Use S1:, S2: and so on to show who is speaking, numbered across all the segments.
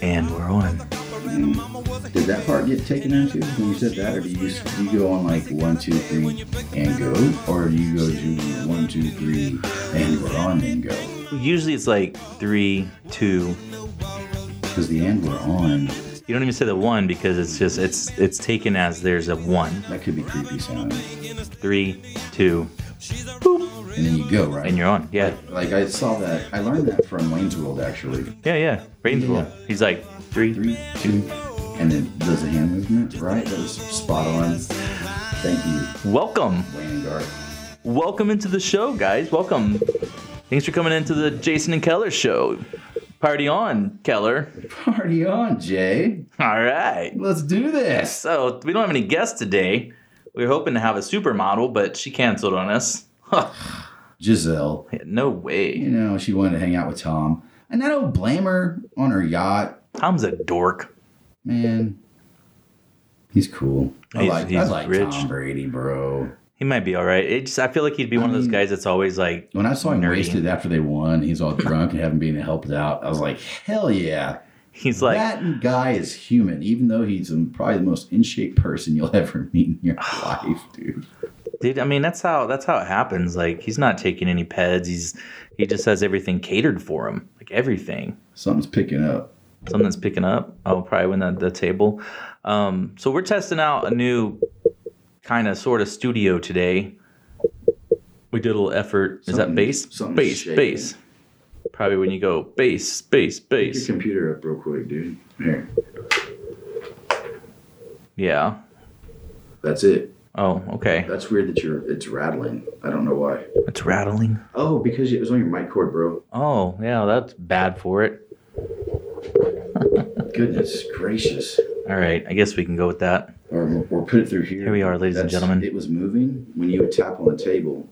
S1: going.
S2: Did that part get taken into when you said that, or do you just, do you go on like one, two, three, and go, or do you go to one, two, three, and we're on and go?
S1: Usually it's like three, two.
S2: Because the and we're on,
S1: You don't even say the one because it's just it's it's taken as there's a one,
S2: that could be creepy sound,
S1: three, two,
S2: and then you go right.
S1: and you're on. Yeah,
S2: like I saw that, I learned that from Wayne's World actually.
S1: yeah, yeah. Rainsville.
S2: Yeah.
S1: He's like three.
S2: Three, two, and then does the hand movement right. That was spot on. Thank you,
S1: Welcome,
S2: Wayne Gart.
S1: welcome into the show, guys. Welcome. Thanks for coming into the Jason and Keller show. Party on, Keller.
S2: Party on, Jay.
S1: All right.
S2: Let's do this.
S1: So we don't have any guests today. We were hoping to have a supermodel, but she canceled on us.
S2: Giselle.
S1: no way.
S2: you know, she wanted to hang out with Tom. And I don't blame her on her yacht,
S1: Tom's a dork.
S2: man. He's cool. I
S1: He's-
S2: like, I
S1: he's
S2: like
S1: rich.
S2: Tom Brady, bro.
S1: He might be all right. It just, I feel like he'd be one of those guys that's always like,
S2: When I saw him
S1: Nerdy.
S2: wasted after they won, he's all drunk and having been helped out. I was like, hell yeah.
S1: he's like,
S2: that guy is human, even though he's um, probably the most in shape person you'll ever meet in your life, dude.
S1: dude. I mean, that's how that's how it happens. Like, he's not taking any peds. He's he just has everything catered for him, like everything.
S2: Something's picking up.
S1: Something's picking up. Oh, probably when the, the table. Um, so we're testing out a new kind of sort of studio today. We did a little effort. Is that
S2: Something's-
S1: bass?
S2: something's
S1: Bass,
S2: shaking.
S1: bass. Probably when you go bass, bass, bass.
S2: computer up real quick, dude. Here.
S1: Yeah.
S2: That's it.
S1: Oh, okay.
S2: That's weird that you're it's rattling. I don't know why.
S1: It's rattling.
S2: Oh, because it was on your mic cord, bro.
S1: Oh, yeah, that's bad for it.
S2: Goodness gracious.
S1: All right, I guess we can go with that.
S2: Or, or put it through here.
S1: Here we are, ladies and gentlemen.
S2: It was moving when you would tap on the table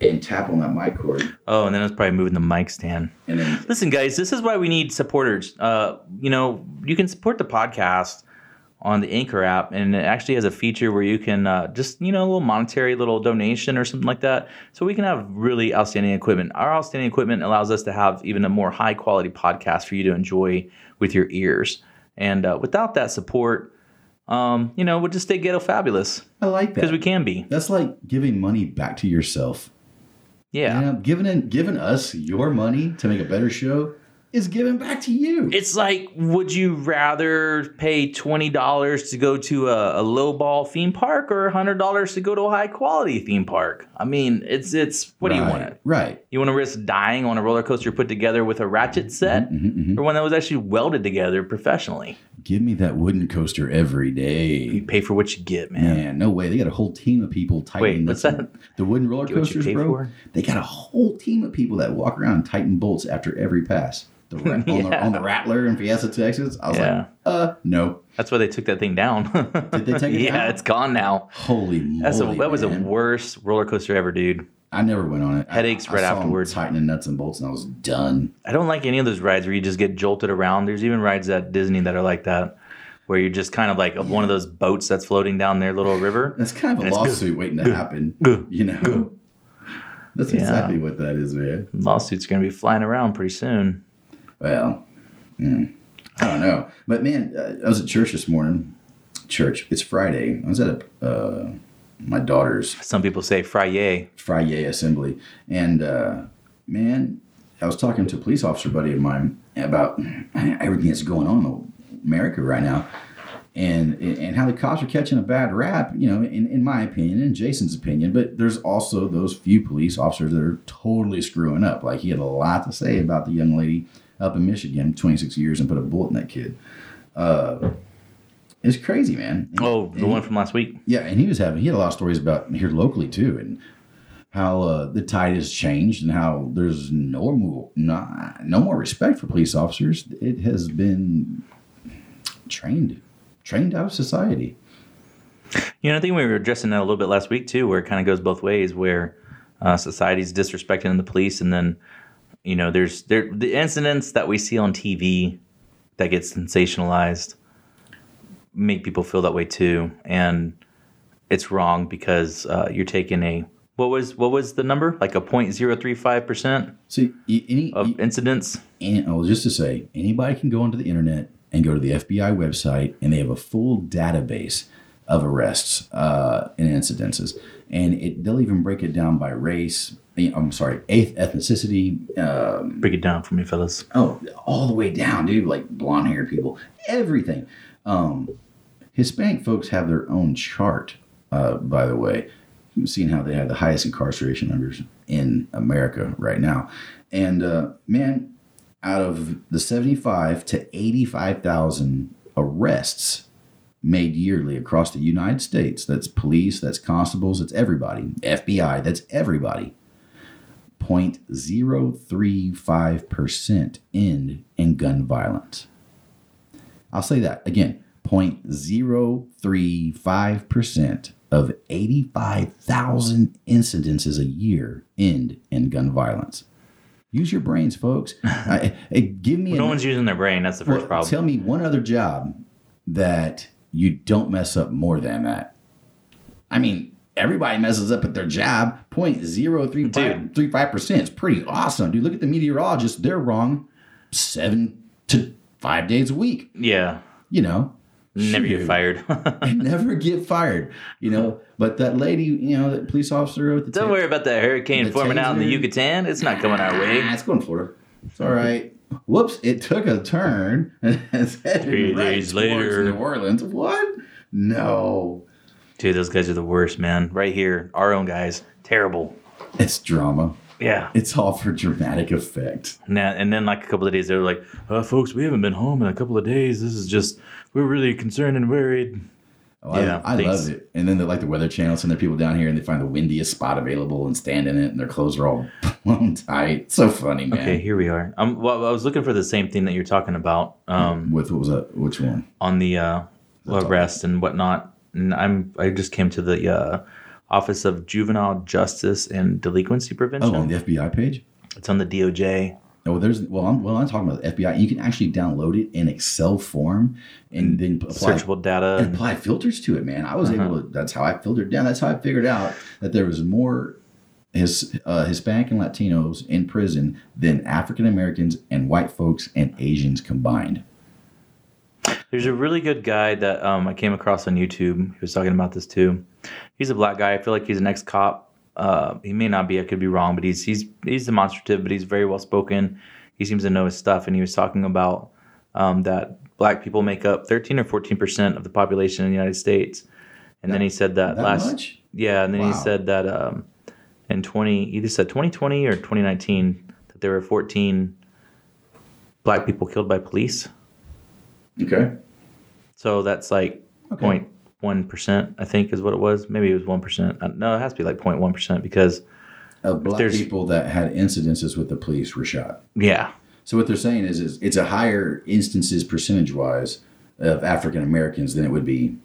S2: and tap on that mic cord.
S1: Oh, and then it's probably moving the mic stand.
S2: And then
S1: Listen, guys, this is why we need supporters. Uh, you know, you can support the podcast on the Anchor app, and it actually has a feature where you can uh, just, you know, a little monetary little donation or something like that. So we can have really outstanding equipment. Our outstanding equipment allows us to have even a more high quality podcast for you to enjoy with your ears. And uh, without that support, um, you know, we'll just stay ghetto fabulous
S2: I like
S1: because
S2: that.
S1: we can be.
S2: That's like giving money back to yourself.
S1: Yeah.
S2: You know, giving in, giving us your money to make a better show is giving back to you.
S1: It's like, would you rather pay twenty dollars to go to a, a lowball theme park or hundred dollars to go to a high quality theme park? I mean, it's it's what do you
S2: Right,
S1: want?
S2: Right.
S1: You want to risk dying on a roller coaster put together with a ratchet set,
S2: Mm-hmm.
S1: or one that was actually welded together professionally?
S2: Give me that wooden coaster every day.
S1: You pay for what you get, man.
S2: Man, no way. They got a whole team of people tightening
S1: what's
S2: nuts
S1: that?
S2: and- the wooden roller
S1: Get what you
S2: coasters,
S1: pay
S2: bro.
S1: for?
S2: They got a whole team of people that walk around and tighten bolts after every pass. The ra- on, the,
S1: Yeah.
S2: on the Rattler in Fiesta, Texas. I was
S1: Yeah.
S2: like, uh, no.
S1: That's why they took that thing down. Did
S2: they take it
S1: yeah,
S2: down?
S1: it's gone now.
S2: Holy moly.
S1: That's a, that was the
S2: man.
S1: worst roller coaster ever, dude.
S2: I never went on it. I-
S1: Headaches
S2: I,
S1: right
S2: saw 'em
S1: afterwards.
S2: tightening nuts and bolts, and I was done.
S1: I don't like any of those rides where you just get jolted around. There's even rides at Disney that are like that, where you're just kind of like one of those boats that's floating down their little river.
S2: That's kind of a
S1: It's good.
S2: lawsuit waiting to happen.
S1: Good.
S2: You know? That's
S1: Yeah.
S2: exactly what that is, man.
S1: Lawsuit's going to be flying around pretty soon.
S2: Well, mm, I don't know. But man, uh, I was at church this morning. Church. It's Friday. I was at a, uh, my daughter's
S1: Some people say Friday.
S2: Friday assembly. And uh, man, I was talking to a police officer buddy of mine about everything that's going on in America right now, and and how the cops are catching a bad rap. You know, in, in my opinion, in Jason's opinion, but there's also those few police officers that are totally screwing up. Like he had a lot to say about the young lady up in Michigan, 26 years, and put a bullet in that kid. Uh, it's crazy, man. And-
S1: Oh,
S2: and
S1: the one from last week.
S2: yeah, and he was having he had a lot of stories about here locally too, and how uh, the tide has changed and how there's no more no, no more respect for police officers. It has been trained trained out of society.
S1: You know, I think we were addressing that a little bit last week too, where it kind of goes both ways, where uh, society's disrespecting the police, and then you know, there's there the incidents that we see on TV that get sensationalized make people feel that way too, and it's wrong because uh, you're taking a what was what was the number like a 0.035 percent
S2: See, y- any,
S1: of incidents?
S2: any oh, just to say, anybody can go onto the internet and go to the FBI website, and they have a full database of arrests uh, and incidences. And it, they'll even break it down by race. eh, I'm sorry, eighth ethnicity. Um,
S1: Break it down for me, fellas.
S2: oh, all the way down, dude. Like blonde haired people, everything. Um, Hispanic folks have their own chart, uh, by the way. You've seen how they have the highest incarceration numbers in America right now. And uh, man, out of the 75 to 85,000 arrests made yearly across the United States, that's police, that's constables, that's everybody, FBI, that's everybody. 0.035% end in gun violence. I'll say that again 0.035% of 85,000 incidences a year end in gun violence. Use your brains, folks. I, I- give me
S1: No
S2: an-
S1: one's using their brain. That's the first
S2: well,
S1: problem.
S2: Tell me one other job that you don't mess up more than that. I mean, everybody messes up at their job. Point zero three five three five percent is pretty awesome, dude. Look at the meteorologists; they're wrong seven to five days a week.
S1: yeah.
S2: You know,
S1: Never
S2: Shoot.
S1: get fired.
S2: and never get fired. You know, but that lady, you know, that police officer with the
S1: Don't
S2: tape-
S1: worry about that hurricane
S2: The
S1: forming out in the
S2: taser.
S1: Yucatan. It's not coming our
S2: Ah,
S1: way.
S2: it's going to Florida. It's all right. Whoops! It took a turn. Three
S1: Three days later.
S2: New Orleans. What? No,
S1: Dude, those guys are the worst, man. Right here, our own guys, terrible.
S2: it's drama.
S1: Yeah.
S2: It's all for dramatic effect.
S1: And, that, and then like a couple of days, they were like, uh, "Folks, we haven't been home in a couple of days. This is just we're really concerned and worried."
S2: Oh,
S1: Yeah,
S2: I, I
S1: thanks.
S2: love it. And then they like the Weather Channel send their people down here, and they find the windiest spot available and stand in it, and their clothes are all blown tight. So funny, man.
S1: Okay, here we are. Um, well, I was looking for the same thing that you're talking about um,
S2: With what was that? Which one?
S1: on the uh, arrest and whatnot, and I'm I just came to the uh, Office of Juvenile Justice and Delinquency Prevention.
S2: Oh, on the FBI page.
S1: It's on the DOJ.
S2: Oh, there's well, I'm well, I'm talking about the FBI. You can actually download it in Excel form and then apply
S1: Searchable data.
S2: and apply filters to it, man. I was
S1: Uh-huh.
S2: able to. That's how I filtered down. That's how I figured out that there was more his uh, Hispanic and Latinos in prison than African Americans and white folks and Asians combined.
S1: There's a really good guy that um, I came across on YouTube. He was talking about this too. He's a black guy. I feel like he's an ex cop. Uh, he may not be. I could be wrong, but he's he's he's demonstrative, but he's very well spoken. He seems to know his stuff, and he was talking about um, that black people make up 13 or 14 percent of the population in the United States. And then he said that,
S2: That
S1: last
S2: much?
S1: yeah, and then
S2: Wow.
S1: he said that um, in 20 either said 2020 or 2019 that there were 14 black people killed by police.
S2: Okay.
S1: So that's like
S2: Okay.
S1: 0.1%, I think is what it was. Maybe it was 1%. Uh, No, it has to be like 0.1% because,
S2: Of black
S1: There's-
S2: people that had incidences with the police were shot.
S1: yeah,
S2: So what they're saying is, is it's a higher instances percentage wise of African Americans than it would be.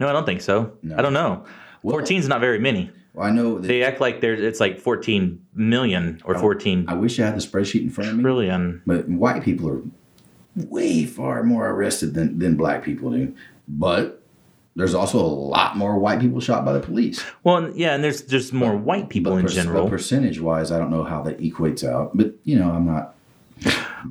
S1: no, I don't think so.
S2: No.
S1: I don't know.
S2: Well-
S1: 14 is not very many.
S2: Well, I know that
S1: They act like there's it's like 14 million
S2: Oh.
S1: or 14
S2: I wish I had the spreadsheet in front of me.
S1: trillion.
S2: But white people are way far more arrested than, than black people do. But there's also a lot more white people shot by the police.
S1: Well, and- yeah, and there's just more white people
S2: But
S1: in
S2: per-
S1: general.
S2: but percentage wise, I don't know how that equates out. But you know, I'm not.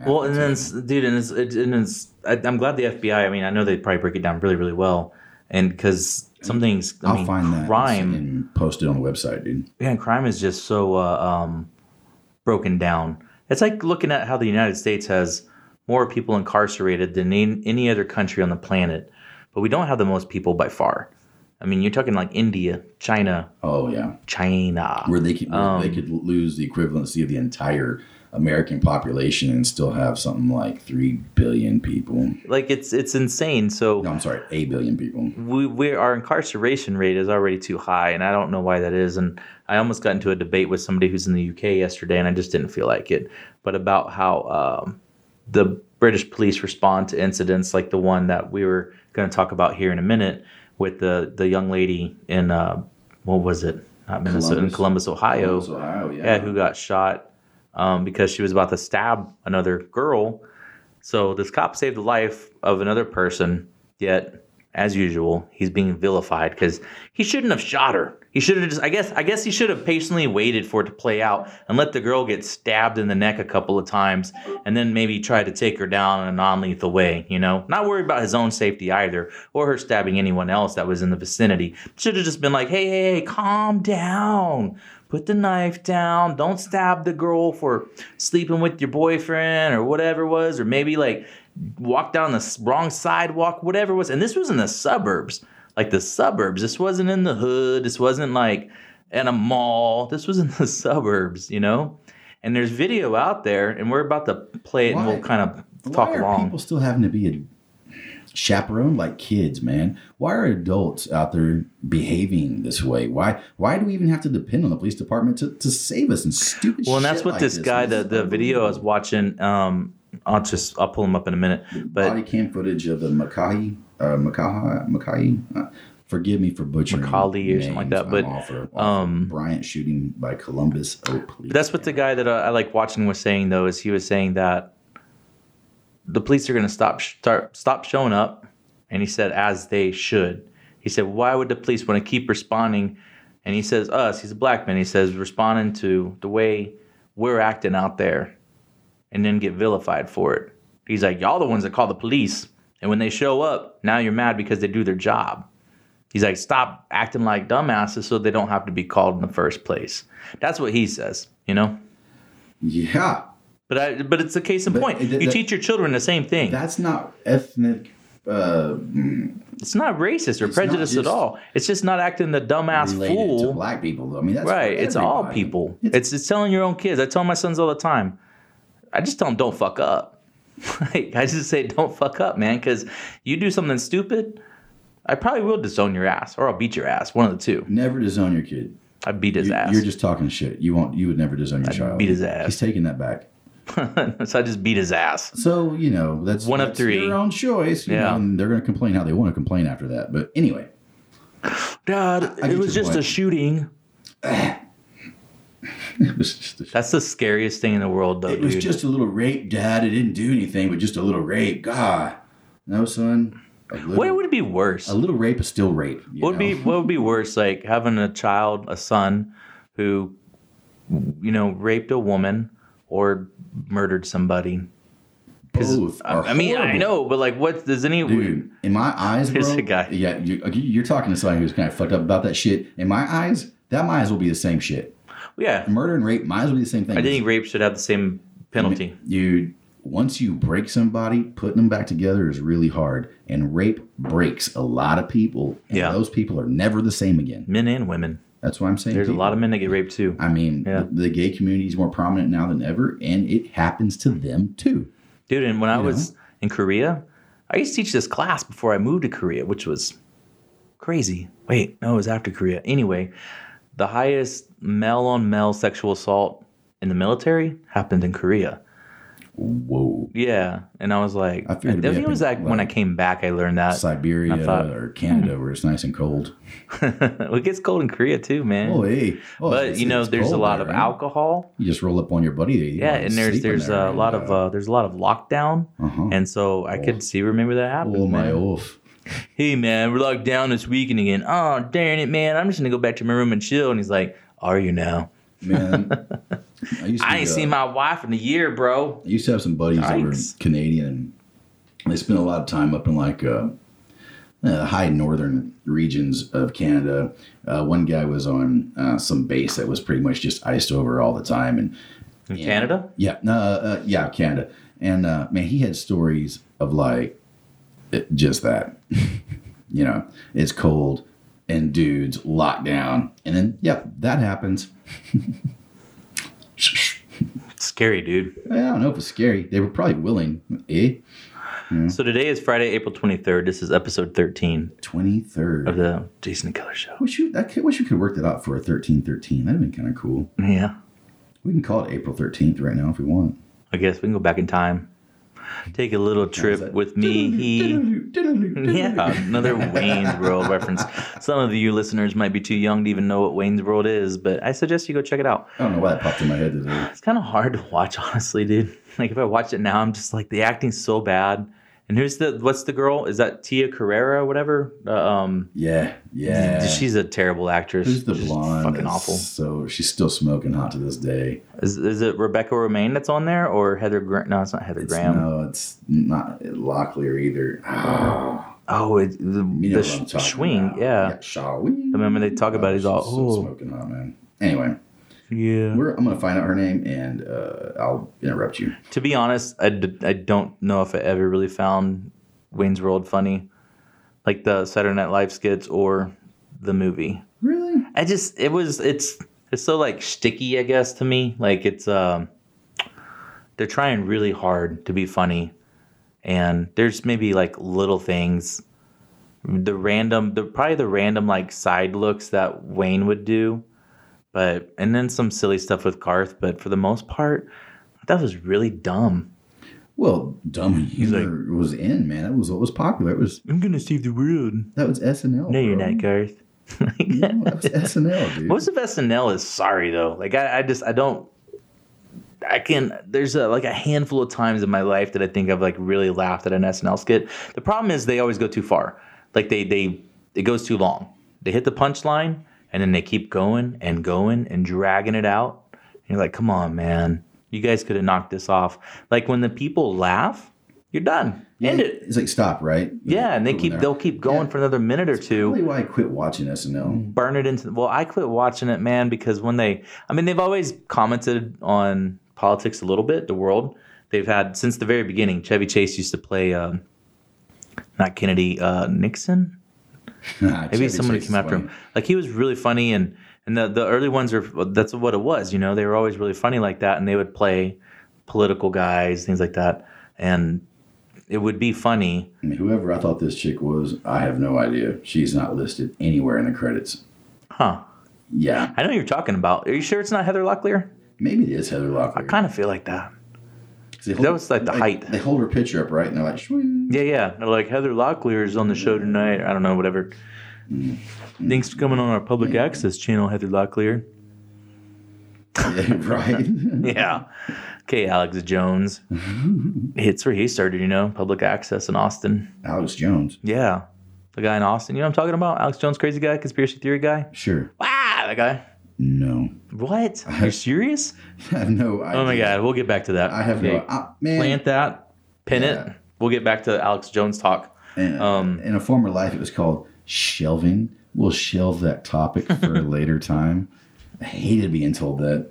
S1: Well, and then, s- dude, and it's, it, and it's I, I'm glad the FBI. I mean, I know they probably break it down really, really well, and because some things, I
S2: I'll
S1: mean,
S2: find that
S1: crime,
S2: and post it on the website, dude.
S1: yeah, crime is just so uh, um, broken down. It's like looking at how the United States has more people incarcerated than in, any other country on the planet, but we don't have the most people by far. I mean, you're talking like India, China,
S2: Oh yeah,
S1: China.
S2: where they could where they
S1: Um,
S2: could lose the equivalency of the entire American population and still have something like three billion people.
S1: Like it's it's insane. So
S2: No, I'm sorry, eight billion people.
S1: we, we our incarceration rate is already too high, and I don't know why that is. And I almost got into a debate with somebody who's in the UK yesterday, and I just didn't feel like it. But about how um, the British police respond to incidents like the one that we were going to talk about here in a minute with the the young lady in uh, what was it? Not Minnesota, in
S2: Columbus.
S1: Columbus, Ohio
S2: Columbus, Ohio,
S1: yeah, who got shot um, because she was about to stab another girl. So this cop saved the life of another person, yet as usual, he's being vilified because he shouldn't have shot her. He should have just. I guess. I guess he should have patiently waited for it to play out and let the girl get stabbed in the neck a couple of times, and then maybe try to take her down in a non-lethal way. You know, not worried about his own safety either, or her stabbing anyone else that was in the vicinity. Should have just been like, "Hey, hey, hey, calm down." Put the knife down. Don't stab the girl for sleeping with your boyfriend or whatever it was, or maybe like walk down the wrong sidewalk, whatever it was. And this was in the suburbs, like the suburbs. This wasn't in the hood. This wasn't like in a mall. This was in the suburbs, you know? And there's video out there, and we're about to play it
S2: Why-
S1: and we'll kind of
S2: Why
S1: talk
S2: are
S1: along.
S2: people still having to be a chaperone like kids, man? Why are adults out there behaving this way? Why why do we even have to depend on the police department to, to save us and stupid
S1: well, and
S2: shit
S1: that's what
S2: like
S1: this guy,
S2: man?
S1: the, the video I was watching, um, I'll just I'll pull him up in a minute. But
S2: body cam footage of the Makai, uh, Makai, Makai. Uh, forgive me for butchering
S1: Macaulay or something like that,
S2: names.
S1: but,
S2: I'm all for- all for
S1: um,
S2: Bryant shooting by Columbus. Oh, please.
S1: But that's what the guy that uh, I, I like watching was saying though, is he was saying that the police are going to stop sh- start, stop showing up, and he said as they should. He said, why would the police want to keep responding? And he says, us. He's a black man. He says responding to the way we're acting out there, and then get vilified for it. He's like, y'all the ones that call the police, and when they show up, now you're mad because they do their job. He's like, stop acting like dumbasses so they don't have to be called in the first place. That's what he says, you know?
S2: yeah,
S1: But I, but it's a case in
S2: But
S1: point.
S2: it-
S1: you
S2: that-
S1: teach your children the same thing.
S2: that's not ethnic. Uh,
S1: it's not racist or
S2: It's not
S1: prejudice at
S2: just
S1: all. It's just not acting the dumbass
S2: related to
S1: fool.
S2: black people. though. I mean, that's for
S1: Right. It's all
S2: everybody.
S1: people. It's, it's telling your own kids. I tell my sons all the time. I just tell them don't fuck up. like I just say don't fuck up, man, because you do something stupid, I probably will disown your ass or I'll beat your ass. One of the two.
S2: Never disown your kid.
S1: I beat his
S2: You,
S1: ass.
S2: You're just talking shit. You won't. You would never disown your child.
S1: beat his ass.
S2: He's taking that back.
S1: so I just beat his ass.
S2: So you know that's
S1: One of
S2: that's
S1: three.
S2: Your own choice. you
S1: Yeah.
S2: know, and they're going to complain how they want to complain after that. But anyway,
S1: Dad,
S2: I
S1: it
S2: get
S1: was
S2: your
S1: just a
S2: point.
S1: shooting.
S2: it was just a
S1: That's the scariest thing in the world, though,
S2: It was
S1: dude.
S2: just a little rape, Dad. It didn't do anything, but just a little rape. God, no, son. A little,
S1: what would be worse?
S2: a little rape is still rape. you
S1: What would be
S2: know?
S1: what would be worse? Like having a child, a son, who, you know, raped a woman or murdered somebody. 'Cause,
S2: Both
S1: I,
S2: are
S1: I mean, I
S2: horrible.
S1: know, but like, what does any?
S2: Dude, in my eyes, bro.
S1: Here's a guy.
S2: Yeah, you, okay, you're talking to somebody who's kind of fucked up about that shit. In my eyes, that might as well be the same shit.
S1: Yeah,
S2: Murder and rape might as well be the same thing.
S1: I think rape should have the same penalty.
S2: Dude, once you break somebody, putting them back together is really hard. And rape breaks a lot of people. And
S1: Yeah.
S2: those people are never the same again.
S1: Men and women.
S2: That's why I'm saying.
S1: There's a
S2: people-
S1: lot of men that get raped too.
S2: I mean,
S1: Yeah.
S2: the, the gay community is more prominent now than ever, and it happens to them too.
S1: Dude, and when I was in Korea, I used to teach this class before I moved to Korea, which was crazy. Wait, no, it was after Korea. Anyway, the highest male on male sexual assault in the military happened in Korea.
S2: Whoa,
S1: Yeah. And I was like,
S2: I
S1: I,
S2: figured it'd be
S1: think it
S2: up
S1: was
S2: in,
S1: like when I
S2: like,
S1: came back, I learned that.
S2: Siberia
S1: I thought-
S2: or Canada, where it's nice and cold.
S1: it gets cold in Korea too, man.
S2: Oh, hey, Oh,
S1: but
S2: it's-
S1: you know,
S2: it's
S1: there's a
S2: cold
S1: lot of
S2: there, right?
S1: alcohol.
S2: You just roll up on your buddy. there, you
S1: Yeah,
S2: wanna
S1: and there's
S2: sleep in
S1: there's
S2: there,
S1: a lot
S2: and,
S1: of uh, there's a lot of lockdown,
S2: uh-huh.
S1: and so I could see remember that happened.
S2: oh my
S1: man.
S2: oof.
S1: hey man, we're locked down this weekend again. Oh darn it, man! I'm just gonna go back to my room and chill. And he's like, "Are you now?
S2: man. I used to,
S1: I ain't
S2: uh,
S1: seen my wife in a year, bro."
S2: I used to have some buddies that were
S1: Yikes.
S2: Canadian, and they spent a lot of time up in like uh, uh, high northern regions of Canada. Uh, one guy was on uh, some base that was pretty much just iced over all the time, and
S1: In
S2: Yeah.
S1: Canada,
S2: yeah, no, uh, yeah, Canada, and uh, man, he had stories of like it, just that. you know, it's cold, and dudes locked down, and then yep, that happens.
S1: scary, dude.
S2: I don't know if it's scary. They were probably willing, eh?
S1: So today is Friday, April 23rd. This is episode 13
S2: Twenty
S1: of
S2: third.
S1: the Jason Keller Show.
S2: Wish you, I could, wish you could work that out for a thirteen thirteen. That'd been kind of cool.
S1: Yeah,
S2: We can call it April thirteenth right now if we want.
S1: I guess we can go back in time, take a little trip with me. He. Yeah, another Wayne's World reference. Some of you listeners might be too young to even know what Wayne's World is, but I suggest you go check it out.
S2: I don't know why that popped in my head today.
S1: It's kind of hard to watch, honestly, dude. Like if I watch it now, I'm just like the acting's so bad, And who's the what's the girl? Is that Tia Carrera or whatever? Uh, um,
S2: Yeah, yeah.
S1: she's a terrible actress.
S2: Who's the
S1: She's
S2: blonde?
S1: Fucking
S2: that's
S1: awful.
S2: So she's still smoking hot to this day.
S1: Is, is it Rebecca Romaine that's on there or Heather Graham? No, it's not Heather
S2: It's,
S1: Graham.
S2: No, it's not Locklear either. Ah,
S1: Oh, it, the,
S2: you know
S1: the
S2: what I'm
S1: sh-
S2: talking
S1: swing.
S2: about.
S1: Yeah.
S2: Shawing.
S1: The moment they talk about it, he's all,
S2: she's
S1: "Oh."
S2: so smoking hot, man. Anyway,
S1: Yeah.
S2: we're, I'm gonna find out her name and uh, I'll interrupt you.
S1: To be honest, I, d- I don't know if I ever really found Wayne's World funny, like the Saturday Night Live skits or the movie.
S2: Really?
S1: I just it was it's it's so like sticky, I guess, to me. Like it's um they're trying really hard to be funny. And there's maybe like little things. The random the probably the random like side looks that Wayne would do. But and then some silly stuff with Garth, but for the most part, that was really dumb.
S2: Well, dumb humor
S1: like-
S2: was in, man. That was what was popular. It was
S1: I'm gonna save the world.
S2: that was SNL.
S1: No, you're
S2: bro.
S1: not, Garth.
S2: No, that was SNL, dude.
S1: Most of SNL is sorry though. Like I, I just I don't. I can. There's a, like a handful of times in my life that I think I've like really laughed at an SNL skit. The problem is they always go too far. Like they they it goes too long. They hit the punchline and then they keep going and going and dragging it out. And you're like, come on, man. You guys could have knocked this off. Like when the people laugh, you're done. End it.
S2: It's like stop, right?
S1: Yeah, and they
S2: Put one
S1: keep
S2: there.
S1: they'll keep going
S2: Yeah.
S1: for another minute or two.
S2: Probably why I quit watching SNL.
S1: burn it into well i quit watching it man because when they i mean they've always commented on politics a little bit the world they've had since the very beginning chevy chase used to play um, not kennedy uh, nixon maybe someone who came after him like he was really funny and and the, the early ones are that's what it was you know they were always really funny like that and they would play political guys things like that and it would be funny
S2: I mean, whoever I thought this chick was, I have no idea. She's not listed anywhere in the credits.
S1: huh
S2: Yeah,
S1: i know who you're talking about are you sure it's not heather locklear
S2: maybe it is Heather Locklear.
S1: i kind of feel like that
S2: They
S1: that was, like, the
S2: they,
S1: height.
S2: They hold her picture up, right? And they're like, "Shwing."
S1: Yeah, yeah. They're like Heather Locklear is on the show tonight. I don't know, whatever. Thanks for coming on our public access channel, Heather Locklear.
S2: yeah, right.
S1: Yeah. Okay, Alex Jones. it's where he started, you know, public access in Austin.
S2: Alex Jones.
S1: Yeah. The guy in Austin. You know what I'm talking about? Alex Jones, crazy guy, conspiracy theory guy.
S2: Sure.
S1: Wow, that guy.
S2: No.
S1: What? Are you serious?
S2: I have no idea.
S1: Oh my God. We'll get back to that.
S2: I have no.
S1: Okay,
S2: I, man.
S1: Plant that, pin
S2: Yeah.
S1: it. We'll get back to Alex Jones talk.
S2: And,
S1: Um,
S2: in a former life, it was called shelving. We'll shelve that topic for a later time. I hated being told that.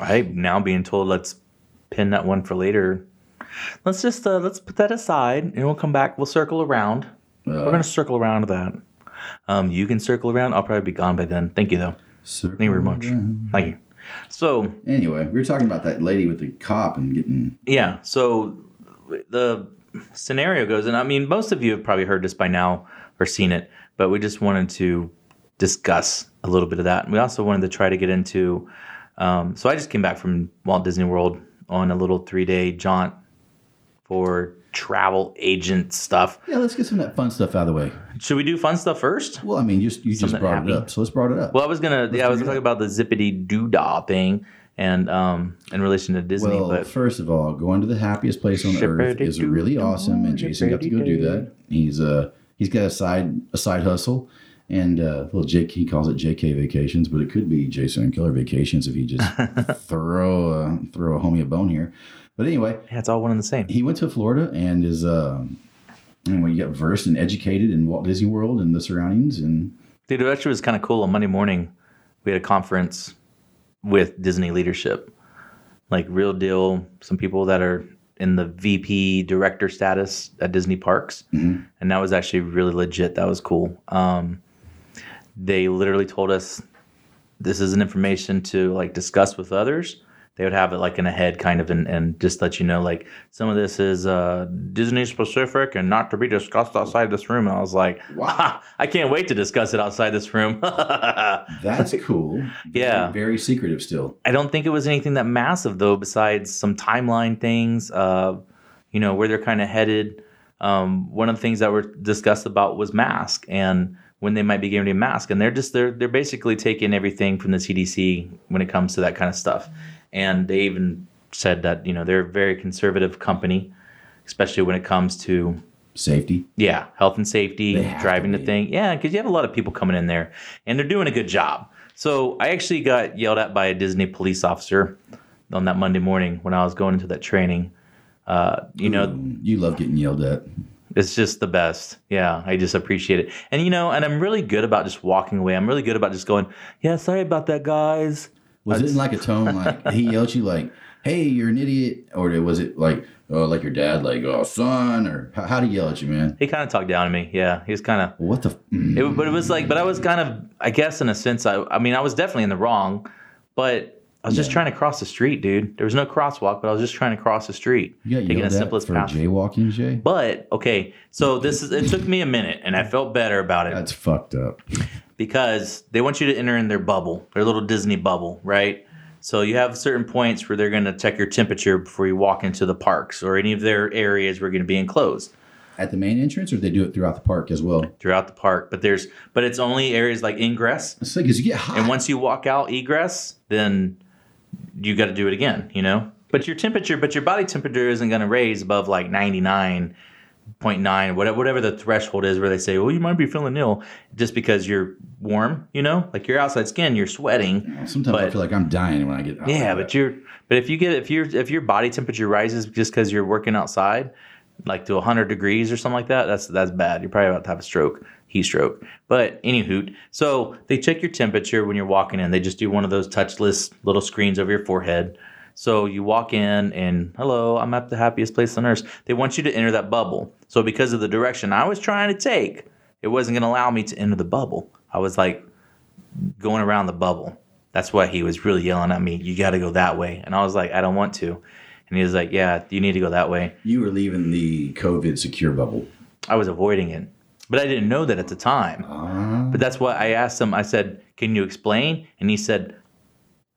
S1: I'm now being told let's pin that one for later. Let's just uh, let's put that aside and we'll come back. We'll circle around. We're
S2: Uh,
S1: gonna circle around to that. Um, you can circle around. I'll probably be gone by then. Thank you though.
S2: Thank
S1: Thank you very much. Thank you. So
S2: Anyway, we were talking about that lady with the cop and getting.
S1: yeah, so the scenario goes, and I mean most of you have probably heard this by now or seen it, but we just wanted to discuss a little bit of that. And we also wanted to try to get into. Um, so I just came back from Walt Disney World on a little three day jaunt for travel agent stuff.
S2: Yeah, let's get some of that fun stuff out of the way.
S1: Should we do fun stuff first?
S2: Well, I mean, you, you just
S1: Something
S2: brought
S1: happy.
S2: it up, so let's brought it up.
S1: Well, I was gonna, yeah, I was
S2: do
S1: gonna talk about the zippity doo dah thing, and um, in relation to Disney,
S2: Well,
S1: but
S2: first of all, going to the happiest place on earth is
S1: Shippity-doo-doo,
S2: really awesome, and Jason got to go do that. He's uh he's got a side a side hustle, and uh, well, Jake he calls it JK Vacations, but it could be Jason and Killer Vacations if he just throw a, throw a homie a bone here. But anyway,
S1: yeah, it's all one and the same.
S2: he went to Florida and is uh, anyway, he got versed and educated in Walt Disney World and the surroundings, and
S1: Dude, it actually was kind of cool. On Monday morning, we had a conference with Disney leadership, like real deal. Some people that are in the VP director status at Disney parks, and that was actually really legit. That was cool. Um, they literally told us this is an information to like discuss with others. They would have it like in a head kind of and, and just let you know like some of this is uh, Disney specific and not to be discussed outside this room. And I was like,
S2: Wow.
S1: "Ha, I can't wait to discuss it outside this room. I
S2: that's cool.
S1: Yeah.
S2: very secretive still.
S1: don't think it was anything that massive though, besides some timeline things, uh, you know, where they're kind of headed. Um, one of the things that were discussed about was mask and when they might be getting a mask, and they're just they're they're basically taking everything from the CDC when it comes to that kind of stuff, and they even said that you know they're a very conservative company, especially when it comes to
S2: safety.
S1: Yeah, health and safety,
S2: They have to
S1: driving the
S2: be.
S1: thing. Yeah, because you have a lot of people coming in there, and they're doing a good job. So I actually got yelled at by a Disney police officer on that Monday morning when I was going into that training. Uh, you know,
S2: Ooh, you love getting yelled at.
S1: it's just the best. Yeah, I just appreciate it. And you know, and I'm really good about just walking away. I'm really good about just going, yeah, sorry about that, guys.
S2: Was it in like a tone like he yelled at you like, "Hey, you're an idiot," or was it like, "Oh, like your dad, like, oh, son," or how, how do you yell at you, man?
S1: He kind of talked down to me. Yeah, he was kind of
S2: What the? F- mm.
S1: It, but it was like, but I was kind of, I guess, in a sense, I, I mean, I was definitely in the wrong, but I was just
S2: Yeah.
S1: trying to cross the street, dude. There was no crosswalk, but I was just trying to cross the street,
S2: you got
S1: taking the
S2: yelled at
S1: simplest
S2: for
S1: path.
S2: jaywalking, Jay.
S1: But okay, so this is, it took me a minute, and I felt better about it
S2: That's fucked up.
S1: because they want you to enter in their bubble, their little Disney bubble, right? So you have certain points where they're going to check your temperature before you walk into the parks or any of their areas where you're going to be enclosed.
S2: At the main entrance, or they do it throughout the park as well.
S1: Throughout the park, but there's, but it's only areas like ingress
S2: It's like, cause you get hot.
S1: And once you walk out egress, then you got to do it again, you know? But your temperature, but your body temperature isn't going to raise above like 99.9, whatever, whatever the threshold is where they say, well, you might be feeling ill just because you're warm, you know? Like your outside skin, you're sweating.
S2: Sometimes I
S1: but-
S2: feel like I'm dying when I get. hot
S1: Yeah,
S2: like
S1: but you're, but if you get, if your if your body temperature rises just because you're working outside, like to 100 degrees or something like that, that's, that's bad. You're probably about to have a stroke, heat stroke. But any hoot. So they check your temperature when you're walking in. They just do one of those touchless little screens over your forehead. So you walk in and hello, I'm at the happiest place on earth. They want you to enter that bubble. So because of the direction I was trying to take, it wasn't going to allow me to enter the bubble. I was like going around the bubble. That's why he was really yelling at me. You got to go that way. And I was like, I don't want to. And he was like, Yeah, you need to go that way.
S2: that. you were leaving the COVID secure bubble.
S1: I was avoiding it, but I didn't know that at the time.
S2: Ah,
S1: But that's why I asked him, I said, Can you explain? And he said,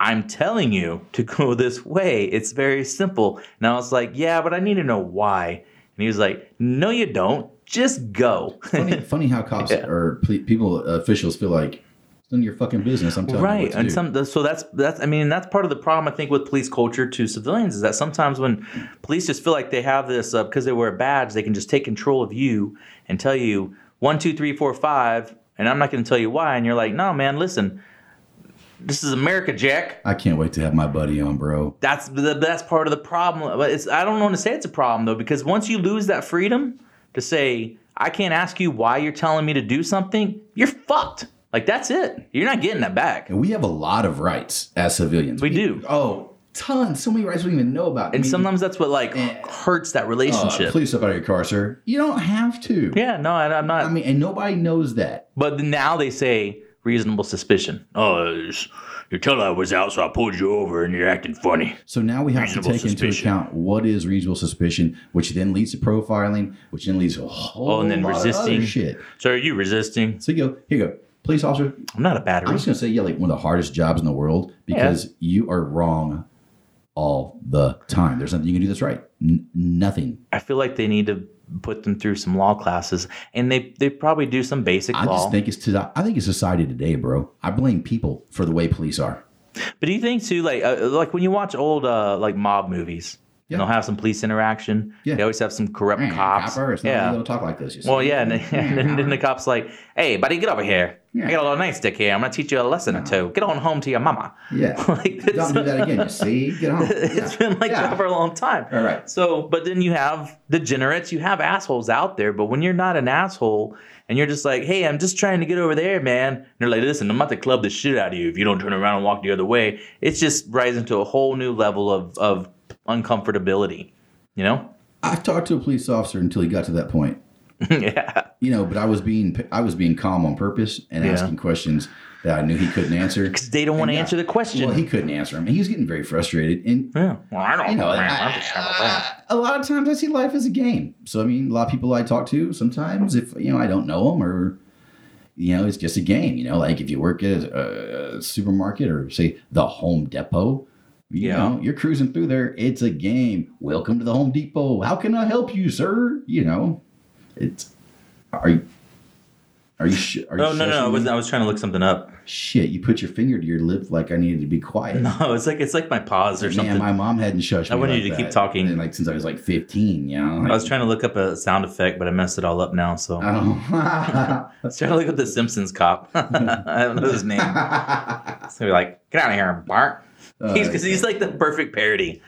S1: I'm telling you to go this way. It's very simple. And I was like, Yeah, but I need to know why. And he was like, No, you don't. Just go.
S2: funny, funny how cops
S1: Yeah.
S2: or ple- people officials feel like it's none of your fucking business. I'm telling you
S1: right
S2: what to
S1: and
S2: do.
S1: some so that's that's i mean that's part of the problem i think with police culture to civilians is that sometimes when police just feel like they have this uh, because they wear a badge they can just take control of you and tell you one two three four five and i'm not going to tell you why and you're like no man listen this is america jack
S2: I can't wait to have my buddy on, bro.
S1: that's the that's part of the problem. But it's I don't want to say it's a problem though because once you lose that freedom to say I can't ask you why you're telling me to do something, you're fucked. Like that's it. You're not getting that back.
S2: And we have a lot of rights as civilians.
S1: We do.
S2: Oh, tons. So many rights we don't even know about. uh,
S1: And sometimes that's what like hurts that relationship.
S2: Oh, please step out of your car, sir. You don't have to.
S1: yeah, no, I, I'm
S2: I
S1: not.
S2: mean, and nobody knows that.
S1: But now they say reasonable suspicion.
S3: Oh, it's- your tail light was out, so I pulled you over, and you're acting funny.
S2: So now we have
S3: Reasonable
S2: to take into
S3: suspicion.
S2: account what is reasonable suspicion, which then leads to profiling, which then leads to a whole
S1: Oh, and then
S2: lot of
S1: resisting.
S2: other shit.
S1: So are you resisting?
S2: So you go, here you go. Police officer,
S1: I'm not a
S2: I'm
S1: battery.
S2: just gonna say yeah, like one of the hardest jobs in the world because you are wrong all the time. There's nothing you can do that's right. N- nothing.
S1: I feel like they need to put them through some law classes, and they they probably do some basic
S2: I
S1: law.
S2: just think it's to, I think it's society today, bro. I blame people for the way police are.
S1: But do you think too, like uh, like when you watch old uh, like mob movies,
S2: Yeah.
S1: and they'll have some police interaction.
S2: Yeah.
S1: They always have some corrupt
S2: Man,
S1: cops.
S2: Copper, it's not yeah.
S1: yeah.
S2: don't talk like this. you see.
S1: Well, yeah, and, and then, then the cop's like, "Hey, buddy, get over here. I got a little nightstick here. I'm gonna teach you a lesson or two. Get on home to your mama."
S2: yeah.
S1: like that's,
S2: don't do that again. You see, get on.
S1: it's been like that for a long time.
S2: All right.
S1: So, but then you have degenerates, you have assholes out there. But when you're not an asshole and you're just like, hey, I'm just trying to get over there, man. And they're like, listen, I'm about to club the shit out of you if you don't turn around and walk the other way. It's just rising to a whole new level of of uncomfortability. You know?
S2: I talked to a police officer until he got to that point.
S1: yeah.
S2: You know, but I was being I was being calm on purpose and
S1: Yeah.
S2: asking questions that I knew he couldn't answer.
S1: Because they don't want to
S2: Yeah.
S1: answer the question.
S2: Well, he couldn't answer them. He was getting very frustrated, and
S1: yeah. Well, I don't
S2: you know,
S1: know, man.
S2: I-
S1: I'm just trying to laugh.
S2: I- a lot of times I see life as a game. So I mean, a lot of people I talk to sometimes, if you know, I don't know them or you know, it's just a game. You know, like if you work at a, a supermarket or say the Home Depot, you
S1: Yeah.
S2: know, you're cruising through there. It's a game. Welcome to the Home Depot. How can I help you, sir? You know, it's are you, Are you? Sh- are you
S1: Oh no, no,
S2: shushing
S1: I
S2: me?
S1: was I was trying to look something up.
S2: Shit, you put your finger to your lip like I needed to be quiet.
S1: No, it's like it's like my pause or something.
S2: Man, my mom hadn't shushed
S1: I
S2: me
S1: wanted
S2: like
S1: you to keep
S2: that.
S1: talking.
S2: And, like since I was like 15, you know.
S1: I was trying to look up a sound effect, but I messed it all up now. So I
S2: Oh.
S1: was trying to look up the Simpsons cop. I don't know his name. So you're like, get out of here, Bart.
S2: Uh,
S1: He's because he's like the perfect parody.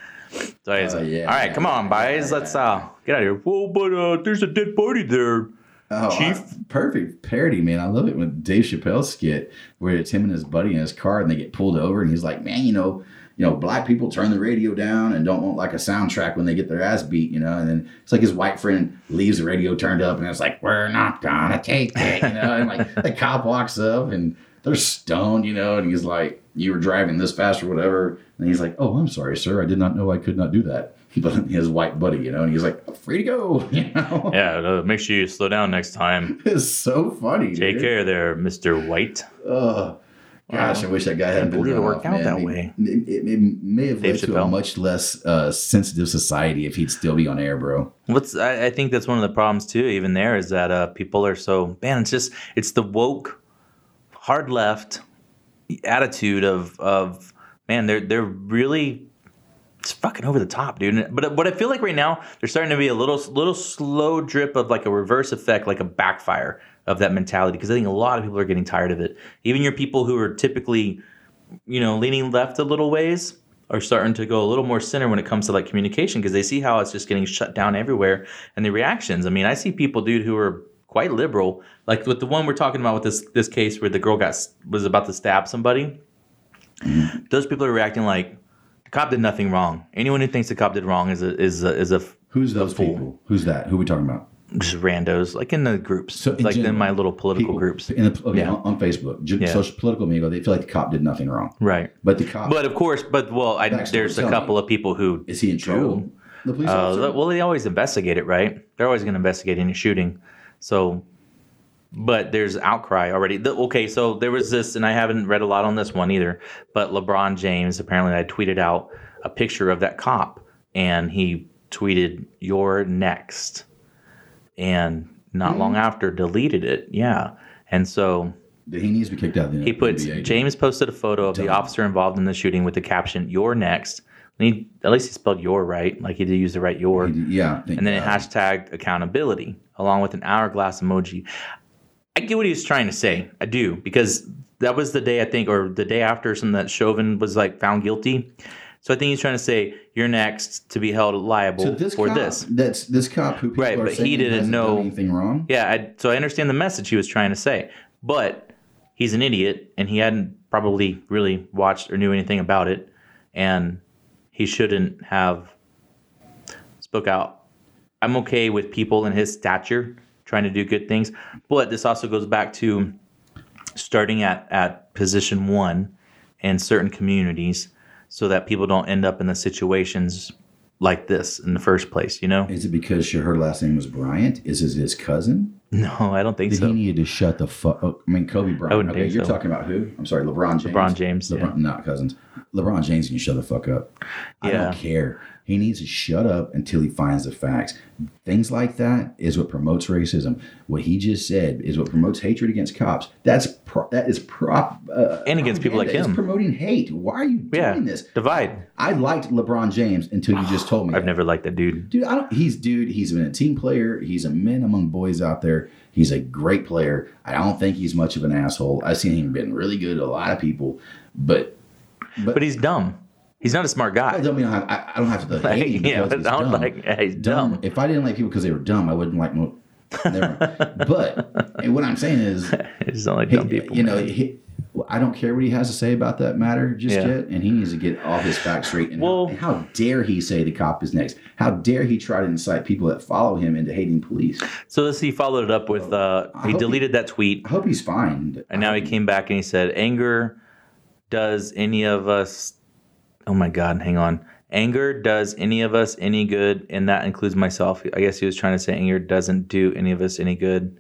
S1: So he's
S2: Oh,
S1: like,
S2: yeah,
S1: all right,
S2: yeah,
S1: come on,
S2: yeah,
S1: guys,
S2: yeah,
S1: let's
S2: yeah.
S1: uh get out of here. Whoa, but uh, there's a dead body there.
S2: oh,
S1: Chief.
S2: I- perfect parody, man. I love it when Dave Chappelle's skit where it's him and his buddy in his car and they get pulled over and he's like, man, you know, you know, black people turn the radio down and don't want like a soundtrack when they get their ass beat, you know. And then it's like his white friend leaves the radio turned up and it's like, we're not gonna take it, you know. and like the cop walks up and they're stoned, you know, and he's like, you were driving this fast or whatever. And he's like, oh, I'm sorry, sir. I did not know I could not do that. But his white buddy, you know, and he's like, free to go, you know.
S1: Yeah, uh, make sure you slow down next time.
S2: It's so funny.
S1: Take
S2: dude.
S1: care there, Mister White.
S2: Ugh. gosh, I wish that guy hadn't
S1: believe it
S2: pulled that
S1: worked
S2: off,
S1: out
S2: man.
S1: that
S2: It-
S1: way.
S2: It, it- it may have
S1: Dave
S2: led to a
S1: Chappelle.
S2: much less uh, sensitive society if he'd still be on air, bro.
S1: What's I, I think that's one of the problems too. Even there is that uh, people are so man. It's just it's the woke, hard left attitude of of man. They're they're really it's fucking over the top, dude. But but I feel like right now there's starting to be a little little slow drip of like a reverse effect, like a backfire of that mentality. Because I think a lot of people are getting tired of it. Even your people who are typically you know, leaning left a little ways are starting to go a little more center when it comes to like communication because they see how it's just getting shut down everywhere and the reactions. I mean, I see people, dude, who are quite liberal, like with the one we're talking about with this this case where the girl got s- was about to stab somebody. Those people are reacting like the cop did nothing wrong. Anyone who thinks the cop did wrong is a is a, is a f-
S2: Who's those people? Who's that? Who we talking about?
S1: just randos, like in the groups,
S2: So, in
S1: like in
S2: general,
S1: my little political
S2: People
S1: groups,
S2: in the, okay,
S1: Yeah.
S2: on, on Facebook, J-
S1: Yeah.
S2: social political amigo. They feel like the cop did nothing wrong,
S1: right?
S2: but the cop
S1: But of course, but well, I,
S2: Backstory,
S1: there's a
S2: tell me.
S1: couple of people who
S2: is he in trouble? The police
S1: Uh,
S2: officer.
S1: well, they always investigate it, right? They're always going to investigate any shooting. So, but there's outcry already. The- okay, so there was this, and I haven't read a lot on this one either. But LeBron James apparently, I tweeted out a picture of that cop, and he tweeted, "You're next," and not long after, deleted it. Yeah, and so
S2: he needs to be kicked out. Of the
S1: he puts
S2: NBA.
S1: James posted a photo of the
S2: Dumb.
S1: officer involved in the shooting with the caption, "You're next." And he, at least he spelled "your" right, like he did use the right "your."
S2: He did- Yeah,
S1: and then it hashtagged accountability along with an hourglass emoji. I get what he was trying to say. I do because that was the day I think, or the day after, some that Chauvin was like found guilty. So I think he's trying to say you're next to be held liable
S2: So this
S1: for
S2: cop,
S1: this.
S2: that's this cop who people
S1: Right,
S2: are
S1: but he
S2: saying
S1: didn't
S2: hasn't done
S1: know-
S2: anything wrong.
S1: Yeah, I, so I understand the message he was trying to say, but he's an idiot and he hadn't probably really watched or knew anything about it, and he shouldn't have spoke out. I'm okay with people in his stature trying to do good things, but this also goes back to starting at at position one in certain communities so that people don't end up in the situations like this in the first place. You know?
S2: Is it because she, her last name was Bryant? Is it his cousin?
S1: No, I don't think
S2: Did
S1: so.
S2: he needed to shut the fuck up? I mean, Kobe Bryant.
S1: wouldn't
S2: okay,
S1: think
S2: you're
S1: so.
S2: talking about who? I'm sorry, LeBron James.
S1: LeBron James,
S2: LeBron,
S1: yeah.
S2: Not cousins. LeBron James can shut the fuck up. I
S1: Yeah.
S2: don't care. He needs to shut up until he finds the facts. Things like that is what promotes racism. What he just said is what promotes hatred against cops. That's pro- that is prop uh,
S1: And against people like
S2: propaganda.
S1: him.
S2: It's promoting hate. Why are you doing
S1: Yeah,
S2: this?
S1: divide.
S2: I liked LeBron James until you just told me.
S1: I've
S2: that.
S1: never liked that dude.
S2: Dude, I don't. He's dude. He's been a team player. He's a man among boys out there. He's a great player. I don't think he's much of an asshole. I've seen him been really good to a lot of people, but
S1: But he's dumb. He's not a smart
S2: I
S1: guy.
S2: don't mean I, I- I don't have to like, hate him
S1: yeah,
S2: because
S1: but
S2: he's
S1: I don't
S2: dumb.
S1: like yeah, he's
S2: dumb.
S1: dumb.
S2: If I didn't like people because they were dumb, I wouldn't like. Mo- Never mind. But and what I'm saying is,
S1: I just don't like
S2: he-
S1: dumb people.
S2: you know,
S1: man.
S2: he, well, I don't care what he has to say about that matter just
S1: Yeah.
S2: yet, and he needs to get all his facts straight. And,
S1: Well-
S2: how, and how dare he say the cop is next? How dare he try to incite people that follow him into hating police?
S1: so this he followed it up with uh,
S2: I
S1: he
S2: hope he-
S1: deleted that tweet
S2: I hope he's fine.
S1: and now he came back and he said, Anger does any of us oh my god, hang on. Anger does any of us any good, and that includes myself. I guess he was trying to say anger doesn't do any of us any good.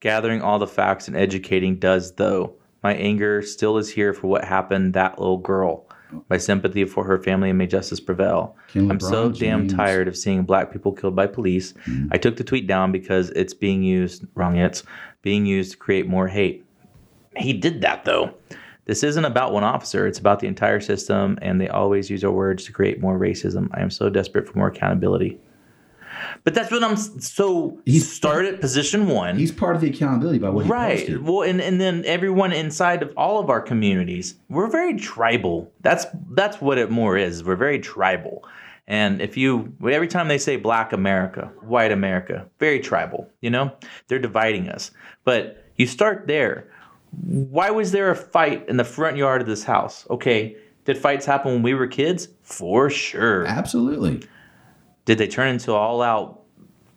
S1: Gathering all the facts and educating does though. My anger still is here for what happened that little girl. My sympathy for her family and may justice prevail.
S2: Can
S1: I'm so
S2: LeBron
S1: damn
S2: James- Mm.
S1: tired of seeing black people killed by police. I took the tweet down because it's being used, wrong, it's being used to create more hate. He did that though. This isn't about one officer, it's about the entire system, and they always use our words to create more racism. I am so desperate for more accountability. But that's what I'm s- so he
S2: He's-
S1: started at position one.
S2: He's part of the accountability by what he
S1: Right.
S2: posted.
S1: Well, and, and then everyone inside of all of our communities, we're very tribal. That's that's what it more is. We're very tribal. And if you every time they say black America, white America, very tribal, you know? They're dividing us. But you start there. Why was there a fight in the front yard of this house? Okay. Did fights happen when we were kids? For sure.
S2: Absolutely.
S1: Did they turn into all out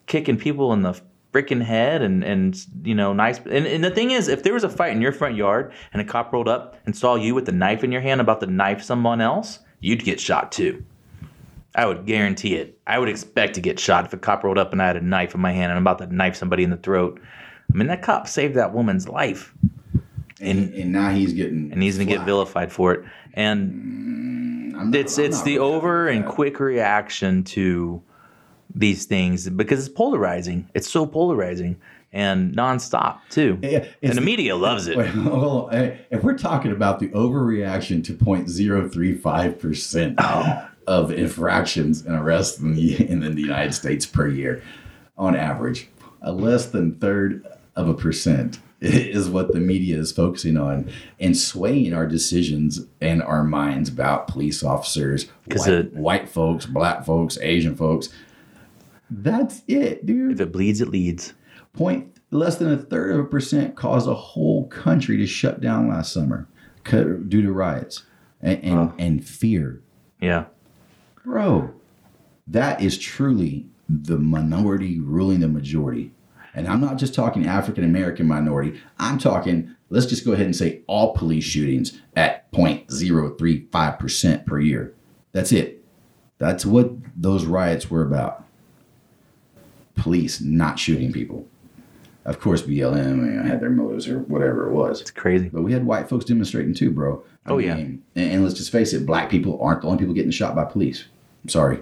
S1: kicking people in the freaking head and and you know nice and, and the thing is if there was a fight in your front yard and a cop rolled up and saw you with a knife in your hand about to knife someone else you'd get shot too i would guarantee it i would expect to get shot if a cop rolled up and i had a knife in my hand and i'm about to knife somebody in the throat i mean that cop saved that woman's life
S2: And, and now he's getting
S1: and he's gonna get
S2: flack.
S1: vilified for it and
S2: I'm not-
S1: it's
S2: I'm
S1: it's
S2: not
S1: the
S2: really happy
S1: over
S2: with
S1: and
S2: that.
S1: quick reaction to these things because it's polarizing. It's so polarizing and nonstop too.
S2: Yeah, it's
S1: and the media loves it.
S2: Well, eh, if we're talking about the overreaction to 0.035%
S1: Oh.
S2: of infractions and arrests in the, in the United States per year on average, a less than third of a percent is what the media is focusing on and swaying our decisions and our minds about police officers,
S1: 'Cause
S2: white,
S1: it-
S2: white folks, black folks, Asian folks. That's it, dude
S1: If it bleeds, it leads.
S2: point less than a third of a percent caused a whole country to shut down last summer cu- due to riots and and, and fear
S1: Yeah.
S2: bro that is truly the minority ruling the majority and i'm not just talking african american minority i'm talking let's just go ahead and say all police shootings at 0.035% per year that's it that's what those riots were about police not shooting people of course blm you know, had their motives or whatever it was
S1: It's crazy.
S2: but we had white folks demonstrating too, bro. I
S1: Oh, yeah.
S2: mean, And, and let's just face it, black people aren't the only people getting shot by police. I'm sorry.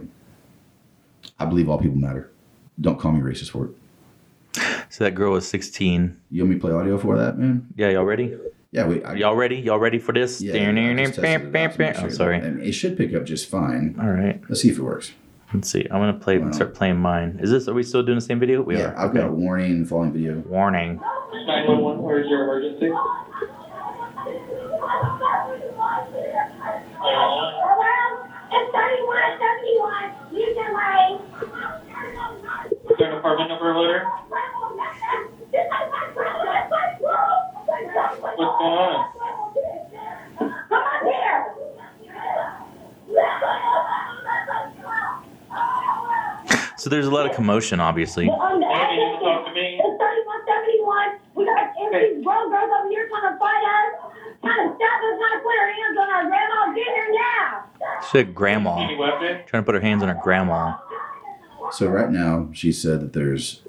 S2: I believe all people matter. Don't call me racist for it.
S1: So that girl was 16.
S2: You want me to play audio for that, man?
S1: Yeah, y'all ready?
S2: Yeah, wait. I,
S1: Y'all ready? Y'all ready for this?
S2: yeah, I just tested it out to make
S1: I'm
S2: sure.
S1: Oh, sorry.
S2: I mean, it should pick up just fine.
S1: All right.
S2: Let's see if it works.
S1: Let's see. I'm gonna play.
S2: Wow.
S1: Start playing mine. Is this? Are we still doing the same video? We
S2: yeah,
S1: are.
S2: I've got a warning following video.
S1: Warning.
S4: 911, where's your emergency? Is there an apartment number letter? What's going on?
S1: So there's a lot of commotion, obviously.
S5: On the
S4: Hey, you didn't talk to
S5: It's
S4: me.
S5: 3171. We got empty grown girls over here trying to fight us, trying to stop us, trying to put our hands on our grandma. Get here now.
S1: Shit, grandma
S4: Any weapon?
S1: trying to put her hands on her grandma.
S2: So right now, she said that there's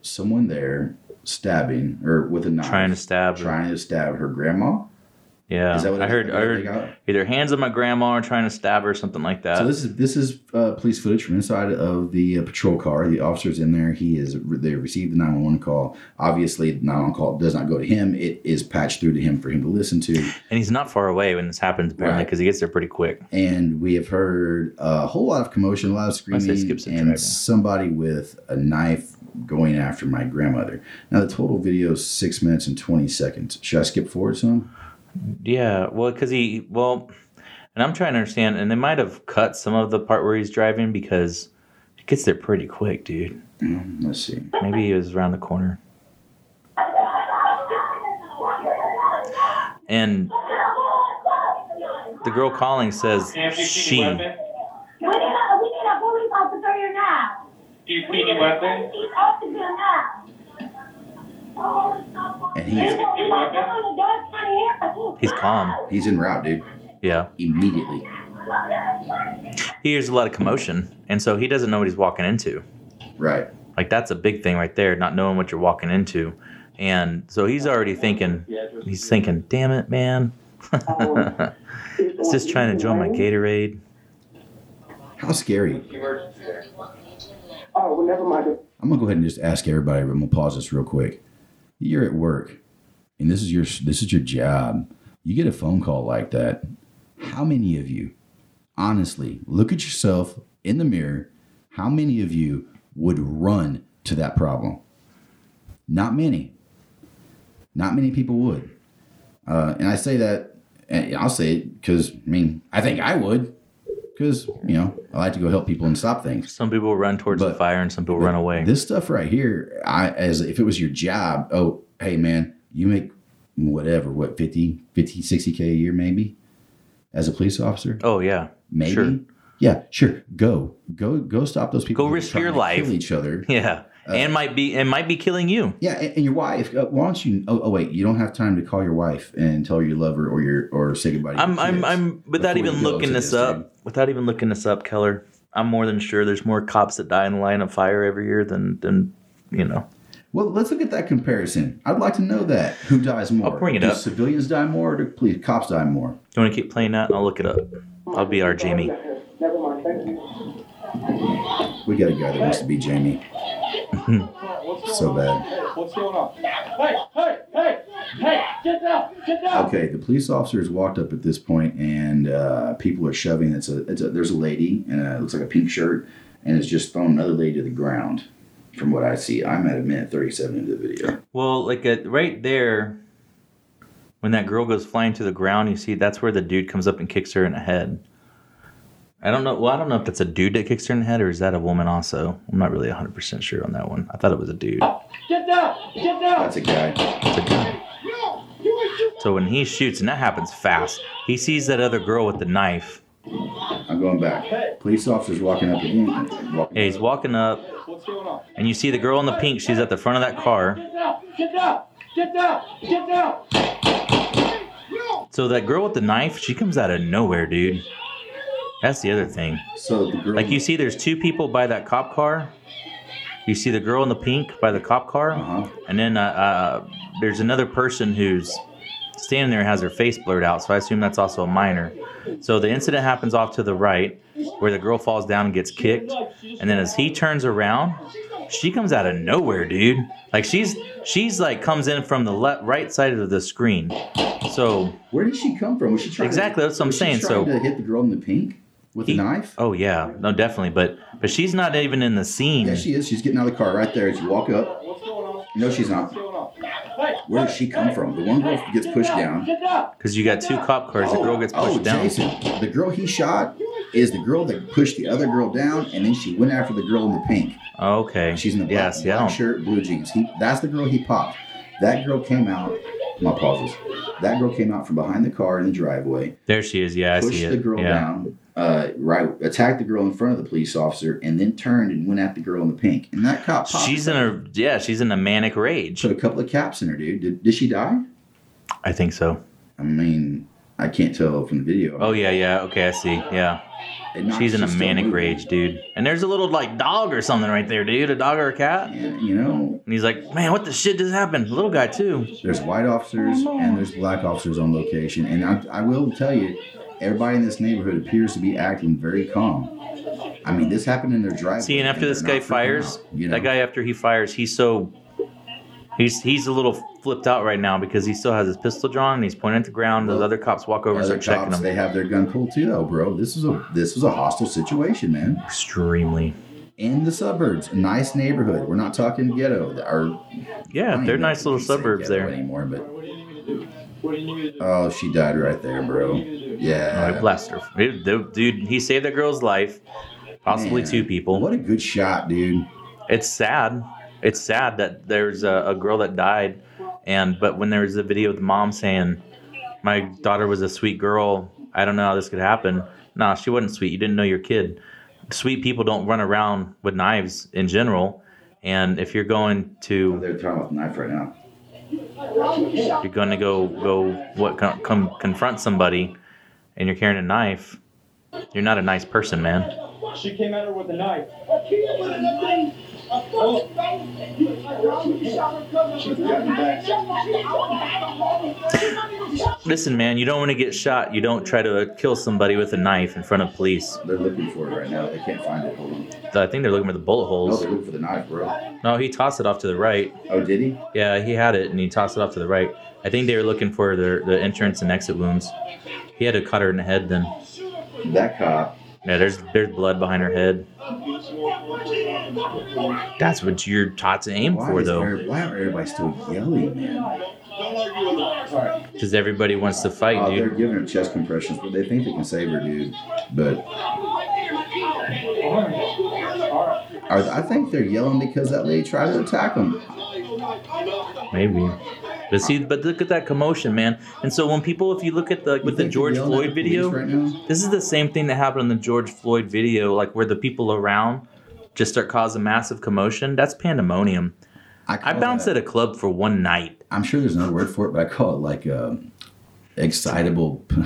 S2: someone there stabbing or with a knife,
S1: Trying to stab. her.
S2: trying to stab her grandma.
S1: Yeah,
S2: Is that what
S1: I
S2: it-
S1: heard. I
S2: what they
S1: heard
S2: got?
S1: either hands on my grandma or trying to stab her, something like that.
S2: So this is this is uh, police footage from inside of the uh, patrol car. The officer's in there. He is they received the nine one one call. Obviously, the nine one call does not go to him. It is patched through to him for him to listen to.
S1: and he's not far away when this happens, apparently,
S2: Right.
S1: because he gets there pretty quick.
S2: And we have heard a whole lot of commotion, a lot of
S1: I say
S2: screaming,
S1: skips it,
S2: and
S1: driving.
S2: somebody with a knife going after my grandmother. Now the total video is six minutes and twenty seconds. Should I skip forward some?
S1: Yeah, well, because he well, and I'm trying to understand, and they might have cut some of the part where he's driving because he gets there pretty quick, dude.
S2: Mm, Let's see.
S1: Maybe he was around the corner. And the girl calling says
S4: Nancy, you see
S1: she.
S4: any weapon?
S5: We need a, we need a police officer here now.
S4: Do you
S5: We
S4: see
S5: need
S4: any
S5: a
S4: weapon?
S5: police officer now.
S2: And he's
S1: He's calm.
S2: he's in route, dude.
S1: Yeah,
S2: Immediately.
S1: he hears a lot of commotion, and so he doesn't know what he's walking into.
S2: Right.
S1: Like that's a big thing right there, not knowing what you're walking into. And so he's already thinking, he's thinking, damn it, man. It's just trying to enjoy my Gatorade.
S2: How scary.
S4: She works there.
S6: Oh, well, never mind.
S2: I'm gonna go ahead and just ask everybody. I'm gonna pause this real quick. You're at work, and this is your this is your job. You get a phone call like that. How many of you, honestly, look at yourself in the mirror? How many of you would run to that problem? Not many. Not many people would. Uh, and I say that, and I'll say it because I mean I think I would, because you know I like to go help people and stop things.
S1: Some people run towards the
S2: But-
S1: fire and some people run away.
S2: This stuff right here, I as if it was your job. Oh, hey man, you make whatever, what 50, 50, 60 k a year maybe as a police officer?
S1: oh yeah,
S2: maybe.
S1: sure.
S2: Yeah, sure. Go. Go go stop those people.
S1: Go
S2: who are
S1: risk
S2: trying
S1: your
S2: to
S1: life.
S2: Kill each other.
S1: yeah,
S2: Uh,
S1: and might be and might be killing you.
S2: Yeah, and, and your wife. Uh, why don't you? Oh, oh, wait. You don't have time to call your wife and tell her you love her or your or say goodbye. To your
S1: I'm I'm
S2: kids.
S1: I'm without
S2: before
S1: even
S2: you go
S1: looking
S2: to
S1: this
S2: this
S1: up.
S2: thing.
S1: Without even looking this up, Keller. I'm more than sure there's more cops that die in the line of fire every year than than you know.
S2: Well, let's look at that comparison. I'd like to know that who dies more?
S1: bring it
S2: do
S1: up.
S2: Civilians die more, or do police cops die more?
S1: You want to keep playing that? I'll look it up. I'll be our Jamie.
S6: Never mind. Thank you.
S2: We got a guy that wants to be Jamie. so bad.
S4: What's going on? Hey, hey, hey, hey, get down, get down.
S2: Okay, the police officer has walked up at this point, and uh, people are shoving. It's a, it's a there's a lady, and it looks like a pink shirt, and it's just thrown another lady to the ground. From what I see, I'm at a minute 37 into the video.
S1: Well, like uh right there, when that girl goes flying to the ground, you see that's where the dude comes up and kicks her in the head. I don't know. Well, I don't know if that's a dude that kicks her in the head or is that a woman also. I'm not really 100% sure on that one. I thought it was a dude.
S4: Get down, get down.
S2: That's a guy.
S1: It's a guy. So when he shoots, and that happens fast, he sees that other girl with the knife.
S2: I'm going back. Police officer's walking up again. Walking
S1: Yeah, he's walking up,
S4: What's going on?
S1: and you see the girl in the pink. She's at the front of that car.
S4: Get down, get down, get down, get down.
S1: So that girl with the knife, she comes out of nowhere, dude. That's the other thing.
S2: So the girl.
S1: Like you see, there's two people by that cop car. You see the girl in the pink by the cop car,
S2: Uh-huh.
S1: and then uh, uh, there's another person who's standing there and has her face blurred out. So I assume that's also a minor. So the incident happens off to the right, where the girl falls down and gets kicked, and then as he turns around, she comes out of nowhere, dude. Like she's she's like comes in from the left right side of the screen. So
S2: Where did she come from? Was she trying?
S1: Exactly,
S2: To,
S1: that's what I'm
S2: was she
S1: saying,
S2: trying
S1: so-
S2: to hit the girl in the pink with
S1: He-
S2: a knife.
S1: oh yeah, no definitely, but but she's not even in the scene.
S2: Yeah, she is. She's getting out of the car right there. As you walk up,
S4: What's going on?
S2: no, she's not.
S4: What's going on?
S2: Where does she come from? The one girl gets pushed down.
S4: Get down.
S1: Because you got two cop cars, the girl gets pushed
S2: oh,
S1: down.
S2: Jason, the girl he shot is the girl that pushed the other girl down, and then she went after the girl in the pink.
S1: Okay.
S2: She's in the black,
S1: yes, yeah, I
S2: black
S1: don't-
S2: shirt, blue jeans. He, that's the girl he popped. That girl came out. My pauses. That girl came out from behind the car in the driveway,
S1: There she is. Yeah, I
S2: pushed
S1: see it.
S2: the girl
S1: yeah.
S2: down, uh, right, attacked the girl in front of the police officer, and then turned and went at the girl in the pink. And that cop popped.
S1: She's in a yeah, she's in a manic rage.
S2: put a couple of caps in her, dude. Did, did she die?
S1: I think so.
S2: I mean, I can't tell from the video.
S1: Oh yeah, yeah. Okay, I see. Yeah.
S2: It knocked-
S1: She's in a
S2: still
S1: manic
S2: moving.
S1: rage, dude. And there's a little like dog or something right there, dude. A dog or a cat.
S2: And, you know,
S1: And he's like, Man, what the shit just happened? Little guy too.
S2: there's white officers and there's black officers on location. And I, I will tell you, everybody in this neighborhood appears to be acting very calm. I mean, this happened in their driveway.
S1: See, and after
S2: they're
S1: this
S2: not
S1: guy
S2: freaking
S1: fires,
S2: out, you know?
S1: that guy after he fires, he's so he's he's a little flipped out right now because he still has his pistol drawn and he's pointing at the ground. Those
S2: Well,
S1: other cops walk over and start
S2: Other
S1: checking
S2: cops,
S1: him.
S2: they have their gun pulled too, though, bro. This is a this was a hostile situation, man.
S1: Extremely.
S2: In the suburbs, nice neighborhood. We're not talking ghetto. Or I
S1: Yeah,
S2: don't
S1: they're
S2: even know
S1: nice
S2: if
S1: little
S2: you can say
S1: suburbs
S2: ghetto
S1: there.
S2: anymore. But
S4: What do you need me to do? What do you need me to do?
S2: oh, she died right there, bro.
S1: I
S2: Yeah.
S1: blessed her. It- the- dude, he saved that girl's life, possibly
S2: Man,
S1: two people.
S2: What a good shot, dude.
S1: It's sad. It's sad that there's a, a girl that died, and but when there was a video of the mom saying, "My daughter was a sweet girl. I don't know how this could happen." Nah, she wasn't sweet. You didn't know your kid. Sweet people don't run around with knives in general. And if you're going
S2: Oh,
S1: to,
S2: They're talking about the knife right now.
S1: you're going to go go what come, come confront somebody, and you're carrying a knife, you're not a nice person, man.
S4: She came at her with a knife.
S1: Listen, man, you don't want to get shot. You don't try to uh, kill somebody with a knife in front of police.
S2: They're looking for it right now. They can't find it. Hold on.
S1: I think they're looking for the bullet
S2: No,
S1: holes.
S2: they're looking for the knife, bro.
S1: No, he tossed it off to the right.
S2: Oh, did he?
S1: Yeah, he had it and he tossed it off to the right. I think they were looking for their the entrance and exit wounds. He had to cut her in the head then.
S2: That cop.
S1: Yeah, there's there's blood behind her head. That's what you're taught to aim
S2: Why,
S1: for
S2: is
S1: though,
S2: every- why are everybody still yelling, man?
S1: because everybody wants to fight,
S2: Oh, they're
S1: dude.
S2: giving her chest compressions, but they think they can save her, dude. But are, I think they're yelling because that lady tried to attack them.
S1: Maybe. But see, but look at that commotion, man. And so when people, if you look at the with the George Floyd video,
S2: right now.
S1: This is the same thing that happened on the George Floyd video, like where the people around just start causing massive commotion. That's pandemonium. I
S2: call
S1: bounced
S2: that-
S1: at a club for one night.
S2: I'm sure there's another word for it, but I call it like um excitable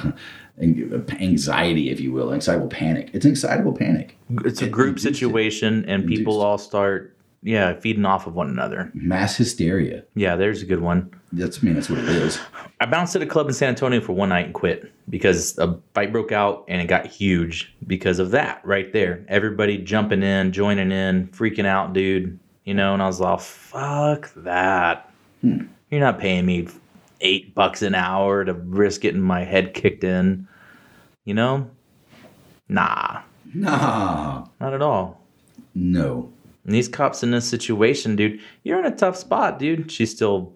S2: ang- anxiety, if you will, excitable panic. It's an excitable panic.
S1: It's a
S2: It
S1: group
S2: induced it.
S1: situation, and people
S2: Induced.
S1: all start, yeah, feeding off of one another.
S2: Mass hysteria.
S1: Yeah, there's a good one.
S2: That's I mean that's what it is.
S1: I bounced at a club in San Antonio for one night and quit because a fight broke out and it got huge because of that right there. Everybody jumping in, joining in, freaking out, dude. You know, and I was like, fuck that.
S2: Hmm.
S1: You're not paying me eight bucks an hour to risk getting my head kicked in. You know? Nah,
S2: Nah,
S1: not at all.
S2: no.
S1: And these cops in this situation, dude, you're in a tough spot, dude. She's still.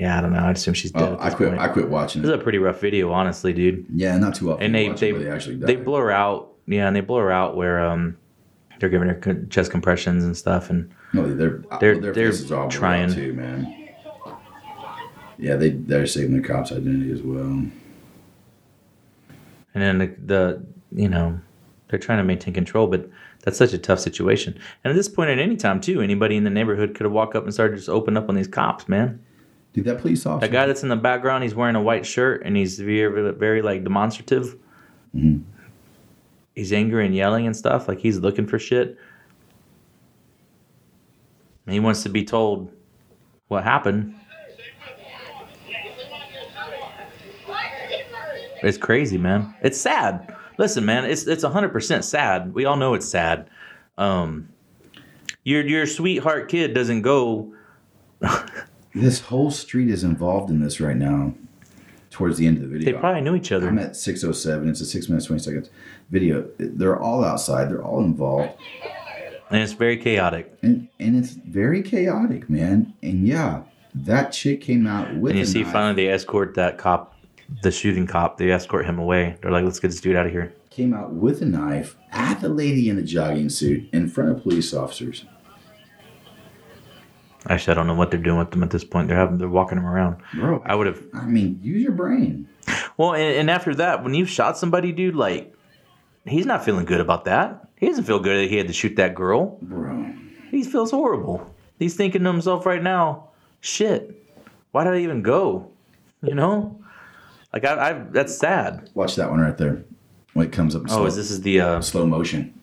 S1: Yeah, I don't know. I assume she's dead.
S2: Oh,
S1: at
S2: I
S1: this
S2: quit.
S1: point.
S2: I quit watching
S1: This is
S2: it.
S1: a pretty rough video, honestly, dude.
S2: Yeah, not too often.
S1: And they
S2: watch it
S1: they
S2: where they actually
S1: they
S2: die.
S1: blur out, yeah, and they blur out where um they're giving her co- chest compressions and stuff, and
S2: No, they're
S1: They're-
S2: they're, their
S1: they're
S2: faces all blurred out
S1: trying.
S2: too, man. Yeah, they they're saving the cop's identity as well.
S1: and then the, the you know they're trying to maintain control, but that's such a tough situation. And at this point, at any time too, anybody in the neighborhood could have walked up and started to just open up on these cops, man.
S2: Dude, that police officer.
S1: That guy that's in the background, he's wearing a white shirt and he's very very like demonstrative.
S2: Mhm.
S1: He's angry and yelling and stuff, like he's looking for shit. And he wants to be told what happened. It's crazy, man. It's sad. Listen, man, it's it's hundred percent sad. We all know it's sad. Um, your your sweetheart kid doesn't go.
S2: This whole street is involved in this right now. Towards the end of the video,
S1: They probably knew each other.
S2: I'm at 607. It's a six minutes, 20 seconds video. They're all outside. They're all involved.
S1: and it's very chaotic.
S2: And, and it's very chaotic, man. And yeah, that chick came out with
S1: And you
S2: a
S1: see,
S2: knife.
S1: finally, they escort that cop, the shooting cop. They escort him away. They're like, "Let's get this dude out of here."
S2: came out with a knife at the lady in the jogging suit in front of police officers.
S1: Actually, I don't know what they're doing with them at this point. They're having they're walking him around.
S2: Bro,
S1: I would have.
S2: I mean, use your brain.
S1: Well, and, and after that, when you've shot somebody, dude, like he's not feeling good about that. He doesn't feel good that he had to shoot that girl.
S2: Bro,
S1: He feels horrible. He's thinking to himself right now, shit, why did I even go? You know? Like, I, I that's sad.
S2: watch that one right there when it comes up in
S1: Oh,
S2: slow,
S1: is this is the, uh,
S2: slow motion.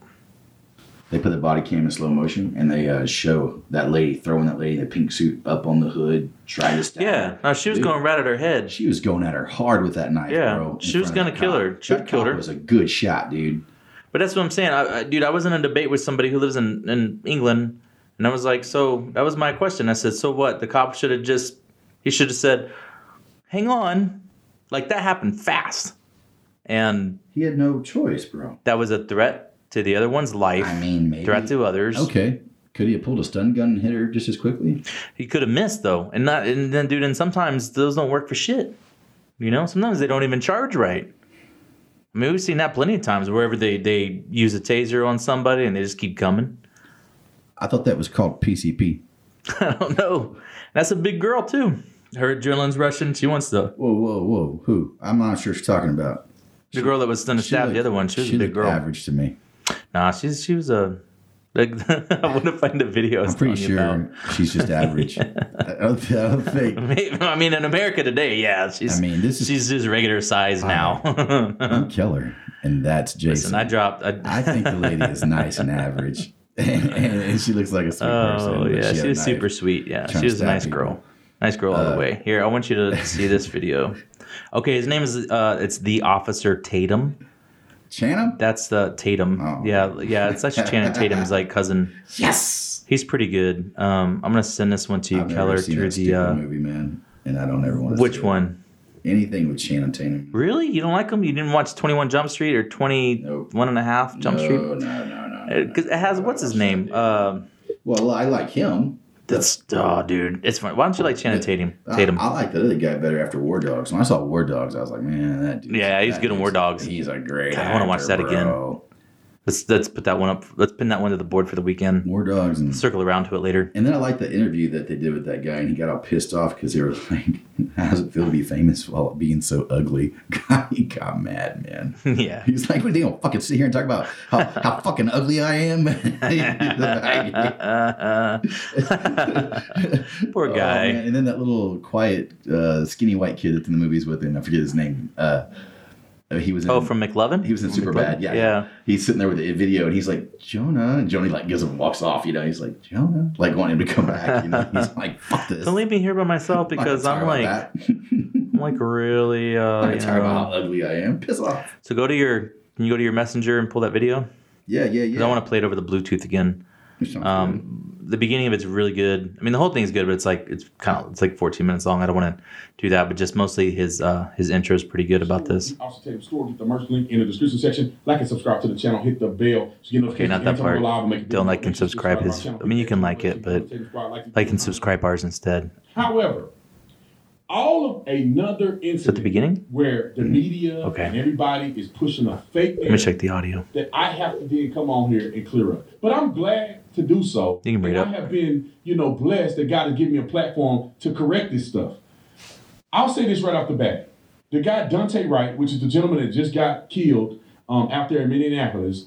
S2: They put the body cam in slow motion and they uh, show that lady throwing that lady in the pink suit up on the hood, trying to stab her.
S1: yeah. No, she was
S2: Dude.
S1: going right at her head.
S2: She was going at her hard with that knife,
S1: Yeah,
S2: bro. in
S1: she was
S2: front
S1: gonna
S2: of that
S1: kill
S2: cop.
S1: her. She
S2: That
S1: would've killed
S2: cop
S1: her.
S2: was a good shot, dude.
S1: But that's what I'm saying. I, I, dude, I was in a debate with somebody who lives in, in England, and I was like, so that was my question. I said, so what? The cop should have just, he should have said, hang on. Like, that happened fast. And
S2: He had no choice, bro.
S1: that was a threat to the other one's life,
S2: I mean, maybe.
S1: threat to others.
S2: okay. Could he have pulled a stun gun and hit her just as quickly?
S1: He could have missed though, and not and then dude, and sometimes those don't work for shit. You know, sometimes they don't even charge right. I mean, we've seen that plenty of times wherever they they use a taser on somebody and they just keep coming.
S2: I thought that was called PCP.
S1: I don't know. That's a big girl too. Her adrenaline's rushing. She wants the
S2: Whoa, whoa, whoa. Who? I'm not sure what you're talking about.
S1: the girl that was gonna
S2: She
S1: stab
S2: looked-
S1: the other one. She was
S2: she
S1: a big
S2: looked
S1: girl.
S2: average to me.
S1: Nah, she's she was a. Like, I want to find the video. I was
S2: I'm
S1: telling
S2: pretty sure
S1: you about.
S2: she's just average. I don't, I don't think.
S1: I mean, in America today, yeah, she's.
S2: I mean, this is
S1: she's just regular size now.
S2: I'm Keller, and that's Jason.
S1: Listen, I dropped. I,
S2: I think the lady is nice and average. and, and she looks like a sweet person.
S1: Oh
S2: but
S1: yeah,
S2: had
S1: she,
S2: a
S1: was
S2: knife.
S1: super sweet. Yeah,
S2: Trying
S1: she
S2: to
S1: was a
S2: stab
S1: nice
S2: people.
S1: girl. Nice girl all the
S2: Uh,
S1: way. Here, I want you to see this video. Okay, his name is uh, it's the Officer Tatum.
S2: Channing?
S1: That's the Tatum.
S2: Oh.
S1: Yeah, yeah. It's actually Channing Tatum's like cousin.
S2: Yes.
S1: He's pretty good. Um, I'm gonna send this one to you,
S2: I've never
S1: Keller,
S2: seen
S1: through
S2: that
S1: the
S2: stupid
S1: uh,
S2: movie, man. And I don't ever want to.
S1: which one?
S2: Anything with Channing Tatum.
S1: Really? You don't like him? You didn't watch 21 Jump Street or 21 and a half Jump
S2: no,
S1: Street?
S2: No, no, no, no.
S1: Because it has what's his name? Uh,
S2: Well, I like him.
S1: that's oh, dude, it's fun. Why don't you like Channing Tatum?
S2: I-
S1: Tatum.
S2: Uh, I, like the other guy better after War Dogs. When I saw War Dogs, I was like, man, that dude.
S1: Yeah, he's good in War Dogs.
S2: He's a great.
S1: God, I wanna watch
S2: actor,
S1: that again.
S2: bro.
S1: Let's let's put that one up. Let's pin that one to the board for the weekend.
S2: War Dogs and
S1: Circle around to it later.
S2: And then I like the interview that they did with that guy, and he got all pissed off because they were like, "How does it feel to be famous while being so ugly?" God, he got mad, man.
S1: yeah.
S2: He's like, "What are they gonna fucking sit here and talk about how, how fucking ugly I am?" Poor
S1: Poor guy.
S2: Oh, and then that little quiet, uh, skinny white kid that's in the movies with him—I forget his name. Uh, he was in,
S1: oh, from McLovin.
S2: he was in
S1: From
S2: Superbad,
S1: McLovin?
S2: yeah.
S1: Yeah.
S2: He's sitting there with the video, and he's like, "Jonah," and Joni like gives him walks off. You know, he's like, "Jonah," like wanting him to come back. You know, he's like, "Fuck this."
S1: Don't leave me here by myself
S2: I'm not
S1: because
S2: gonna
S1: I'm
S2: talk
S1: like
S2: about that. I'm
S1: I'm like really uh
S2: not
S1: you
S2: gonna talk about
S1: know.
S2: how ugly I am. Piss off.
S1: So go to your can you go to your messenger and pull that video? 'Cause
S2: Yeah, yeah, yeah.
S1: I want to play it over the Bluetooth again.
S2: Sounds good.
S1: Um the beginning of it's really good. I mean the whole thing's good, but it's like it's kind of it's like 14 minutes long. I don't want to do that, but just mostly his uh his intro is pretty good about this.
S7: Officer Tatum Store. Get the merch link in the description section. Like and subscribe to the channel. Hit the bell. So you get
S1: Okay, not that
S7: notifications anytime we're
S1: part.
S7: live and make a
S1: Don't
S7: video.
S1: like and
S7: Make sure you
S1: subscribe
S7: to
S1: his-
S7: our channel.
S1: I mean, you can like it, but
S7: Tatum Squad, like and
S1: Like and subscribe ours instead.
S7: However, all of another incident
S1: the beginning?
S7: where the media
S1: Okay.
S7: and everybody is pushing a fake
S1: Let me
S7: narrative
S1: check the audio.
S7: that I have to then come on here and clear up. But I'm glad to do so.
S1: You can read
S7: and
S1: up.
S7: I have been, you know, blessed that God has given me a platform to correct this stuff. I'll say this right off the bat. The guy Dante Wright, which is the gentleman that just got killed um, out there in Minneapolis,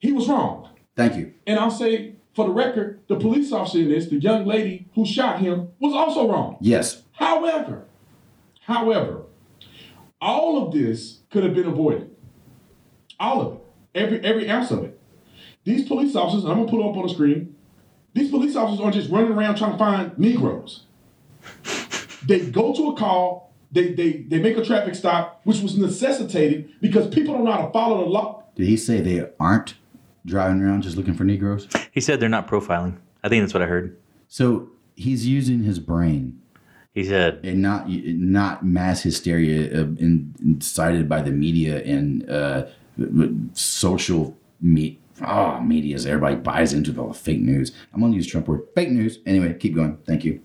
S7: he was wrong.
S2: Thank you.
S7: And I'll say, for the record, the police officer in this, the young lady who shot him, was also wrong.
S2: Yes.
S7: However, however, all of this could have been avoided. All of it. Every every ounce of it. These police officers, and I'm gonna put it up on the screen, these police officers aren't just running around trying to find Negroes. they go to a call, they they they make a traffic stop, which was necessitated because people don't know how to follow the law.
S2: Did he say they aren't driving around just looking for Negroes?
S1: He said they're not profiling. I think that's what I heard.
S2: So he's using his brain
S1: He said
S2: and not not mass hysteria uh, in- incited by the media and uh, social me- oh, medias. Everybody buys into the fake news. I'm gonna use Trump word fake news. Anyway, keep going. Thank you.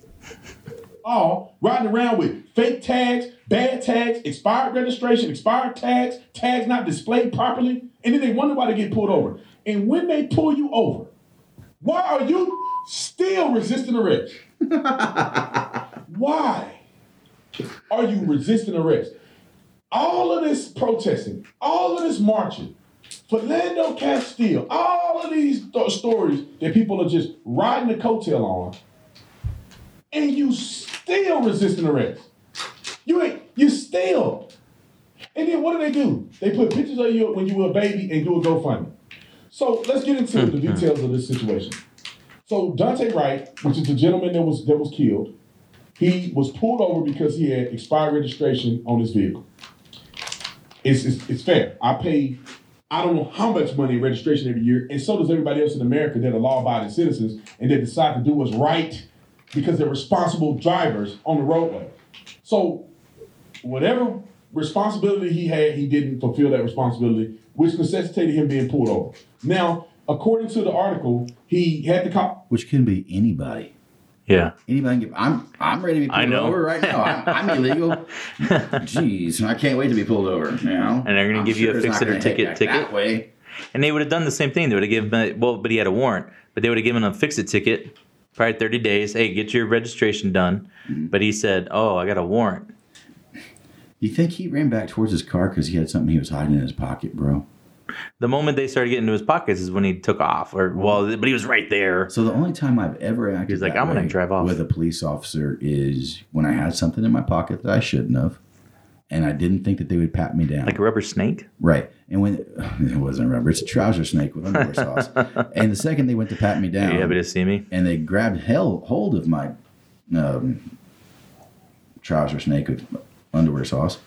S7: all riding around with fake tags, bad tags, expired registration, expired tags, tags not displayed properly, and then they wonder why they get pulled over. And when they pull you over, why are you still resisting arrest? why are you resisting arrest? All of this protesting, all of this marching, Fernando Castile, all of these th- stories that people are just riding the coattail on and you still resisting arrest. You ain't, you still. And then what do they do? They put pictures of you when you were a baby and do a GoFundMe. So let's get into the details of this situation. So Dante Wright, which is the gentleman that was that was killed, he was pulled over because he had expired registration on his vehicle. It's, it's, it's fair. I pay I don't know how much money in registration every year, and so does everybody else in America that are law-abiding citizens and that decide to do what's right because they're responsible drivers on the roadway. So whatever responsibility he had, he didn't fulfill that responsibility, which necessitated him being pulled over. Now, according to the article, he had the cop
S2: Which can be anybody.
S1: Yeah.
S2: Anybody? Can, I'm I'm ready to be pulled
S1: I know.
S2: over right now. I'm, I'm illegal. Jeez, I can't wait to be pulled over. You know?
S1: And they're gonna
S2: I'm
S1: give you a
S2: it's not
S1: fix it or
S2: gonna
S1: ticket-
S2: hit back
S1: ticket?
S2: That way.
S1: And they would have done the same thing. They would have given well, but he had a warrant. But they would have given him a fix it ticket, probably thirty days. Hey, get your registration done.
S2: Mm-hmm.
S1: But he said, "Oh, I got a warrant."
S2: You think he ran back towards his car because he had something he was hiding in his pocket, bro?
S1: The moment they started getting into his pockets is when he took off. Or well, but he was right there.
S2: So the only time I've ever acted
S1: He's like,
S2: that
S1: "I'm gonna
S2: way
S1: drive off."
S2: with a police officer is when I had something in my pocket that I shouldn't have, and I didn't think that they would pat me down.
S1: Like a rubber snake?
S2: Right. And when it wasn't rubber, it's a trouser snake with underwear sauce. And the second they went to pat me down,
S1: Are you happy to see me?
S2: and they grabbed hell hold of my um, trouser snake with underwear sauce,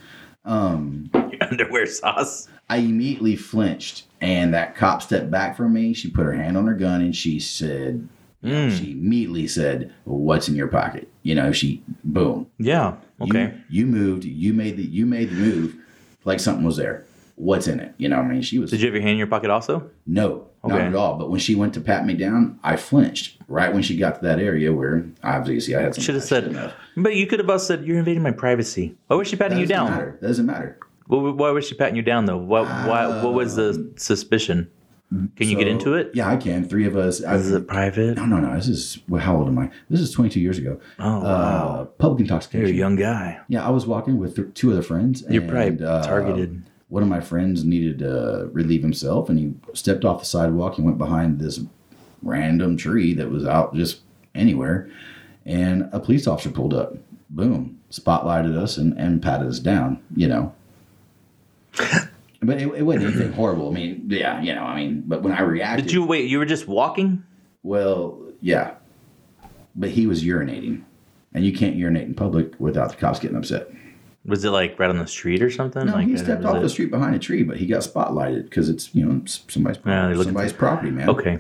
S2: um,
S1: Your underwear sauce.
S2: I immediately flinched. And that cop stepped back from me. She put her hand on her gun and she said,
S1: Mm,
S2: she immediately said, "What's in your pocket?" You know, she boom.
S1: yeah.
S2: You-
S1: Okay.
S2: You, moved. You made the you made the move, like something was there. What's in it? You know, I mean, she was
S1: Did you have your hand in your pocket also?
S2: no, not
S1: Okay.
S2: at all. But when she went to pat me down, I flinched right when she got to that area where obviously I had some.
S1: Should have
S2: I
S1: said,
S2: shouldn't have.
S1: but you could have both said, "You're invading my privacy." Why was she patting you
S2: That doesn't
S1: down?
S2: Matter. That doesn't matter.
S1: Why, why was she patting you down though? What? why? What was the suspicion? Can you get
S2: Um, So-
S1: into it?
S2: Yeah, I can. Three of us. I,
S1: Is it private?
S2: no, no, no. This is well, how old am I? This is 22 years ago.
S1: Oh,
S2: Uh,
S1: wow.
S2: public
S1: You're a
S2: intoxication.
S1: young guy.
S2: Yeah, I was walking with th- two other friends.
S1: You're
S2: and,
S1: probably
S2: uh,
S1: targeted.
S2: One of my friends needed to relieve himself, and he stepped off the sidewalk and went behind this random tree that was out just anywhere. And a police officer pulled up. Boom, spotlighted us and, and patted us down. You know. But it, it wasn't anything horrible. I mean, yeah, you know, I mean, but when I reacted,
S1: Did you wait? You were just walking.
S2: well, yeah, but he was urinating, and you can't urinate in public without the cops getting upset.
S1: Was it like right on the street or something?
S2: No,
S1: like,
S2: he
S1: uh,
S2: stepped
S1: was
S2: off
S1: it-
S2: the street behind a tree, but he got spotlighted because it's you know s- somebody's
S1: Yeah,
S2: property,
S1: they look at
S2: somebody's property, man.
S1: Okay.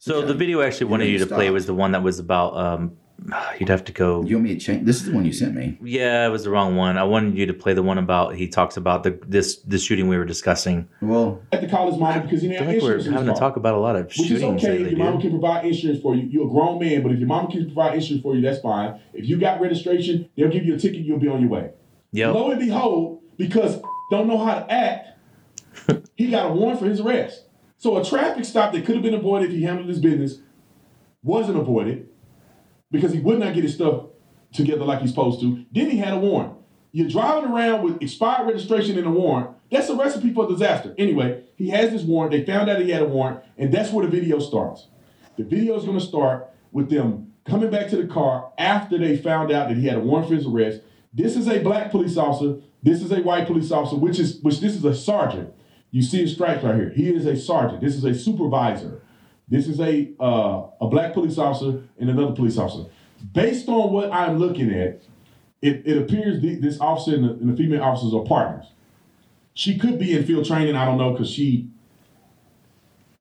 S1: So
S2: Yeah,
S1: the video I actually wanted
S2: need
S1: you
S2: to
S1: to play
S2: stop.
S1: was the one that was about. Um, you'd have to go.
S2: You want me to change? This is the one you sent me.
S1: Yeah, it was the wrong one. I wanted you to play the one about. He talks about the this this shooting we were discussing.
S2: Well,
S7: Had to call his mama because he
S1: I feel
S7: didn't have
S1: like we're
S7: insurance. in his
S1: having to
S7: car.
S1: talk about a lot of
S7: Which is
S1: shootings
S7: okay if
S1: lately,
S7: your mama
S1: dude.
S7: can provide insurance for you. You're a grown man, but if your mama can provide insurance for you, that's fine. If you got registration, they'll give you a ticket. You'll be on your way.
S1: Yep.
S7: Lo and behold, because don't know how to act, he got a warrant for his arrest. So a traffic stop that could have been avoided if he handled his business wasn't avoided because he would not get his stuff together like he's supposed to. Then he had a warrant. You're driving around with expired registration and a warrant. That's a recipe for disaster. Anyway, he has this warrant. They found out he had a warrant, and that's where the video starts. The video is going to start with them coming back to the car after they found out that he had a warrant for his arrest. This is a black police officer. This is a white police officer, which is which. This is a sergeant. You see his stripes right here. He is a sergeant. This is a supervisor. This is a uh, a black police officer and another police officer. Based on what I'm looking at, it, it appears the, this officer and the, and the female officers are partners. She could be in field training. I don't know because she.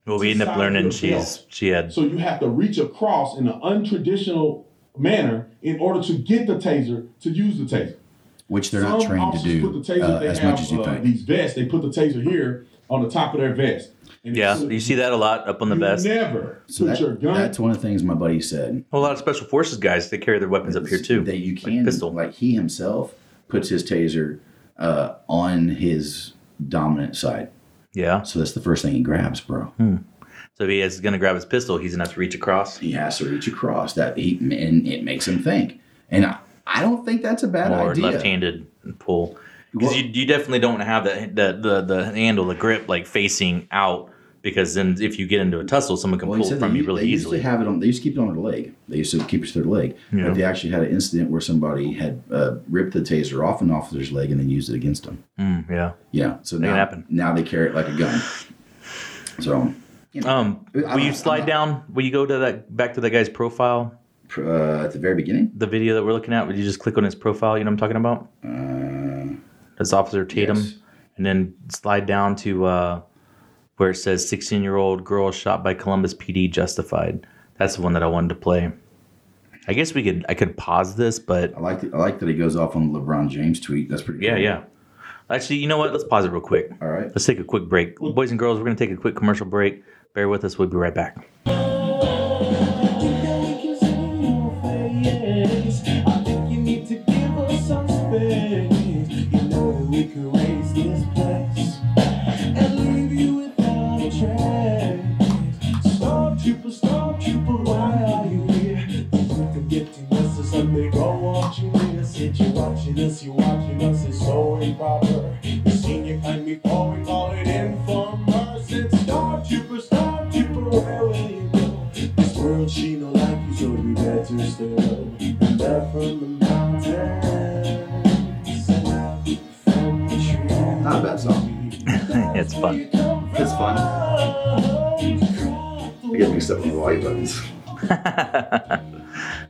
S1: Well, we end up learning she's she had.
S7: So you have to reach across in an untraditional manner in order to get the taser to use the taser.
S2: which they're not
S7: Some
S2: trained to
S7: officers
S2: do
S7: put the taser,
S2: uh,
S7: they
S2: as
S7: have,
S2: much as you
S7: uh,
S2: think.
S7: These vests, they put the taser here on the top of their vest. And
S1: Yeah,
S7: it's-
S1: you see that a lot up on the
S7: you
S1: vest.
S7: Never
S2: So
S7: put
S2: that-
S7: your gun.
S2: that's one of the things my buddy said.
S1: A lot of special forces guys they carry their weapons up here too.
S2: That you
S1: Like
S2: can, like,
S1: pistol.
S2: he himself puts his taser uh, on his dominant side.
S1: yeah.
S2: So that's the first thing he grabs, bro.
S1: So if he is going to grab his pistol, he's going to have to reach across.
S2: He has to reach across that, he, and it makes him think. And I, I don't think that's a bad
S1: or
S2: idea.
S1: left-handed pull because
S2: Well-
S1: you, you definitely don't want to have that the, the the handle the grip like facing out because then if you get into a tussle someone can
S2: Well, he
S1: pull
S2: said
S1: it from
S2: they,
S1: you
S2: u-
S1: really
S2: they
S1: easily
S2: Used to have it on. They used to keep it on their leg. They used to keep it to their leg.
S1: Yeah.
S2: But they actually had an incident where somebody had uh, ripped the taser off an officer's leg and then used it against him.
S1: Mm, yeah
S2: Yeah. So
S1: That can
S2: now,
S1: happen.
S2: now they carry it like a gun. So
S1: um
S2: I'm
S1: will you
S2: not-
S1: slide
S2: I'm
S1: down will you go to that back to that guy's profile
S2: pr- uh, at the very beginning,
S1: the video that we're looking at would you just click on his profile you know what i'm talking about
S2: uh,
S1: that's officer tatum
S2: Yes.
S1: and then slide down to uh where it says 16 year old girl shot by columbus pd justified that's the one that i wanted to play i guess we could i could pause this but
S2: I like the, I like that he goes off on the LeBron James tweet. That's pretty.
S1: Yeah,
S2: cool.
S1: yeah. Actually, you know what? Let's pause it real quick.
S2: All right.
S1: Let's take a quick break. Boys and girls, we're going to take a quick commercial break. Bear with us. We'll be right back.
S8: You're watching us, it's so improper. You seen you find me falling, calling in for mercy. Star trooper, star trooper, where will you go? This world she no like you, so you better stay low. And back from the mountains, and out from
S2: that song.
S1: it's fun.
S2: It's fun. I get mixed up on the volume buttons.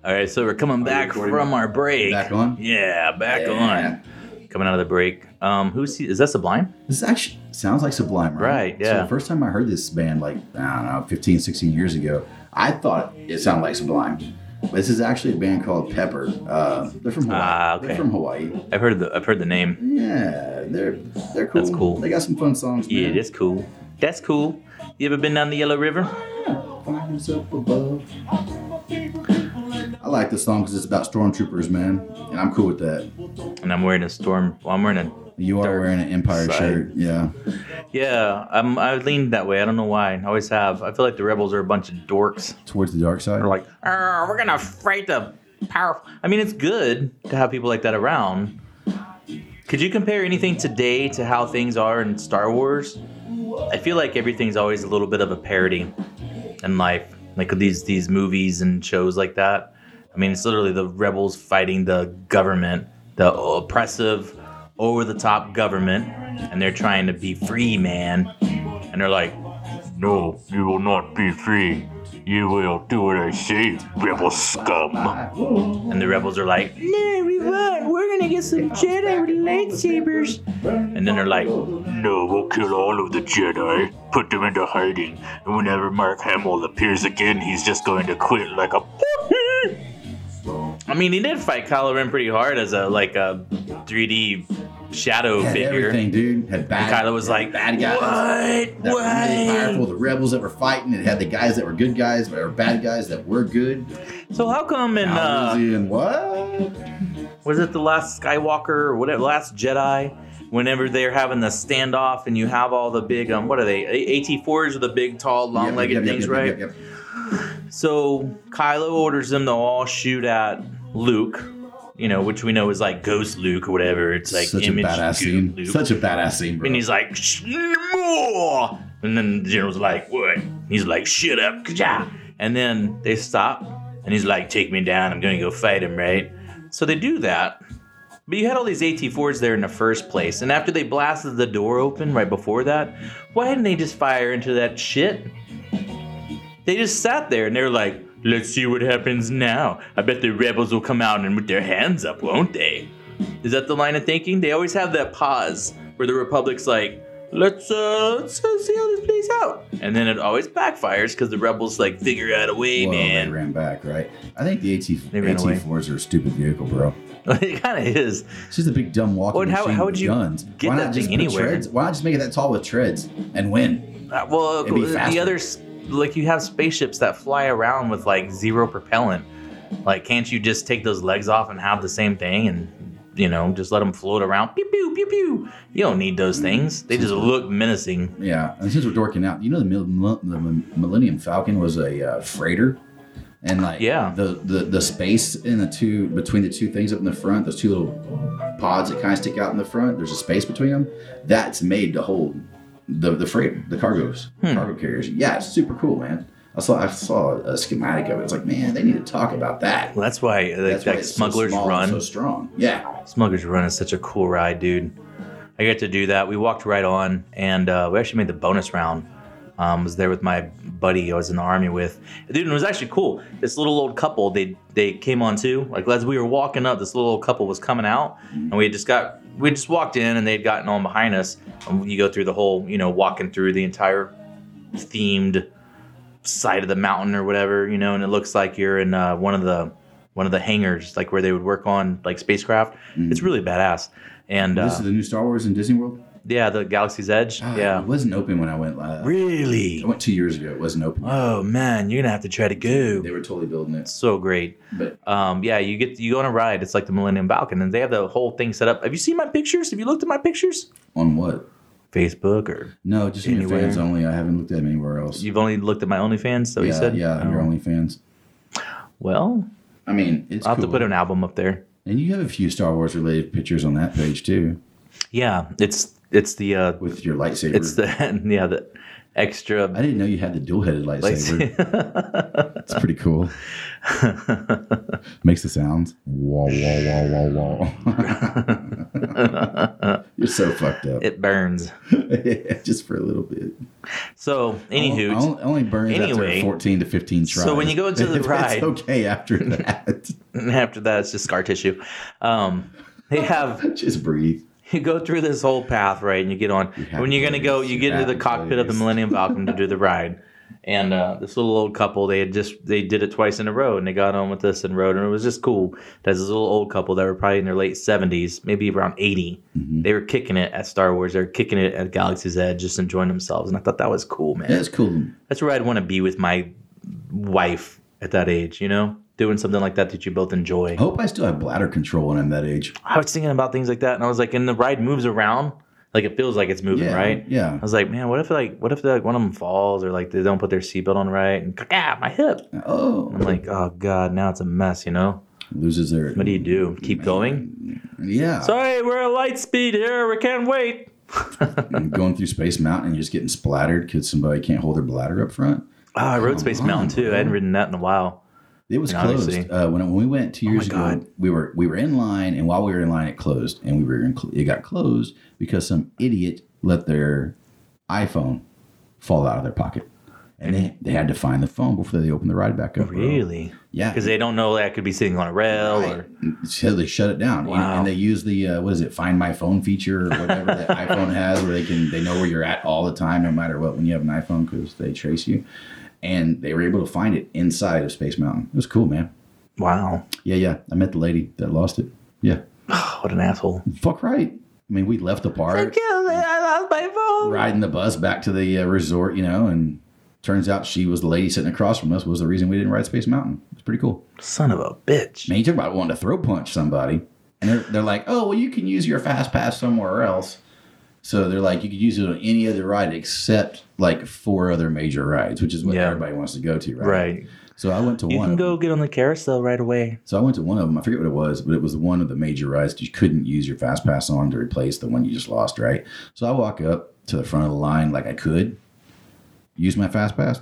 S1: All right, so we're coming back
S2: recording?
S1: from our break.
S2: Back on?
S1: Yeah, back
S2: Yeah.
S1: on. Coming out of the break. Um, who's is that Sublime?
S2: This actually sounds like Sublime, right?
S1: Right, yeah.
S2: So the first time I heard this band, like, I don't know, 15, 16 years ago, I thought it sounded like Sublime. But this is actually a band called Pepper. Uh, they're from Hawaii.
S1: Ah,
S2: They're
S1: okay.
S2: from Hawaii.
S1: I've heard the I've heard the name.
S2: Yeah, they're they're cool.
S1: That's cool.
S2: They got some fun songs. Man.
S1: Yeah, that's cool. That's cool. You ever been down the Yellow River?
S2: Find yourself above. I like this song because it's about stormtroopers, man, and I'm cool with that.
S1: And I'm wearing a storm. Well, I'm wearing a
S2: You are
S1: Dark
S2: wearing an Empire
S1: side.
S2: shirt, yeah.
S1: yeah. I'm I leaned that way. I don't know why. I always have. I feel like the rebels are a bunch of dorks.
S2: Towards the dark side.
S1: They're like, "Arr, we're gonna fight the powerful. I mean, it's good to have people like that around. Could you compare anything today to how things are in Star Wars? I feel like everything's always a little bit of a parody in life, like these these movies and shows like that. I mean, it's literally the rebels fighting the government, the oppressive, over the top government, and they're trying to be free, man. And they're like,
S3: No, you will not be free. You will do what I say, rebel scum.
S1: And the rebels are like, No, we won't. We're gonna get some Jedi with lightsabers. And then they're like,
S3: No, we'll kill all of the Jedi, put them into hiding, and whenever Mark Hamill appears again, he's just going to quit like a.
S1: I mean, he did fight Kylo Ren pretty hard as a like a 3D shadow
S2: had
S1: figure.
S2: everything, dude. Had
S1: And
S2: bad.
S1: Kylo was
S2: had
S1: like,
S2: bad guys.
S1: What?
S2: That were really powerful.
S1: What?
S2: The rebels that were fighting. It had the guys that were good guys, but were bad guys that were good.
S1: So how come in
S2: Now,
S1: uh,
S2: Lizzie and what?
S1: was it the last Skywalker or whatever last Jedi? Whenever they're having the standoff and you have all the big um, what are they? A- AT4s are the big, tall, long-legged
S2: Yep, yep, yep,
S1: things,
S2: yep,
S1: right?
S2: yep, yep, yep.
S1: So Kylo orders them to all shoot at Luke, you know, which we know is like Ghost Luke or whatever. It's like
S2: Such a
S1: image
S2: badass
S1: Goo-
S2: scene.
S1: Luke.
S2: Such a badass scene, bro.
S1: and he's like, "Shh, more. And then the general's like, what? He's like, shut up. ka-cha." And then they stop and he's like, take me down. I'm going to go fight him, right? So they do that. But you had all these AT4s there in the first place. And after they blasted the door open right before that, why didn't they just fire into that shit? They just sat there and they were like, let's see what happens now. I bet the rebels will come out and with their hands up, won't they? Is that the line of thinking? They always have that pause where the Republic's like, let's uh, let's uh, see how this plays out, and then it always backfires because the rebels like figure out a way,
S2: Whoa, they
S1: man.
S2: ran back, right? I think the AT,
S1: They ran away.
S2: AT4s are a stupid vehicle, bro.
S1: it kind of is.
S2: It's just a big dumb walking
S1: Well, and how-
S2: machine
S1: how
S2: with
S1: would you
S2: guns.
S1: get
S2: why
S1: that
S2: not just
S1: thing
S2: put
S1: anywhere?
S2: Treads, why not just make it that tall with treads and win?
S1: Uh, well,
S2: It'd be
S1: the
S2: faster.
S1: other s- like you have spaceships that fly around with like zero propellant. Like, can't you just take those legs off and have the same thing and you know just let them float around? Pew pew pew pew. You don't need those things. They just look menacing.
S2: Yeah. And since we're dorking out, you know the, mil- mil- the Millennium Falcon was a uh, freighter, and like
S1: Yeah.
S2: the, the the space in the two between the two things up in the front, those two little pods that kind of stick out in the front. There's a space between them. That's made to hold the the freight the cargos
S1: Hmm.
S2: cargo carriers. Yeah, it's super cool, man. I saw I saw a schematic of it. It's like, man, they need to talk about that.
S1: Well, that's why like,
S2: That's why
S1: like
S2: it's so
S1: smugglers
S2: small and
S1: run.
S2: so strong. Yeah,
S1: Smuggler's Run is such a cool ride, dude. I got to do that. We walked right on, and uh, we actually made the bonus round. Um, was there with my buddy I was in the army with. Dude, and it was actually cool. This little old couple, they they came on too. Like as we were walking up, this little old couple was coming out, and we had just got we just walked in, and they'd gotten on behind us. And you go through the whole, you know, walking through the entire themed side of the mountain or whatever, you know, and it looks like you're in uh, one of the one of the hangars, like where they would work on like spacecraft. It's really badass. And uh,
S2: this is the new Star Wars in Disney World.
S1: yeah, the Galaxy's Edge.
S2: Ah,
S1: yeah,
S2: it wasn't open when I went. Uh,
S1: really.
S2: I went two years ago. It wasn't open.
S1: Oh man, you're gonna have to try to go.
S2: They were totally building it,
S1: So great.
S2: but
S1: Um, yeah, you get you go on a ride. It's like the Millennium Falcon, and they have the whole thing set up. Have you seen my pictures? Have you looked at my pictures?
S2: on what?
S1: Facebook or
S2: No, just in your
S1: Anywhere.
S2: fans only. I haven't looked at them anywhere else.
S1: you've only looked at my OnlyFans? So
S2: yeah,
S1: you said,
S2: yeah,
S1: Oh.
S2: your only fans.
S1: Well,
S2: I mean, it's
S1: I'll have to
S2: cool.
S1: put an album up there.
S2: And you have a few Star Wars related pictures on that page too,
S1: Yeah, it's it's the uh,
S2: with your lightsaber.
S1: It's the yeah the
S2: I
S1: extra.
S2: didn't know you had the dual headed lightsaber.
S1: Like,
S9: It's pretty cool. Makes the sounds. Wah, wah, wah, wah, wah.
S2: You're so fucked up.
S1: it burns.
S2: Just for a little bit.
S1: So, anywho,
S2: Only- only burns
S1: Anyway.
S2: after 14 to 15 tries.
S1: So when you go into the
S2: It's
S1: ride-
S2: okay after that.
S1: after that, it's just scar tissue. Um, they have
S2: Just breathe.
S1: you go through this whole path, right? And you get on.
S2: have
S1: when you're gonna go,
S2: days.
S1: you
S2: You
S1: get into the
S2: have
S1: cockpit of the
S2: days.
S1: Millennium Falcon to do the ride. And uh, this little old couple, they had just they did it twice in a row, and they got on with this and rode, and it was just cool. There's this little old couple that were probably in their late seventies, maybe around 80
S2: Mhm.
S1: They were kicking it at Star Wars. They were kicking it at Galaxy's Edge, just enjoying themselves, and I thought that was cool, man.
S2: That's cool.
S1: That's where I'd want to be with my wife at that age, you know, doing something like that that you both enjoy.
S2: I hope I still have bladder control when I'm that age.
S1: I was thinking about things like that, and I was like, and the ride moves around, like it feels like it's moving,
S2: Yeah.
S1: right?
S2: Yeah.
S1: I was like, man, what if like what if like one of them falls or like they don't put their seatbelt on right and ah, my hip.
S2: Oh.
S1: I'm like, oh god, now it's a mess, you know.
S2: loses their.
S1: What do you do? Keep going.
S2: Yeah.
S1: Sorry, we're at light speed here. We can't wait.
S2: And going through Space Mountain and you're just getting splattered because somebody can't hold their bladder up front.
S1: Oh, I rode
S2: Come
S1: Space
S2: on,
S1: Mountain too. I hadn't
S2: bro.
S1: ridden that in a while.
S2: It was
S1: And
S2: closed
S1: obviously- Oh
S2: uh, when when we went two years
S1: my
S2: ago.
S1: God.
S2: We were we were in line, and while we were in line, it closed, and we were in, cl- it got closed because some idiot let their iPhone fall out of their pocket, and they, they had to find the phone before they opened the ride back up. bro.
S1: Really?
S2: Yeah,
S1: Because they don't know that I could be sitting on a rail
S2: Right.
S1: or
S2: so they shut it down. You know,
S1: Wow.
S2: And they use the uh, what is it, Find My Phone feature or whatever that iPhone has, where they can they know where you're at all the time, no matter what, when you have an iPhone, because they trace you. And they were able to find it inside of Space Mountain. It was cool, man.
S1: wow.
S2: Yeah, yeah. I met the lady that lost it. Yeah,
S1: what an asshole.
S2: fuck right. I mean, we left the park,
S1: I lost my phone.
S2: riding the bus back to the uh, resort, you know, and turns out she was the lady sitting across from us was the reason we didn't ride Space Mountain. It's pretty cool.
S1: Son of a bitch.
S2: Man, you talk about wanting to throw punch somebody, and they're they're like, oh well, you can use your fast pass somewhere else. So they're like, you could use it on any other ride except like four other major rides, which is what
S1: Yeah.
S2: everybody wants to go to, right?
S1: Right.
S2: So I went to
S1: You
S2: one.
S1: can
S2: of them.
S1: go get on the carousel right away.
S2: So I went to one of them. I forget what it was, but it was one of the major rides that you couldn't use your fast pass on to replace the one you just lost, right? So I walk up to the front of the line like I could use my fast pass.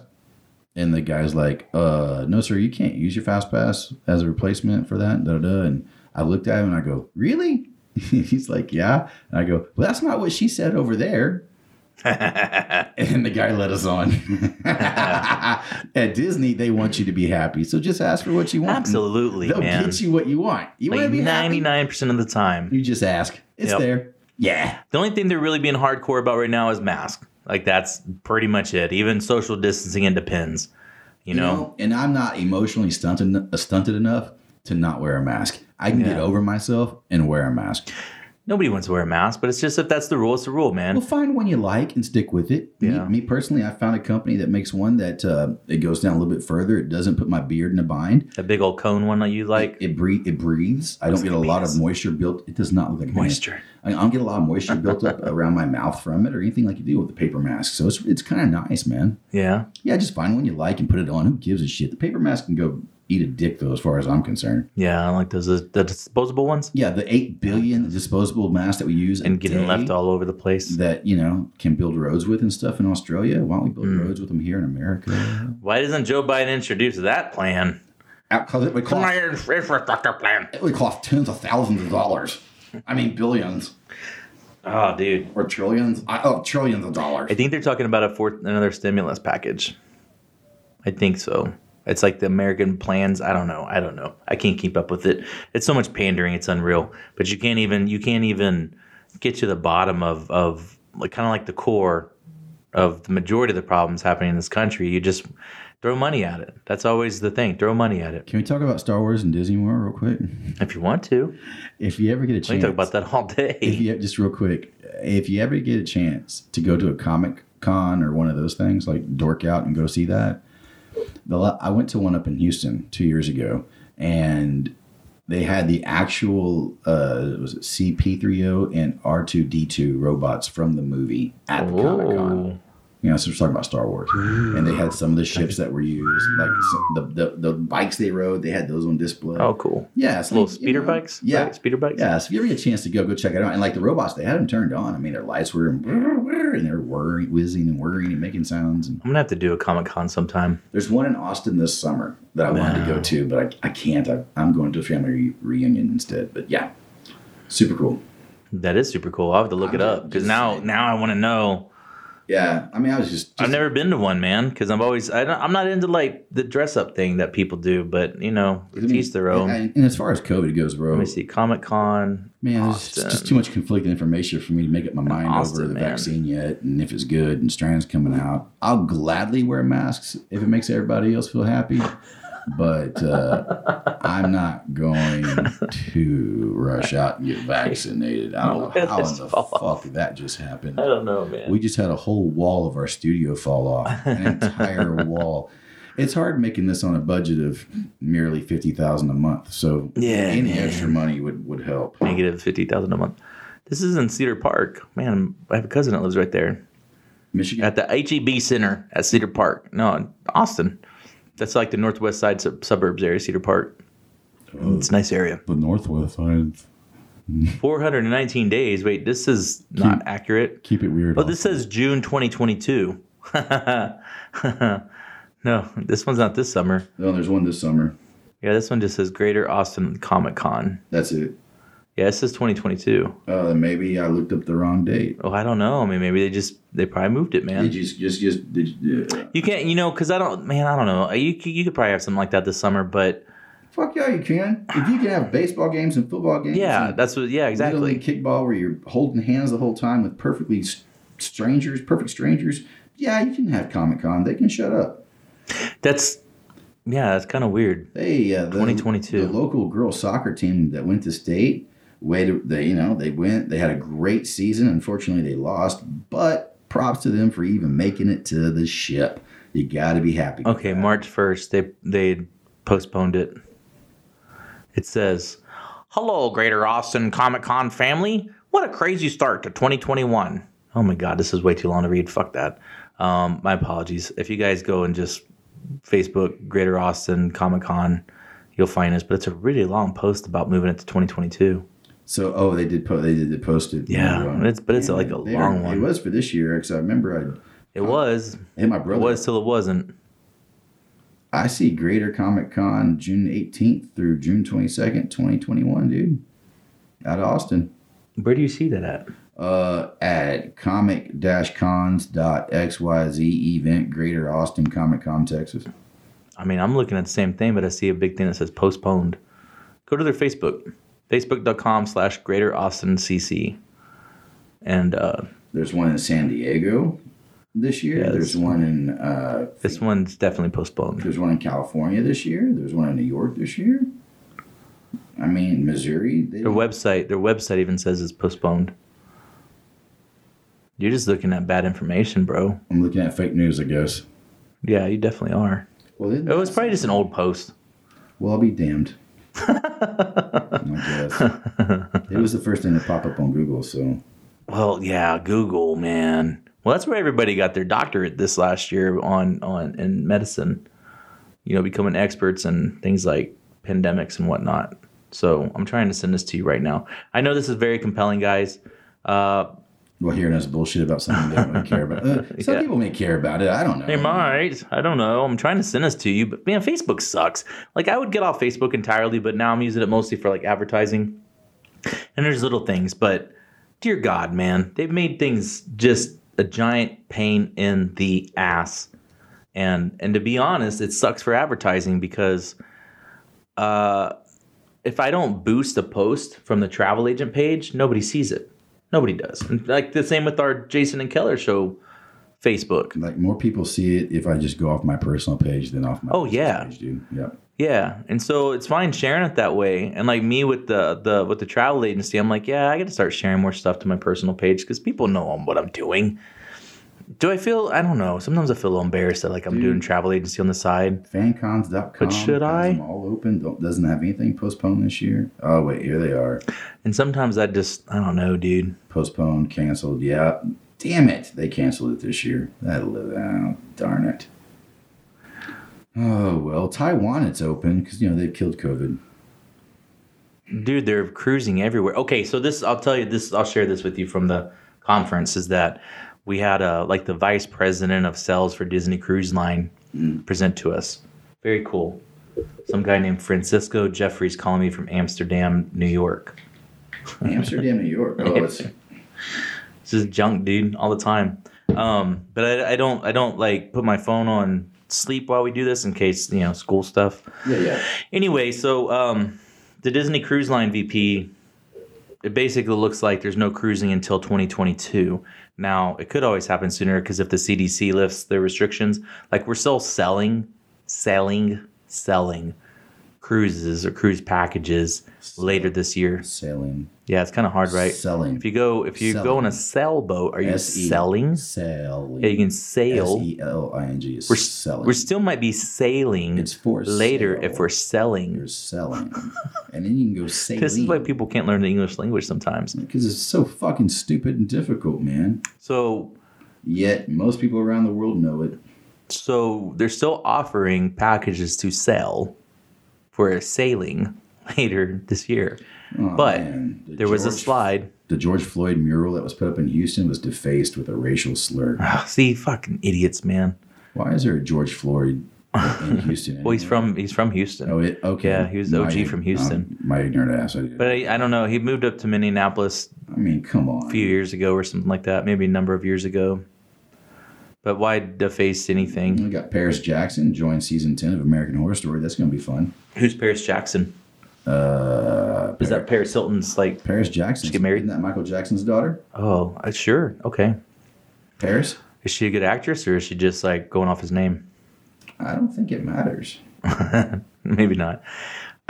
S2: And the guy's like, uh, no, sir, you can't use your fast pass as a replacement for that. Da, da, da. And I looked at him and I go, really? He's like, yeah. And I go, well, that's not what she said over there. and the guy let us on. At Disney, they want you to be happy. So just ask for what you want.
S1: Absolutely,
S2: They'll
S1: man.
S2: get you what you want. You want
S1: Like
S2: to be
S1: ninety
S2: 99.
S1: nine percent of the time.
S2: You just ask. It's
S1: Yep.
S2: there. Yeah.
S1: The only thing they're really being hardcore about right now is mask. Like that's pretty much it. Even social distancing and depends. You know,
S2: and I'm not emotionally stunted, uh, stunted enough to not wear a mask. I can get
S1: Yeah.
S2: over myself and wear a mask.
S1: nobody wants to wear a mask, but it's just if that's the rule, it's the rule, man.
S2: Well, find one you like and stick with it.
S1: Yeah.
S2: Me, me personally, I found a company that makes one that uh, it goes down a little bit further. It doesn't put my beard in a bind.
S1: That big old cone one that you like,
S2: It breathe. It breathes. I don't get a lot of moisture built. It does not look like a man.
S1: moisture.
S2: I, I don't get a lot of moisture built up around my mouth from it or anything like you do with the paper mask. So it's it's kind of nice, man.
S1: Yeah,
S2: Yeah, just find one you like and put it on. Who gives a shit? The paper mask can go eat a dick, though, as far as I'm concerned.
S1: yeah. I like those uh, the disposable ones
S2: Yeah, the eight billion disposable masks that we use
S1: and getting left
S2: off
S1: all over the place.
S2: that you know can build roads with and stuff in Australia. Why don't we build
S1: Hmm.
S2: roads with them here in America?
S1: Why doesn't Joe Biden introduce that plan?
S2: Out because it would cost
S1: infrastructure plan.
S2: it would cost tens of thousands of dollars. I mean billions
S1: Oh, dude.
S2: or trillions. I, oh, trillions of dollars.
S1: I think they're talking about a fourth another stimulus package. I think so. It's like the American plans. I don't know. I don't know. I can't keep up with it. It's so much pandering. It's unreal. But you can't even you can't even get to the bottom of of like kind of like the core of the majority of the problems happening in this country. You just throw money at it. That's always the thing. Throw money at it
S2: Can we talk about Star Wars and Disney World real quick?
S1: if you want to.
S2: If you ever get a chance,
S1: We can talk about that all day.
S2: if you just real quick, if you ever get a chance to go to a comic con or one of those things, like dork out and go see that. The la- I went to one up in Houston two years ago, and they had the actual uh, was it CP3O and R2D2 robots from the movie at the comic con.
S1: Whoa.
S2: You know, so we're talking about Star Wars, and they had some of the ships that were used, like some, the, the the bikes they rode. They had those on display.
S1: Oh, cool.
S2: yeah, it's
S1: Little
S2: like, you
S1: speeder
S2: know,
S1: bikes.
S2: Yeah,
S1: right? speeder bikes.
S2: yeah, so if you ever get a chance to go, go check it out. And like the robots, they had them turned on. I mean, their lights were and they're whirring, whizzing and whirring and making sounds. And
S1: I'm gonna have to do a Comic Con sometime.
S2: there's one in Austin this summer that I wanted to go to, but I, I can't. I, I'm going to a family re- reunion instead. But yeah, super cool.
S1: That is super cool. I'll have to look
S2: I'm
S1: it up because
S2: just
S1: now,
S2: saying.
S1: now I want to know.
S2: Yeah, I mean, I was just, just
S1: I've never been to one, man, because I'm always I don't, I'm not into like the dress up thing that people do, but you know,
S2: I
S1: it's
S2: mean,
S1: each their own.
S2: And, and as far as COVID goes, bro,
S1: Let me see, Comic Con.
S2: man, there's
S1: Austin.
S2: just too much conflicting information for me to make up my mind
S1: Austin,
S2: over the
S1: man.
S2: vaccine yet, and if it's good and strains coming out. I'll gladly wear masks if it makes everybody else feel happy, but uh, I'm not going to rush out and get vaccinated. I don't know
S1: Where
S2: how in
S1: this
S2: the
S1: fall off.
S2: fuck that just happened.
S1: I don't know, man.
S2: We just had a whole wall of our studio fall off, an entire wall. It's hard making this on a budget of merely fifty thousand a month. So
S1: Yeah,
S2: any
S1: man.
S2: extra money would would help.
S1: Negative fifty thousand a month. This is in Cedar Park, man. I have a cousin that lives right there
S2: Michigan,
S1: at the HEB Center at Cedar Park. No, in Austin. That's like the northwest side sub- suburbs area, Cedar Park.
S2: Oh.
S1: It's a nice area.
S9: The Northwest. I
S1: Four hundred and nineteen days. Wait, this is not accurate.
S9: keep it weird.
S1: Oh, this says June 2022. no, this one's not this summer.
S2: no, there's one this summer.
S1: Yeah, this one just says Greater Austin Comic Con.
S2: That's it.
S1: Yeah, it says 2022.
S2: Uh, then maybe I looked up the wrong date.
S1: Oh, I don't know. I mean, maybe they just they probably moved it, man.
S2: Did you just just, just did you, uh,
S1: You can't, you know, because I don't, man, I don't know. You c- you could probably have something like that this summer, but
S2: fuck yeah, you can. If you can have baseball games and football games,
S1: yeah,
S2: and
S1: that's what, yeah,
S2: little
S1: exactly.
S2: league kickball where you're holding hands the whole time with perfectly s- strangers, perfect strangers. Yeah, you can have Comic Con. They can shut up.
S1: That's yeah, that's kind of weird.
S2: They uh, the,
S1: 2022.
S2: the local girls soccer team that went to state. Way to they you know they went they had a great season. Unfortunately, they lost, but props to them for even making it to the ship. You got to be happy. with
S1: Okay,
S2: that.
S1: March first, they they postponed it. It says, "Hello, Greater Austin Comic Con family. What a crazy start to 2021." Oh my God, this is way too long to read. Fuck that. Um, my apologies. If you guys go and just Facebook Greater Austin Comic Con, you'll find us. But it's a really long post about moving it to 2022.
S2: So oh, they did po- they did post it.
S1: Yeah,
S2: Uh,
S1: it's- but it's
S2: and
S1: like a
S2: they
S1: long
S2: are-
S1: one.
S2: It was for this year because I remember
S1: It was.
S2: I hit my
S1: It
S2: brother.
S1: was till it wasn't.
S2: I see Greater Comic Con June 18th through June 22nd, 2021, dude, out of Austin.
S1: Where do you see that at?
S2: uh, at comic-cons.xyz event greater austin comic con texas
S1: I mean, I'm looking at the same thing, but I see a big thing that says postponed. Go to their Facebook, facebook.com slash greater Austin CC. And uh,
S2: there's one in san diego this year
S1: Yes.
S2: there's one in uh,
S1: this one's definitely postponed.
S2: there's one in california this year there's one in new york this year i mean missouri they,
S1: Their website, their website even says it's postponed. You're just looking at bad information, bro.
S2: i'm looking at fake news i guess
S1: Yeah, you definitely are.
S2: well, isn't
S1: It was
S2: that-
S1: probably just an old post.
S2: well i'll be damned i guess it was the first thing to pop up on google so
S1: Well, yeah, Google, man. Well, that's where everybody got their doctorate this last year on on in medicine. You know, becoming experts in things like pandemics and whatnot. So I'm trying to send this to you right now. I know this is very compelling, guys. Uh,
S2: well hearing us bullshit about something they don't really care about uh, some
S1: Yeah.
S2: people may care about it i don't know
S1: they might. I don't know. I'm trying to send this to you, but man, Facebook sucks. Like I would get off Facebook entirely, but now I'm using it mostly for like advertising. And there's little things, but dear God, man, they've made things just a giant pain in the ass. And and to be honest, it sucks for advertising because uh, if I don't boost a post from the travel agent page, nobody sees it. Nobody does. And like the same with our Jason and Keller show Facebook.
S2: Like more people see it if I just go off my personal page than off my
S1: Oh,
S2: business
S1: yeah.
S2: page, dude. Yep.
S1: Yeah, and so it's fine sharing it that way. And like me with the the with the travel agency, I'm like, yeah, I got to start sharing more stuff to my personal page because people know I'm- what I'm doing. Do I feel? I don't know. Sometimes I feel a little embarrassed that like I'm doing travel agency on the side.
S2: Fancons.com.
S1: But should
S2: has
S1: I?
S2: them all open. Don't, doesn't have anything postponed this year. Oh wait, here they are.
S1: And sometimes I just I don't know, dude.
S2: Postponed, canceled. Yeah. Damn it! They canceled it this year. That oh, darn it. Oh well, Taiwan it's open because you know they've killed COVID.
S1: Dude, they're cruising everywhere. Okay, so this I'll tell you this I'll share this with you from the conference is that we had uh like the vice president of sales for Disney Cruise Line present to us. Very cool. Some guy named Francisco Jeffries calling me from Amsterdam, New York.
S2: Amsterdam, New York. Oh, it's
S1: This is junk, dude, all the time. Um, but I, I don't I don't like put my phone on sleep while we do this in case, you know, school stuff.
S2: yeah, yeah.
S1: Anyway, so um, the Disney Cruise Line VP, it basically looks like there's no cruising until 2022. Now, it could always happen sooner because if the CDC lifts their restrictions, like we're still selling, selling, selling cruises or cruise packages later this year.
S2: Sailing,
S1: Yeah, it's kind of hard, right?
S2: Selling.
S1: If you go, if you go on a sailboat, are you
S2: S-E.
S1: selling?
S2: Sailing.
S1: Yeah, you can sail.
S2: E. S E L I N G is
S1: We're,
S2: selling.
S1: we still might be sailing
S2: It's for
S1: later
S2: sale.
S1: if we're selling.
S2: You're selling, and then you can go sailing.
S1: This is why people can't learn the English language sometimes.
S2: because it's so fucking stupid and difficult, man.
S1: So,
S2: Yet most people around the world know it.
S1: so they're still offering packages to sell for sailing later this year.
S2: Aw,
S1: But
S2: man. The
S1: There was a
S2: George-
S1: slide.
S2: The George Floyd mural that was put up in Houston was defaced with a racial slur.
S1: Ah, see, fucking idiots, man.
S2: Why is there a George Floyd in Houston?
S1: Well, he's
S2: anyway?
S1: from he's from Houston.
S2: Oh, it, okay.
S1: Yeah, he was OG from Houston.
S2: um, my ignorant ass. I, did.
S1: But I, I don't know. He moved up to Minneapolis
S2: I mean, come on.
S1: a few years ago or something like that, maybe a number of years ago. But why deface anything?
S2: We got Paris Jackson join season ten of American Horror Story. That's gonna be fun.
S1: Who's Paris Jackson?
S2: Uh,
S1: Is that Paris Hilton's like?
S2: Paris Jackson?
S1: She get married?
S2: Isn't that Michael Jackson's daughter?
S1: Oh, uh, sure, okay.
S2: Paris?
S1: Is she a good actress or is she just like going off his name?
S2: I don't think it matters.
S1: Maybe not.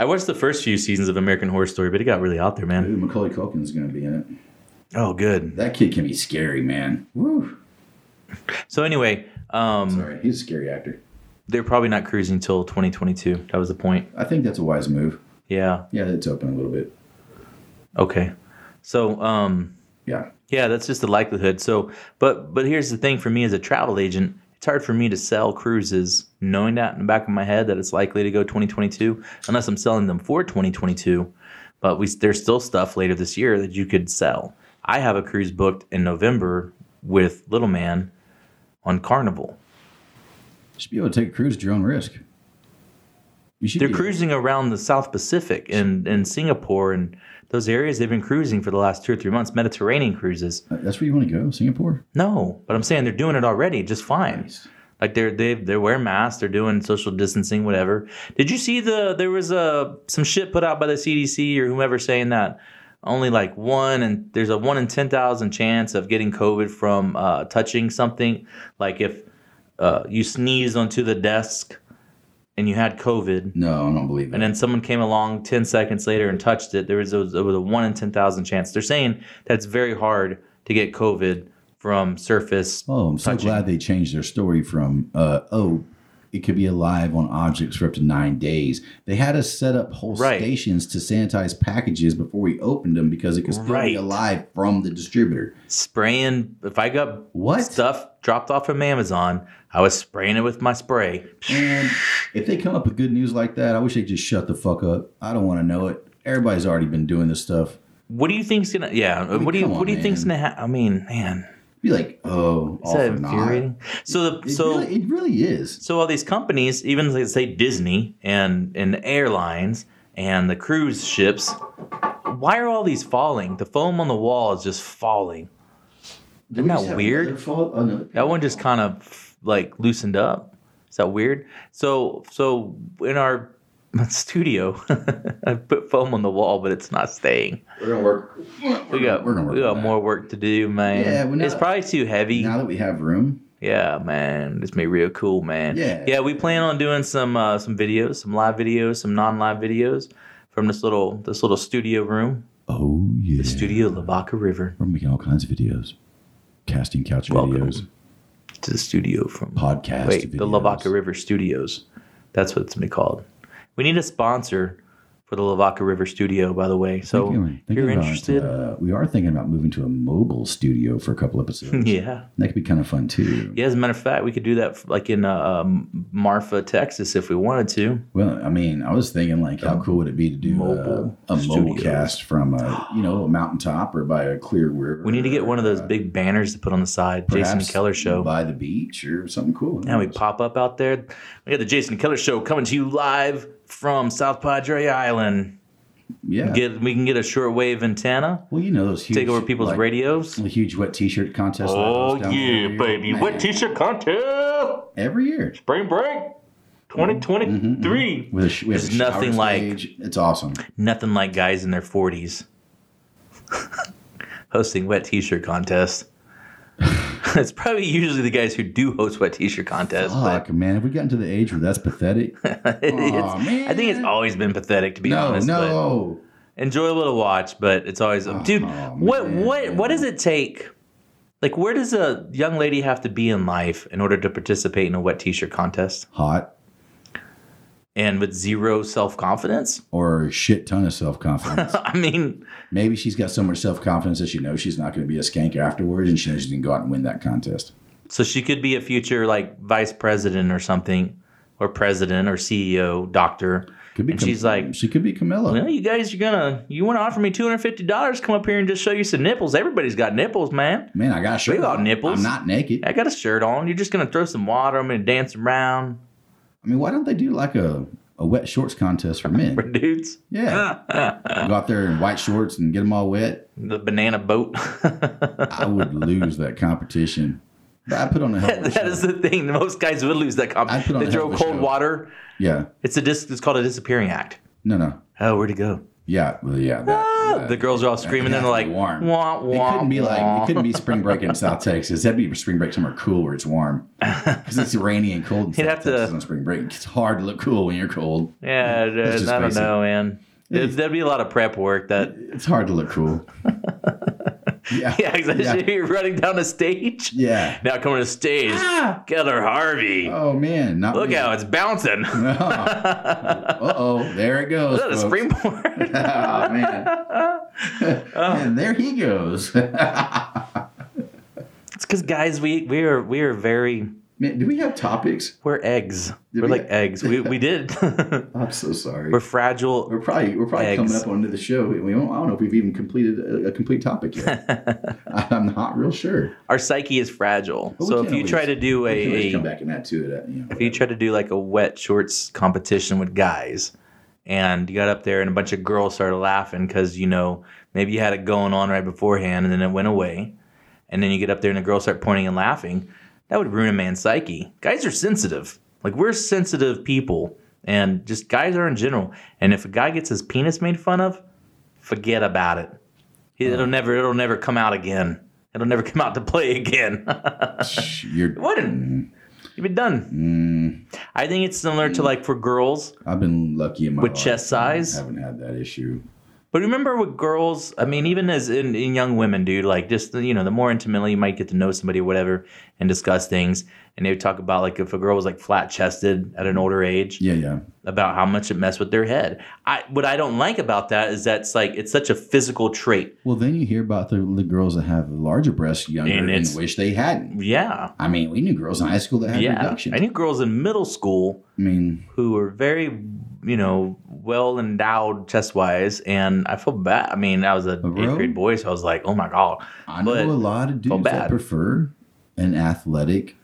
S1: I watched the first few seasons of American Horror Story, but it got really out there, man.
S2: Ooh, Macaulay Culkin's gonna be in it.
S1: Oh, good.
S2: That kid can be scary, man. Woo.
S1: So anyway, um,
S2: Sorry, he's a scary actor.
S1: they're probably not cruising till 2022. That was the point.
S2: I think that's a wise move.
S1: Yeah.
S2: Yeah, it's open a little bit.
S1: Okay. So um,
S2: Yeah.
S1: yeah, that's just the likelihood. So, but but here's the thing for me as a travel agent, it's hard for me to sell cruises knowing that in the back of my head that it's likely to go 2022, unless I'm selling them for 2022. But we there's still stuff later this year that you could sell. I have a cruise booked in November with Little Man on Carnival.
S2: Should be able to take a cruise at your own risk. You should
S1: They're
S2: be-
S1: cruising around the South Pacific and, and Singapore and those areas they've been cruising for the last two or three months, Mediterranean cruises.
S2: Uh, That's where you want to go, Singapore.
S1: No, but I'm saying they're doing it already just fine. Like they're they they're wearing masks, they're doing social distancing, whatever. Did you see the there was a some shit put out by the CDC or whomever saying that only like one and there's a one in ten thousand chance of getting COVID from uh, touching something. Like if uh, you sneezed onto the desk and you had COVID,
S2: No, I don't believe
S1: and
S2: that.
S1: then someone came along 10 seconds later and touched it, there was a, there was a 1 in 10,000 chance. They're saying that's very hard to get COVID from surface.
S2: Oh, I'm so
S1: touching.
S2: glad they changed their story from uh, oh, it could be alive on objects for up to nine days. They had us set up whole
S1: Right.
S2: stations to sanitize packages before we opened them because it could still
S1: Right.
S2: be alive from the distributor.
S1: Spraying, if I got
S2: What?
S1: stuff dropped off from Amazon, I was spraying it with my spray.
S2: And if they come up with good news like that, I wish they'd just shut the fuck up. I don't want to know it. Everybody's already been doing this stuff.
S1: What do you think's gonna? Yeah.
S2: mean,
S1: what do you
S2: come on,
S1: What do you think's
S2: man.
S1: gonna happen? I mean, man,
S2: Be like, oh,
S1: is
S2: all
S1: that
S2: for naught.
S1: infuriating? So the
S2: It
S1: so
S2: really, it really is.
S1: So all these companies, even like say Disney and and airlines and the cruise ships, why are all these falling? The foam on the wall is just falling.
S2: Isn't
S1: that weird?
S2: Oh,
S1: That one just kind of like loosened up. Is that weird? So so in our studio, I put foam on the wall, but it's not staying.
S2: We're gonna work.
S1: We got
S2: we're gonna work
S1: we got
S2: on that.
S1: more work to do, man.
S2: Yeah, well, now-
S1: it's probably too heavy.
S2: Now that we have room,
S1: Yeah, man, this be real cool, man.
S2: Yeah.
S1: yeah. We plan on doing some uh, some videos, some live videos, some non-live videos from this little this little studio room,
S2: oh yeah,
S1: the studio Lavaca River
S2: We're making all kinds of videos, casting couch
S1: Welcome.
S2: videos,
S1: to the studio from
S2: podcast.
S1: wait
S2: videos.
S1: the Lavaca River Studios. That's what it's gonna be called. We need a sponsor for the Lavaca River Studio, by the way. So
S2: Thinking-
S1: if
S2: thinking
S1: you're
S2: about,
S1: interested,
S2: uh, we are thinking about moving to a mobile studio for a couple episodes.
S1: yeah.
S2: That could be kind of fun too.
S1: Yeah, as a matter of fact, we could do that like in uh, um, Marfa, Texas, if we wanted to.
S2: Well, I mean, I was thinking like, how cool would it be to do uh,
S1: Mobile
S2: a, a mobile
S1: studio.
S2: cast from a you know a mountaintop or by a clear river?
S1: We need to get one of those
S2: uh,
S1: big banners to put on the side,
S2: perhaps
S1: Jason Keller Show.
S2: by the beach or something cool.
S1: And we pop up out there. We got the Jason Keller Show coming to you live from South Padre Island.
S2: yeah.
S1: Get we can get a shortwave antenna,
S2: well, you know those huge,
S1: take over people's
S2: like,
S1: radios.
S2: A huge wet T-shirt contest. like
S3: Oh,
S2: those down
S3: yeah,
S2: there.
S3: baby.
S2: Man,
S3: What t shirt contest?
S2: every year
S3: Spring break
S2: Mm-hmm,
S3: 2023.
S2: with a sh- we have
S1: There's
S2: a shower
S1: nothing like-
S2: stage. it's awesome.
S1: Nothing like guys in their forties hosting wet T-shirt contest. it's probably usually the guys who do host wet T-shirt contests, but
S2: Fuck, man, have we gotten to the age where that's pathetic?
S1: it's, I think it's
S2: man.
S1: always been pathetic to be
S2: no,
S1: honest. but-
S2: no. Oh,
S1: enjoyable to watch, but it's always dude. what
S2: man.
S1: what what does it take? Like, where does a young lady have to be in life in order to participate in a wet T-shirt contest?
S2: Hot
S1: And with zero self confidence,
S2: or a shit ton of self confidence.
S1: I mean,
S2: Maybe she's got so much self confidence that she knows she's not going to be a skank afterwards, and she knows she can go out and win that contest.
S1: so she could be a future like vice president or something, or president or CEO, doctor.
S2: Could be.
S1: And she's like,
S2: she could be Camilla.
S1: Well, you guys are gonna, you want to offer me two hundred fifty dollars? Come up here and just show you some nipples. Everybody's got nipples, man.
S2: Man, I got a shirt.
S1: We got
S2: on.
S1: nipples.
S2: I'm not naked.
S1: I got a shirt on. You're just gonna throw some water. I'm gonna dance around.
S2: I mean, why don't they do like a, a wet shorts contest for
S1: We're
S2: men?
S1: dudes.
S2: Yeah, go out there in white shorts and get them all wet.
S1: the banana boat.
S2: I would lose that competition. But I put on a hell of a
S1: that
S2: show.
S1: is the thing. Most guys would lose that
S2: I'd put
S1: competition.
S2: on
S1: They
S2: a
S1: throw
S2: hell of a
S1: cold
S2: show.
S1: water.
S2: yeah,
S1: It's a dis- It's called a disappearing act.
S2: no, no,
S1: Oh, where'd he go?
S2: yeah, well, yeah. That,
S1: Ah,
S2: that-
S1: the girls are all screaming. and
S2: has
S1: They're
S2: to
S1: like,
S2: be
S1: warm.
S2: warm.
S1: Wah,
S2: It
S1: wah,
S2: couldn't be like
S1: wah."
S2: it couldn't be spring break in South Texas. That'd be spring break somewhere cool where it's warm because it's rainy and cold. In
S1: He'd
S2: South
S1: have to-
S2: Texas on spring break. It's hard to look cool when you're cold.
S1: Yeah,
S2: Let's
S1: dude,
S2: just
S1: I don't
S2: face it.
S1: know, man. There'd, there'd be a lot of prep work. That
S2: It's hard to look cool. yeah,
S1: yeah, exactly.
S2: yeah.
S1: You're running down the stage.
S2: Yeah. Ah!
S1: Now coming to stage, Keller Harvey.
S2: Oh man, not
S1: Look
S2: me.
S1: out, it's bouncing. Is
S2: Uh oh, there it goes.
S1: that a
S2: folks.
S1: springboard?
S2: oh man,
S1: Oh.
S2: and there he goes.
S1: it's because guys, we we are we are very
S2: man, do we have topics?
S1: we're eggs.
S2: Did
S1: we're
S2: we-
S1: like eggs. We we did.
S2: I'm so sorry.
S1: We're
S2: We're,
S1: fragile.
S2: probably we're probably coming
S1: Eggs.
S2: up onto the show. We don't, I don't know if we've even completed a, a complete topic yet. I'm not real sure.
S1: Our psyche is fragile.
S2: But we
S1: so
S2: can
S1: if you
S2: always-
S1: try to do
S2: we can always
S1: a,
S2: come back and add to it. uh, You know,
S1: if you
S2: whatever.
S1: try to do like a wet shorts competition with guys, and you got up there and a bunch of girls started laughing because you know maybe you had it going on right beforehand and then it went away, and then you get up there and the girls start pointing and laughing, that would ruin a man's psyche. Guys are sensitive. Like we're sensitive people, and just guys are in general. And if a guy gets his penis made fun of, forget about it. It'll never it'll never come out again. It'll never come out to play again.
S2: Shh, you're. mm,
S1: wouldn't. You'd be done. I think it's similar to like for girls,
S2: I've been lucky in my
S1: With
S2: life.
S1: chest size?
S2: I haven't had that issue.
S1: but remember with girls, I mean, even as in, in young women, dude, like just you know, the more intimately you might get to know somebody or whatever and discuss things, and they would talk about like if a girl was like flat chested at an older age,
S2: Mm-hmm. Yeah, yeah.
S1: about how much it messed with their head. I what I don't like about that is that's like it's such a physical trait.
S2: Well, then you hear about the, the girls that have larger breasts, younger,
S1: And
S2: and,
S1: it's-
S2: wish they hadn't.
S1: Yeah,
S2: I mean, we knew girls in high school that had
S1: yeah.
S2: reductions.
S1: I knew girls in middle school
S2: I mean,
S1: who were very, you know, well endowed chest wise, and I feel bad. I mean, I was a
S2: bro?
S1: eighth grade boy, so I was like, oh my god,
S2: I know
S1: But-
S2: a lot of dudes
S1: bad.
S2: that prefer an athletic,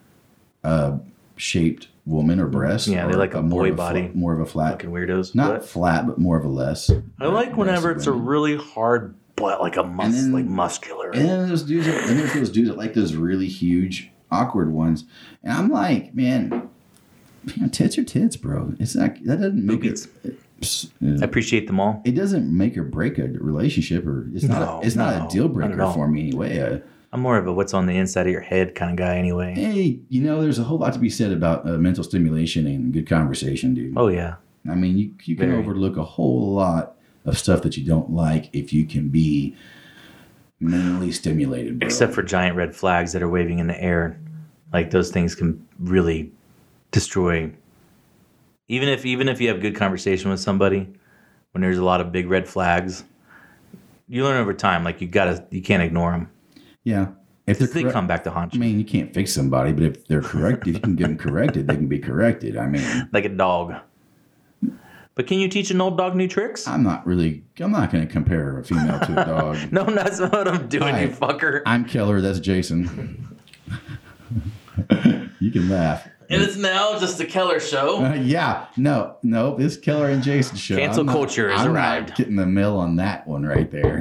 S2: uh, shaped woman or breast.
S1: Yeah, they
S2: or
S1: like a
S2: more
S1: boy
S2: of fla-
S1: body.
S2: more of a flat,
S1: fucking weirdos.
S2: not
S1: But
S2: flat, but more of a less.
S1: I like whenever it's a really hard butt, like a mus-
S2: And then-
S1: like muscular.
S2: And then those dudes, that, and there's those dudes that like those really huge, awkward ones. And I'm like, man, man tits are tits, bro. It's not that doesn't make
S1: Boobies.
S2: it. Psst,
S1: I
S2: uh,
S1: appreciate them all.
S2: It doesn't make or break a relationship, or it's not.
S1: No,
S2: a, it's not
S1: no,
S2: a deal
S1: not at
S2: breaker
S1: all.
S2: for me anyway. Uh,
S1: I'm more of a what's on the inside of your head kind of guy, anyway.
S2: hey, you know, there's a whole lot to be said about uh, mental stimulation and good conversation, dude.
S1: Oh yeah,
S2: I mean, you you can
S1: Very.
S2: overlook a whole lot of stuff that you don't like if you can be mentally stimulated. Bro.
S1: except for giant red flags that are waving in the air, like those things can really destroy. Even if even if you have good conversation with somebody, when there's a lot of big red flags. You learn over time, like you gotta, you can't ignore them.
S2: Yeah. If they're
S1: They
S2: correct-
S1: come back to haunt
S2: I
S1: you,
S2: mean, you can't fix somebody, but if they're corrected, you can get them corrected. They can be corrected. I mean,
S1: like a dog. But can you teach an old dog new tricks?
S2: I'm not really. I'm not going to compare a female to a dog.
S1: No, that's what I'm doing, you
S2: Right.
S1: fucker.
S2: I'm Keller. That's Jason. you can laugh.
S1: and it's now just the Keller show.
S2: Uh, yeah, no, no, this Keller and Jason show.
S1: Cancel
S2: I'm not-
S1: culture has
S2: I'm not
S1: arrived.
S2: getting the mill on that one right there.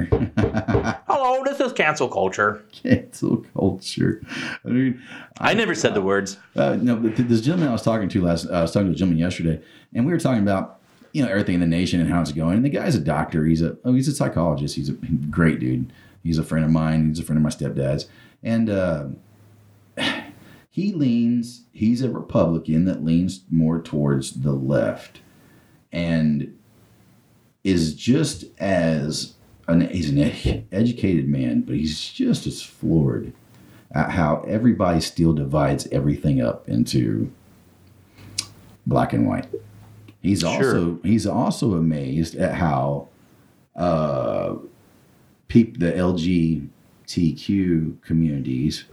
S1: Hello, this is cancel culture.
S2: Cancel culture. I mean,
S1: I never said the words.
S2: Uh, no, but th- this gentleman I was talking to last, uh, I was talking to a gentleman yesterday, and we were talking about you know everything in the nation and how it's going. And the guy's a doctor. He's a oh, he's a psychologist. He's a great dude. He's a friend of mine. He's a friend of my stepdad's, and uh, he leans. He's a Republican that leans more towards the left, and is just as an, he's an ed- educated man, but he's just as floored at how everybody still divides everything up into black and white. He's also he's also amazed at how uh, peop the LGBTQ communities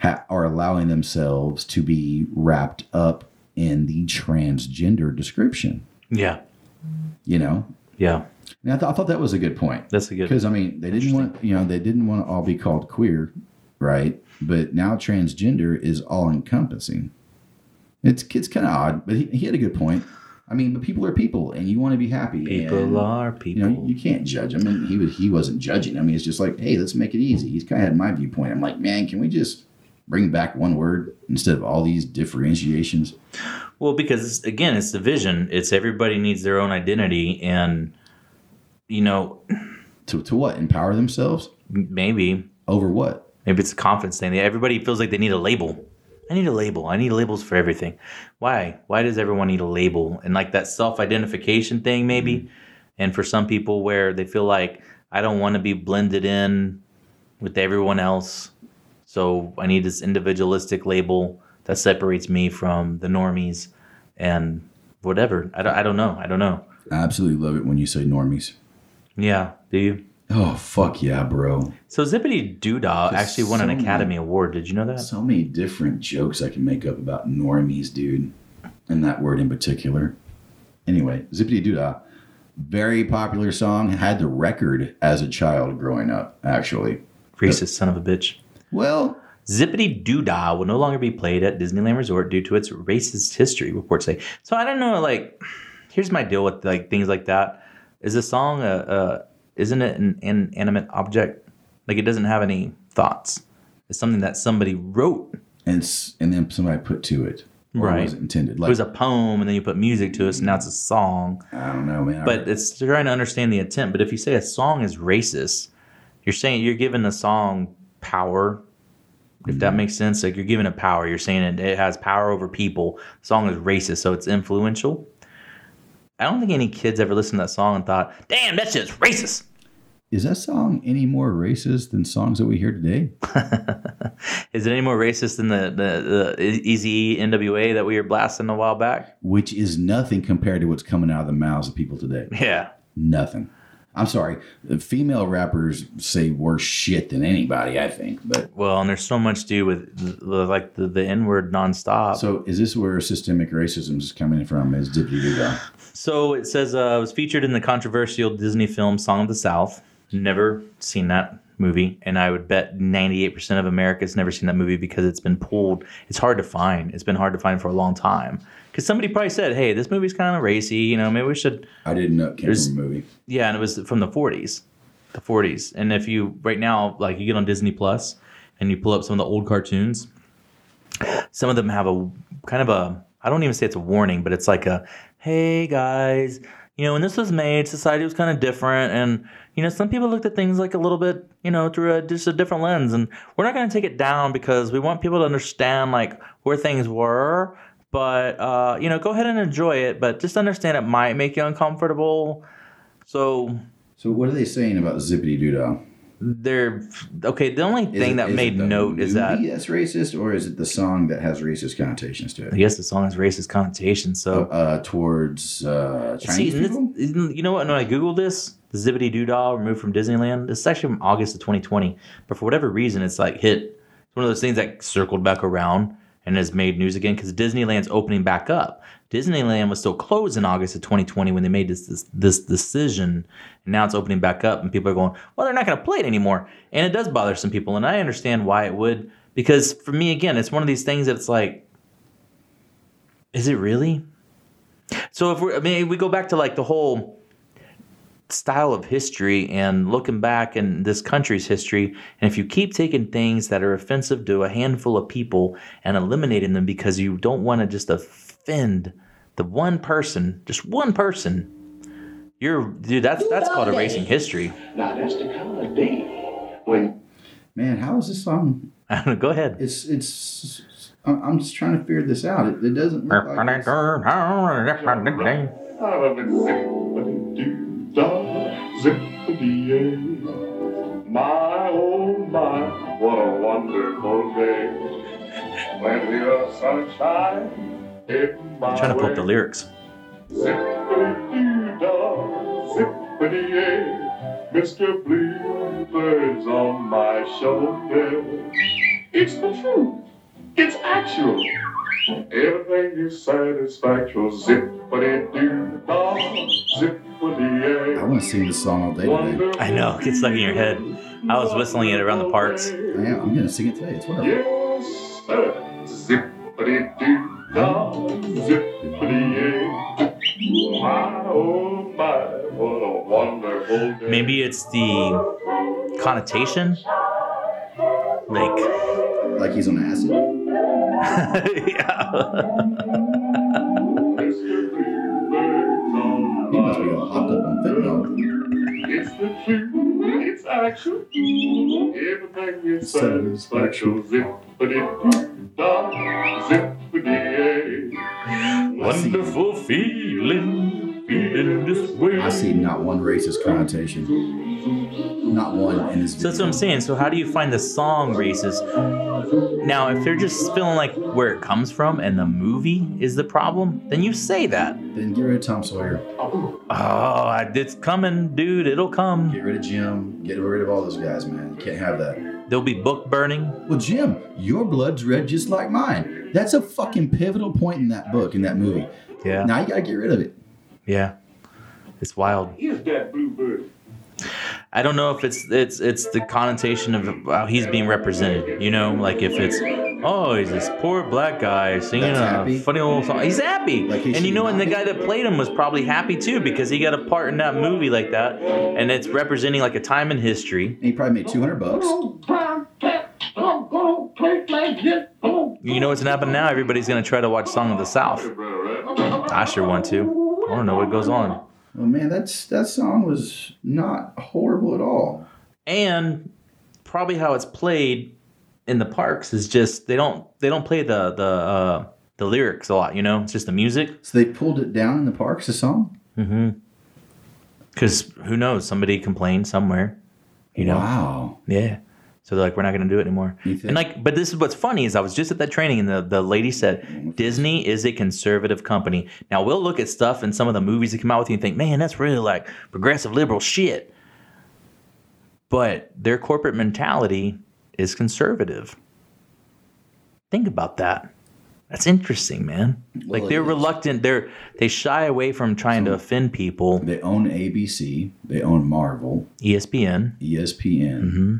S2: ha- are allowing themselves to be wrapped up in the transgender description.
S1: Yeah,
S2: You know,
S1: yeah,
S2: and I, th- I thought that was a good point
S1: that's a good.
S2: because I mean they didn't want you know they didn't want to all be called queer, right? But now transgender is all encompassing. It's it's kind of odd, but he, he had a good point. I mean, but people are people, and you want to be happy. and,
S1: People are
S2: You
S1: people.
S2: know, you can't judge him, and he was he wasn't judging. I mean, it's just like, hey, let's make it easy. He's kind of had my viewpoint. I'm like, man, can we just bring back one word instead of all these differentiations?
S1: Well, because again, it's division. It's everybody needs their own identity, and you know,
S2: To to what empower themselves
S1: maybe
S2: over what?
S1: maybe it's a confidence thing. Everybody feels like they need a label. I need a label. I need labels for everything. Why? Why does everyone need a label? And like that self-identification thing, maybe. And for some people, where they feel like I don't want to be blended in with everyone else, so I need this individualistic label that separates me from the normies and whatever. I don't. I don't know. I don't know.
S2: I absolutely love it when you say normies.
S1: Yeah, do you?
S2: Oh fuck yeah, bro.
S1: So Zippity Doodah
S2: There's
S1: actually won an
S2: so many-
S1: Academy Award. Did you know that?
S2: So many different jokes I can make up about normies, dude, and that word in particular. Anyway, Zippity Doodah, very popular song, had the record as a child growing up, actually.
S1: Racist son of a bitch.
S2: Well,
S1: Zippity Doodah will no longer be played at Disneyland Resort due to its racist history, reports say. So I don't know. Like, here's my deal with like things like that. Is a song a, a isn't it an inanimate object? Like it doesn't have any thoughts. It's something that somebody wrote.
S2: and s- and then somebody put to it. or
S1: Right.
S2: Was it intended?
S1: It
S2: Like,
S1: was a poem, and then you put music to it, so now it's a song.
S2: I don't know, man. I-
S1: but it's trying to understand the intent. But if you say a song is racist, you're saying you're giving the song power. If that makes sense, like you're giving it power. You're saying it, it has power over people. The song is racist, so it's influential. I don't think any kids ever listened to that song and thought, "Damn, that's just racist."
S2: is that song any more racist than songs that we hear today?
S1: Is it any more racist than the the, the Easy NWA that we were blasting a while back?
S2: Which is nothing compared to what's coming out of the mouths of people today.
S1: Yeah,
S2: Nothing. I'm sorry. The Female rappers say worse shit than anybody, I think. But
S1: well, and there's so much to do with the, the- like the, the N word nonstop.
S2: So is this where systemic racism is coming from? Is Dippity Doo Dah?
S1: So it says uh, it was featured in the controversial Disney film Song of the South. Never seen that movie, and I would bet 98% of America's never seen that movie because it's been pulled. It's hard to find. It's been hard to find for a long time because somebody probably said, "Hey, this movie's kind of racy. You know, maybe we should."
S2: I didn't know it came
S1: There's-
S2: from a movie.
S1: Yeah, and it was from the 40s, the 40s. And if you right now, like you get on Disney Plus and you pull up some of the old cartoons, some of them have a kind of a I don't even say it's a warning, but it's like a hey guys, you know, when this was made, society was kind of different, and you know, some people looked at things like a little bit, you know, through a, just a different lens, and we're not going to take it down because we want people to understand like where things were. But uh, you know, go ahead and enjoy it, but just understand it might make you uncomfortable. So
S2: So what are they saying about Zippity Doo Dah?
S1: they're okay. The only
S2: Is
S1: thing
S2: it-
S1: that
S2: is it
S1: made
S2: the
S1: note is that
S2: movie that's racist, or is it the song that has racist connotations to
S1: I
S2: it?
S1: guess the song has racist connotations. So
S2: Uh, towards uh, Chinese
S1: See, and this-
S2: people.
S1: and you know what? When I googled this, the Zippity Doodah removed from Disneyland. This is actually from August of 2020, but for whatever reason, it's like hit. It's one of those things that circled back around and has made news again because Disneyland's opening back up. Disneyland was still closed in August of 2020 when they made this this, this decision, and now it's opening back up, and people are going, well, they're not going to play it anymore, and it does bother some people, and I understand why it would because for me again, it's one of these things that's like, is it really? So if we, I mean, we go back to like the whole style of history and looking back in this country's history, and if you keep taking things that are offensive to a handful of people and eliminating them because you don't want to just offend the one person, just one person, you're dude. That's that's called erasing history.
S4: Now that's the kind of day when
S2: Man, how is this song?
S1: I don't know. Go ahead.
S2: It's it's. I'm I'm just trying to figure this out. It, it doesn't. Look like it's-
S4: My oh my, what a wonderful day. When the sunshine in my
S1: I'm trying to pull up the lyrics.
S4: Zippity-doo-dah, zippity-yay, Mr. Bluebird's on my shoulder. It's the truth. It's actual. Everything is satisfactory. Zippity-doo-dah,
S2: I
S4: zippity-yay.
S2: want to sing this song all day today.
S1: I know, it gets stuck in your head. I was whistling it around the parks.
S2: I am. I'm gonna sing it today. It's whatever.
S4: Yes, sir. Zippity-doo-dah, zippity-yay. My, oh my, what a wonderful day.
S1: Maybe it's the connotation, like.
S2: Like he's on acid.
S1: yeah.
S4: Mr. Bluebird's on
S2: He must be
S4: my
S2: all hopped up on fentanyl.
S4: It's the truth. It's action. Everything is satisfaction. Zippity da, zippity Wonderful feeling, feeling this way.
S2: I see not one racist connotation. Not one in his.
S1: So that's what I'm saying. So how do you find the song racist? Now, if they're just feeling like where it comes from and the movie is the problem, then you say that.
S2: Then get rid of Tom Sawyer.
S1: Oh, I- it's coming, dude. It'll come.
S2: Get rid of Jim. Get rid of all those guys, man. You can't have that.
S1: There'll be book burning.
S2: Well, Jim, your blood's red just like mine. That's a fucking pivotal point in that book, in that movie.
S1: Yeah.
S2: Now you gotta get rid of it.
S1: Yeah. It's wild.
S4: Is that bluebird?
S1: I don't know if it's it's it's the connotation of how he's being represented. You know, like if it's oh he's this poor black guy singing
S2: That's
S1: a
S2: happy?
S1: funny old song. He's happy,
S2: Like he
S1: and you
S2: should
S1: know,
S2: be
S1: and the guy
S2: happy?
S1: that played him was probably happy too because he got a part in that movie like that, and it's representing like a time in history.
S2: And he probably made 200 bucks.
S1: You know what's gonna happen now? Everybody's gonna try to watch Song of the South. I sure want to. I don't know what goes on.
S2: Well, man, that's that song was not horrible at all.
S1: and probably how it's played in the parks is just they don't they don't play the the uh, the lyrics a lot. You know, it's just the music.
S2: So they pulled it down in the parks. The song.
S1: Because who knows? Somebody complained somewhere. You know.
S2: Wow.
S1: Yeah. So they're like, we're not gonna do it anymore.
S2: You think-
S1: And like, but this is what's funny is I was just at that training and the, the lady said Disney is a conservative company. Now we'll look at stuff and some of the movies that come out with you and think, man, that's really like progressive liberal shit. But their corporate mentality is conservative. Think about that. That's interesting, man.
S2: Well,
S1: like
S2: it
S1: they're
S2: is.
S1: reluctant. They're they shy away from trying to offend people. E
S2: They own ABC. They own Marvel, E
S1: ESPN.
S2: ESPN,
S1: hmm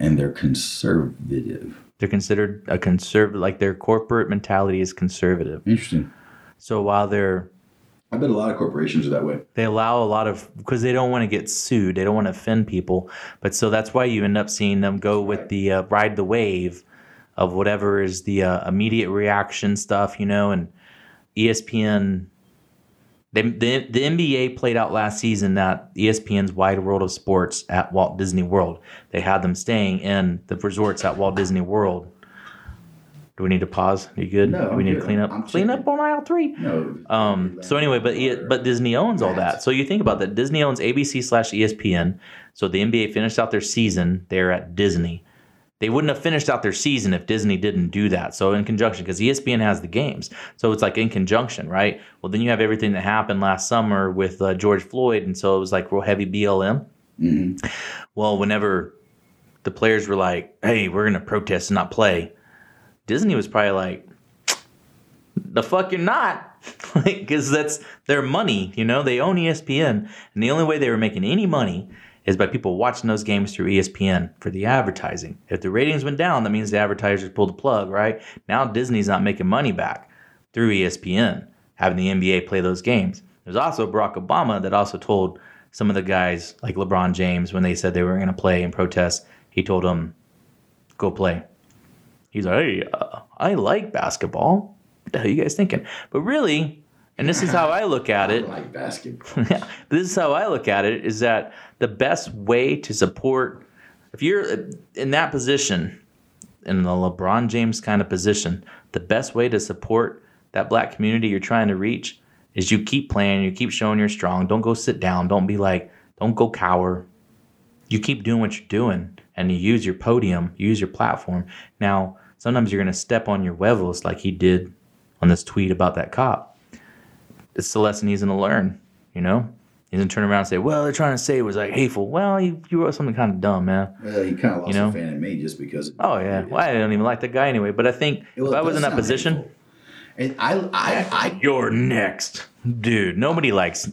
S2: and they're conservative.
S1: They're considered a conservative. Like their corporate mentality is conservative.
S2: Interesting.
S1: So while they're
S2: I bet a lot of corporations are that way.
S1: they allow a lot of because they don't want to get sued, they don't want to offend people. But so that's why you end up seeing them go with the uh, ride the wave of whatever is the uh, immediate reaction stuff, you know. And E ESPN, they, the the NBA played out last season that E ESPN's Wide World of Sports at Walt Disney World. They had them staying in the resorts at Walt Disney World. Do we need to pause? Are you good?
S2: No,
S1: Do
S2: I'm
S1: we need to
S2: good.
S1: clean up.
S2: I'm
S1: clean
S2: checking.
S1: up on aisle three.
S2: No.
S1: Um, so anyway, but E- but Disney owns all that. So you think about that. Disney owns ABC slash E ESPN. So the NBA finished out their season there at Disney. They wouldn't have finished out their season if Disney didn't do that. So in conjunction, E because ESPN has the games, so it's like in conjunction, right? Well, then you have everything that happened last summer with uh, George Floyd, and so it was like real heavy BLM.
S2: Mhm.
S1: Well, whenever the players were like, "Hey, we're gonna protest and not play," Disney was probably like, the fuck you're not because that's their money you know they own E espn and the only way they were making any money is by people watching those games through E espn for the advertising if the ratings went down that means the advertisers pulled the plug right now disney's not making money back through E espn having the nba play those games there's also barack obama that also told some of the guys like lebron james when they said they were going to play and protest he told them go play he's like hey uh, i like basketball what the hell are you guys thinking? But really, and this is how I look at
S2: I
S1: it.
S2: like basketball.
S1: this is how I look at it is that the best way to support, if you're in that position, in the LeBron James kind of position, the best way to support that black community you're trying to reach is you keep playing, you keep showing you're strong. Don't go sit down. Don't be like, don't go cower. You keep doing what you're doing and you use your podium, you use your platform. Now, sometimes you're going to step on your huevos like he did on this tweet about that cop. It's the lesson he's going to learn, you know? He's going to turn around and say, well, they're trying to say it was like hateful. Well, you, you wrote something kind of dumb, man.
S2: Well, he kind of lost
S1: You know?
S2: a fan in me just because.
S1: Oh yeah. Well, I don't even like that guy anyway. But I think
S2: Well,
S1: if I
S2: it
S1: was in
S2: does
S1: that
S2: sound
S1: position,
S2: hateful. And I, I,
S1: you're next, dude. Nobody likes.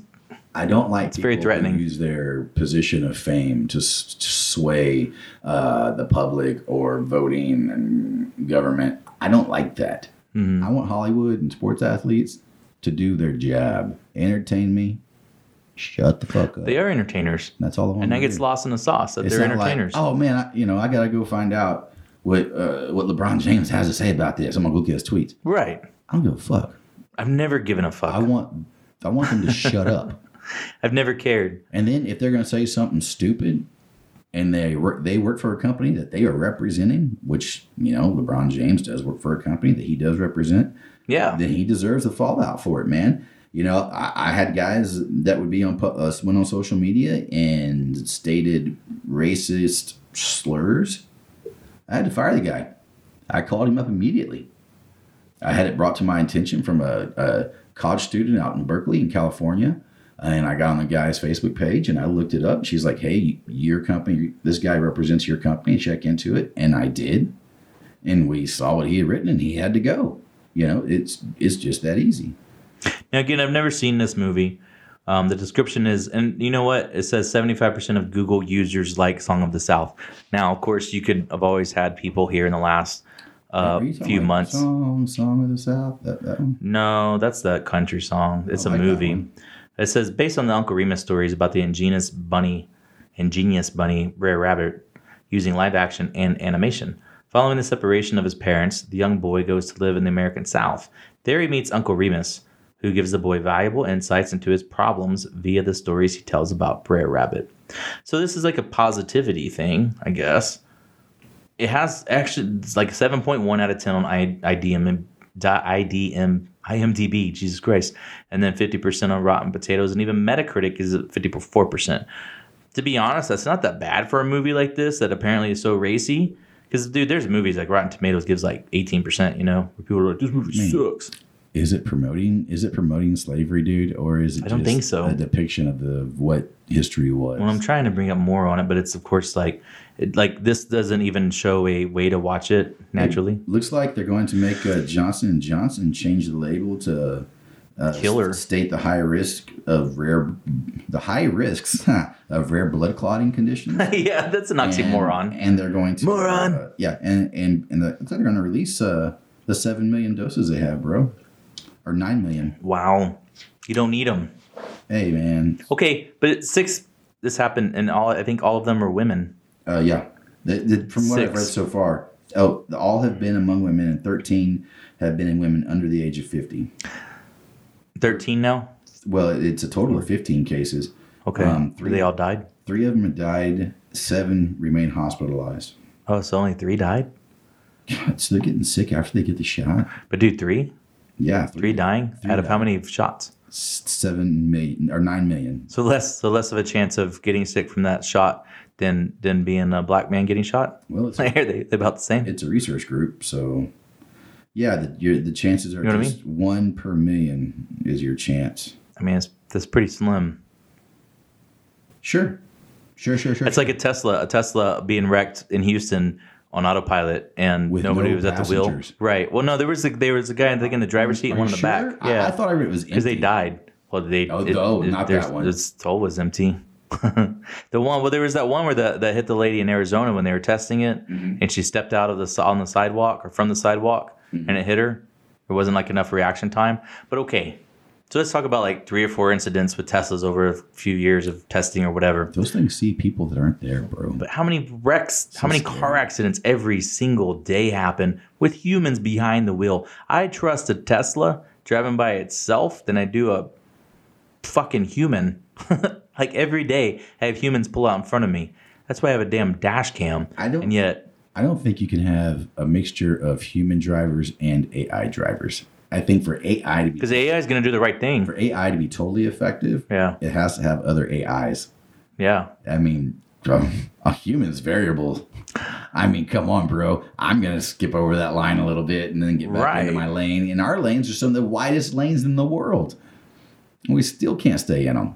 S2: I, I don't like it's
S1: very threatening.
S2: use their position of fame to, s- to sway uh, the public or voting and government. I don't like that.
S1: Mm-hmm.
S2: I want Hollywood and sports athletes to do their job, entertain me. Shut the fuck up.
S1: They are entertainers,
S2: That's all I want.
S1: and that
S2: to
S1: gets
S2: hear.
S1: lost in the sauce that
S2: Mm-hmm. It's
S1: they're
S2: not like,
S1: entertainers.
S2: oh man, I, you know, I gotta go find out what uh, what LeBron James has to say about this. I'm gonna go get his tweets.
S1: Right.
S2: I don't give a fuck.
S1: I've never given a
S2: I
S1: fuck.
S2: want I want them to shut up.
S1: I've never cared.
S2: And then if they're gonna say something stupid, and they work they work for a company that they are representing, which you know LeBron James does work for a company that he does represent.
S1: Yeah.
S2: then he deserves the fallout for it, man. You know, I, I had guys that would be on pu- uh, went on social media and stated racist slurs. I had to fire the guy. I called him up immediately. I had it brought to my attention from a, a college student out in Berkeley, in California, and I got on the guy's Facebook page and I looked it up. She's like, "Hey, your company, this guy represents your company. Check into it." And I did, and we saw what he had written, and he had to go. You know, it's it's just that easy.
S1: Now again, I've never seen this movie. Um, the description is, and you know what? It says 75% of Google users like Song of the South. Now, of course, you could have always had people here in the last uh,
S2: Are you talking
S1: few
S2: like
S1: months.
S2: Song, song of the South. That, that one.
S1: No, that's the country song. It's
S2: I
S1: a
S2: like that
S1: movie.
S2: one.
S1: It says based on the Uncle Remus stories about the ingenious bunny, ingenious bunny Brer Rabbit, using live action and animation. Following the separation of his parents, the young boy goes to live in the American South. There he meets Uncle Remus, who gives the boy valuable insights into his problems via the stories he tells about Brer Rabbit. So this is like a positivity thing, I guess. It has actually it's like 7.1 out of 10 on I, IDM, dot IDM, IMDb, Jesus Christ. And then 50% on Rotten Potatoes. And even Metacritic is at 54%. To be honest, that's not that bad for a movie like this that apparently is so racy. Because, dude, there's movies like Rotten Tomatoes gives like 18%, you know, where people are like, this movie
S2: Man.
S1: sucks.
S2: Is it promoting? Is it promoting slavery, dude, or is it?
S1: I don't
S2: just
S1: think so.
S2: A depiction of the of what history was.
S1: Well, I'm trying to bring up more on it, but it's of course like, it, like this doesn't even show a way to watch it naturally.
S2: Looks like they're going to make uh, Johnson and Johnson change the label to uh,
S1: Killer.
S2: s- state the high risk of rare, the high risks huh, of rare blood clotting conditions.
S1: yeah, that's an oxymoron.
S2: And, and they're going to
S1: Moron.
S2: uh, yeah, and and and the, looks like they're going to release uh, the seven million doses they have, bro, or nine million.
S1: wow, you don't need them.
S2: Hey, man.
S1: Okay, but it's six. This happened, and all I think all of them are women.
S2: Uh, yeah. The, the, from what I've
S1: Six.
S2: read so far, oh, the, all have been among women, and 13 have been in women under the age of 50.
S1: Thirteen now.
S2: Well, it's a total of 15 cases.
S1: Okay,
S2: Um,
S1: three. they all died.
S2: Three of them have died, seven remain hospitalized.
S1: Oh, so only three died.
S2: God, so they're getting sick after they get the shot.
S1: But dude, three,
S2: Yeah,
S1: three dying
S2: Three
S1: out of how
S2: dying.
S1: many shots?
S2: s- seven million or nine million.
S1: So less, so less of a chance of getting sick from that shot than than being a black man getting shot.
S2: Well, it's
S1: I hear they they're about the same.
S2: it's a research group, so yeah, the, your, the chances are
S1: You know what I
S2: just one per million is your chance.
S1: I mean, it's that's pretty slim.
S2: Sure, sure, sure, sure.
S1: It's like a Tesla, a Tesla being wrecked in Houston on autopilot, and
S2: With
S1: nobody
S2: no
S1: was at the wheel.
S2: passengers.
S1: Right. Well, no, there was a, there was a guy I think in the driver's seat,
S2: Are
S1: and one
S2: you
S1: in the
S2: sure?
S1: back.
S2: I- I,
S1: Yeah,
S2: thought I read it was
S1: because they
S2: empty.
S1: died. Well, they
S2: Oh, no, not
S1: there's-
S2: that one.
S1: This toll was empty. the one well, there was that one where the that hit the lady in Arizona when they were testing it,
S2: Mm-hmm.
S1: and she stepped out of the s- on the sidewalk or from the sidewalk,
S2: Mm-hmm.
S1: and it hit her. There wasn't like enough reaction time. But okay, so let's talk about like three or four incidents with Teslas over a few years of testing or whatever.
S2: Those things see people that aren't there, bro.
S1: But how many wrecks, how many
S2: scary.
S1: car accidents every single day happen with humans behind the wheel? I trust a Tesla driving by itself than I do a fucking human. like every day, I have humans pull out in front of me. That's why I have a damn dash cam.
S2: I don't-
S1: And yet,
S2: I don't think you can have a mixture of human drivers and AI drivers. I think for AI to
S1: because
S2: be
S1: AI is going to do the right thing.
S2: for AI to be totally effective,
S1: Yeah.
S2: it has to have other AIs.
S1: Yeah.
S2: I mean, a human's variable. I mean, come on, bro. I'm gonna skip over that line a little bit and then get back into
S1: Right.
S2: my lane. And our lanes are some of the widest lanes in the world. We still can't stay in them.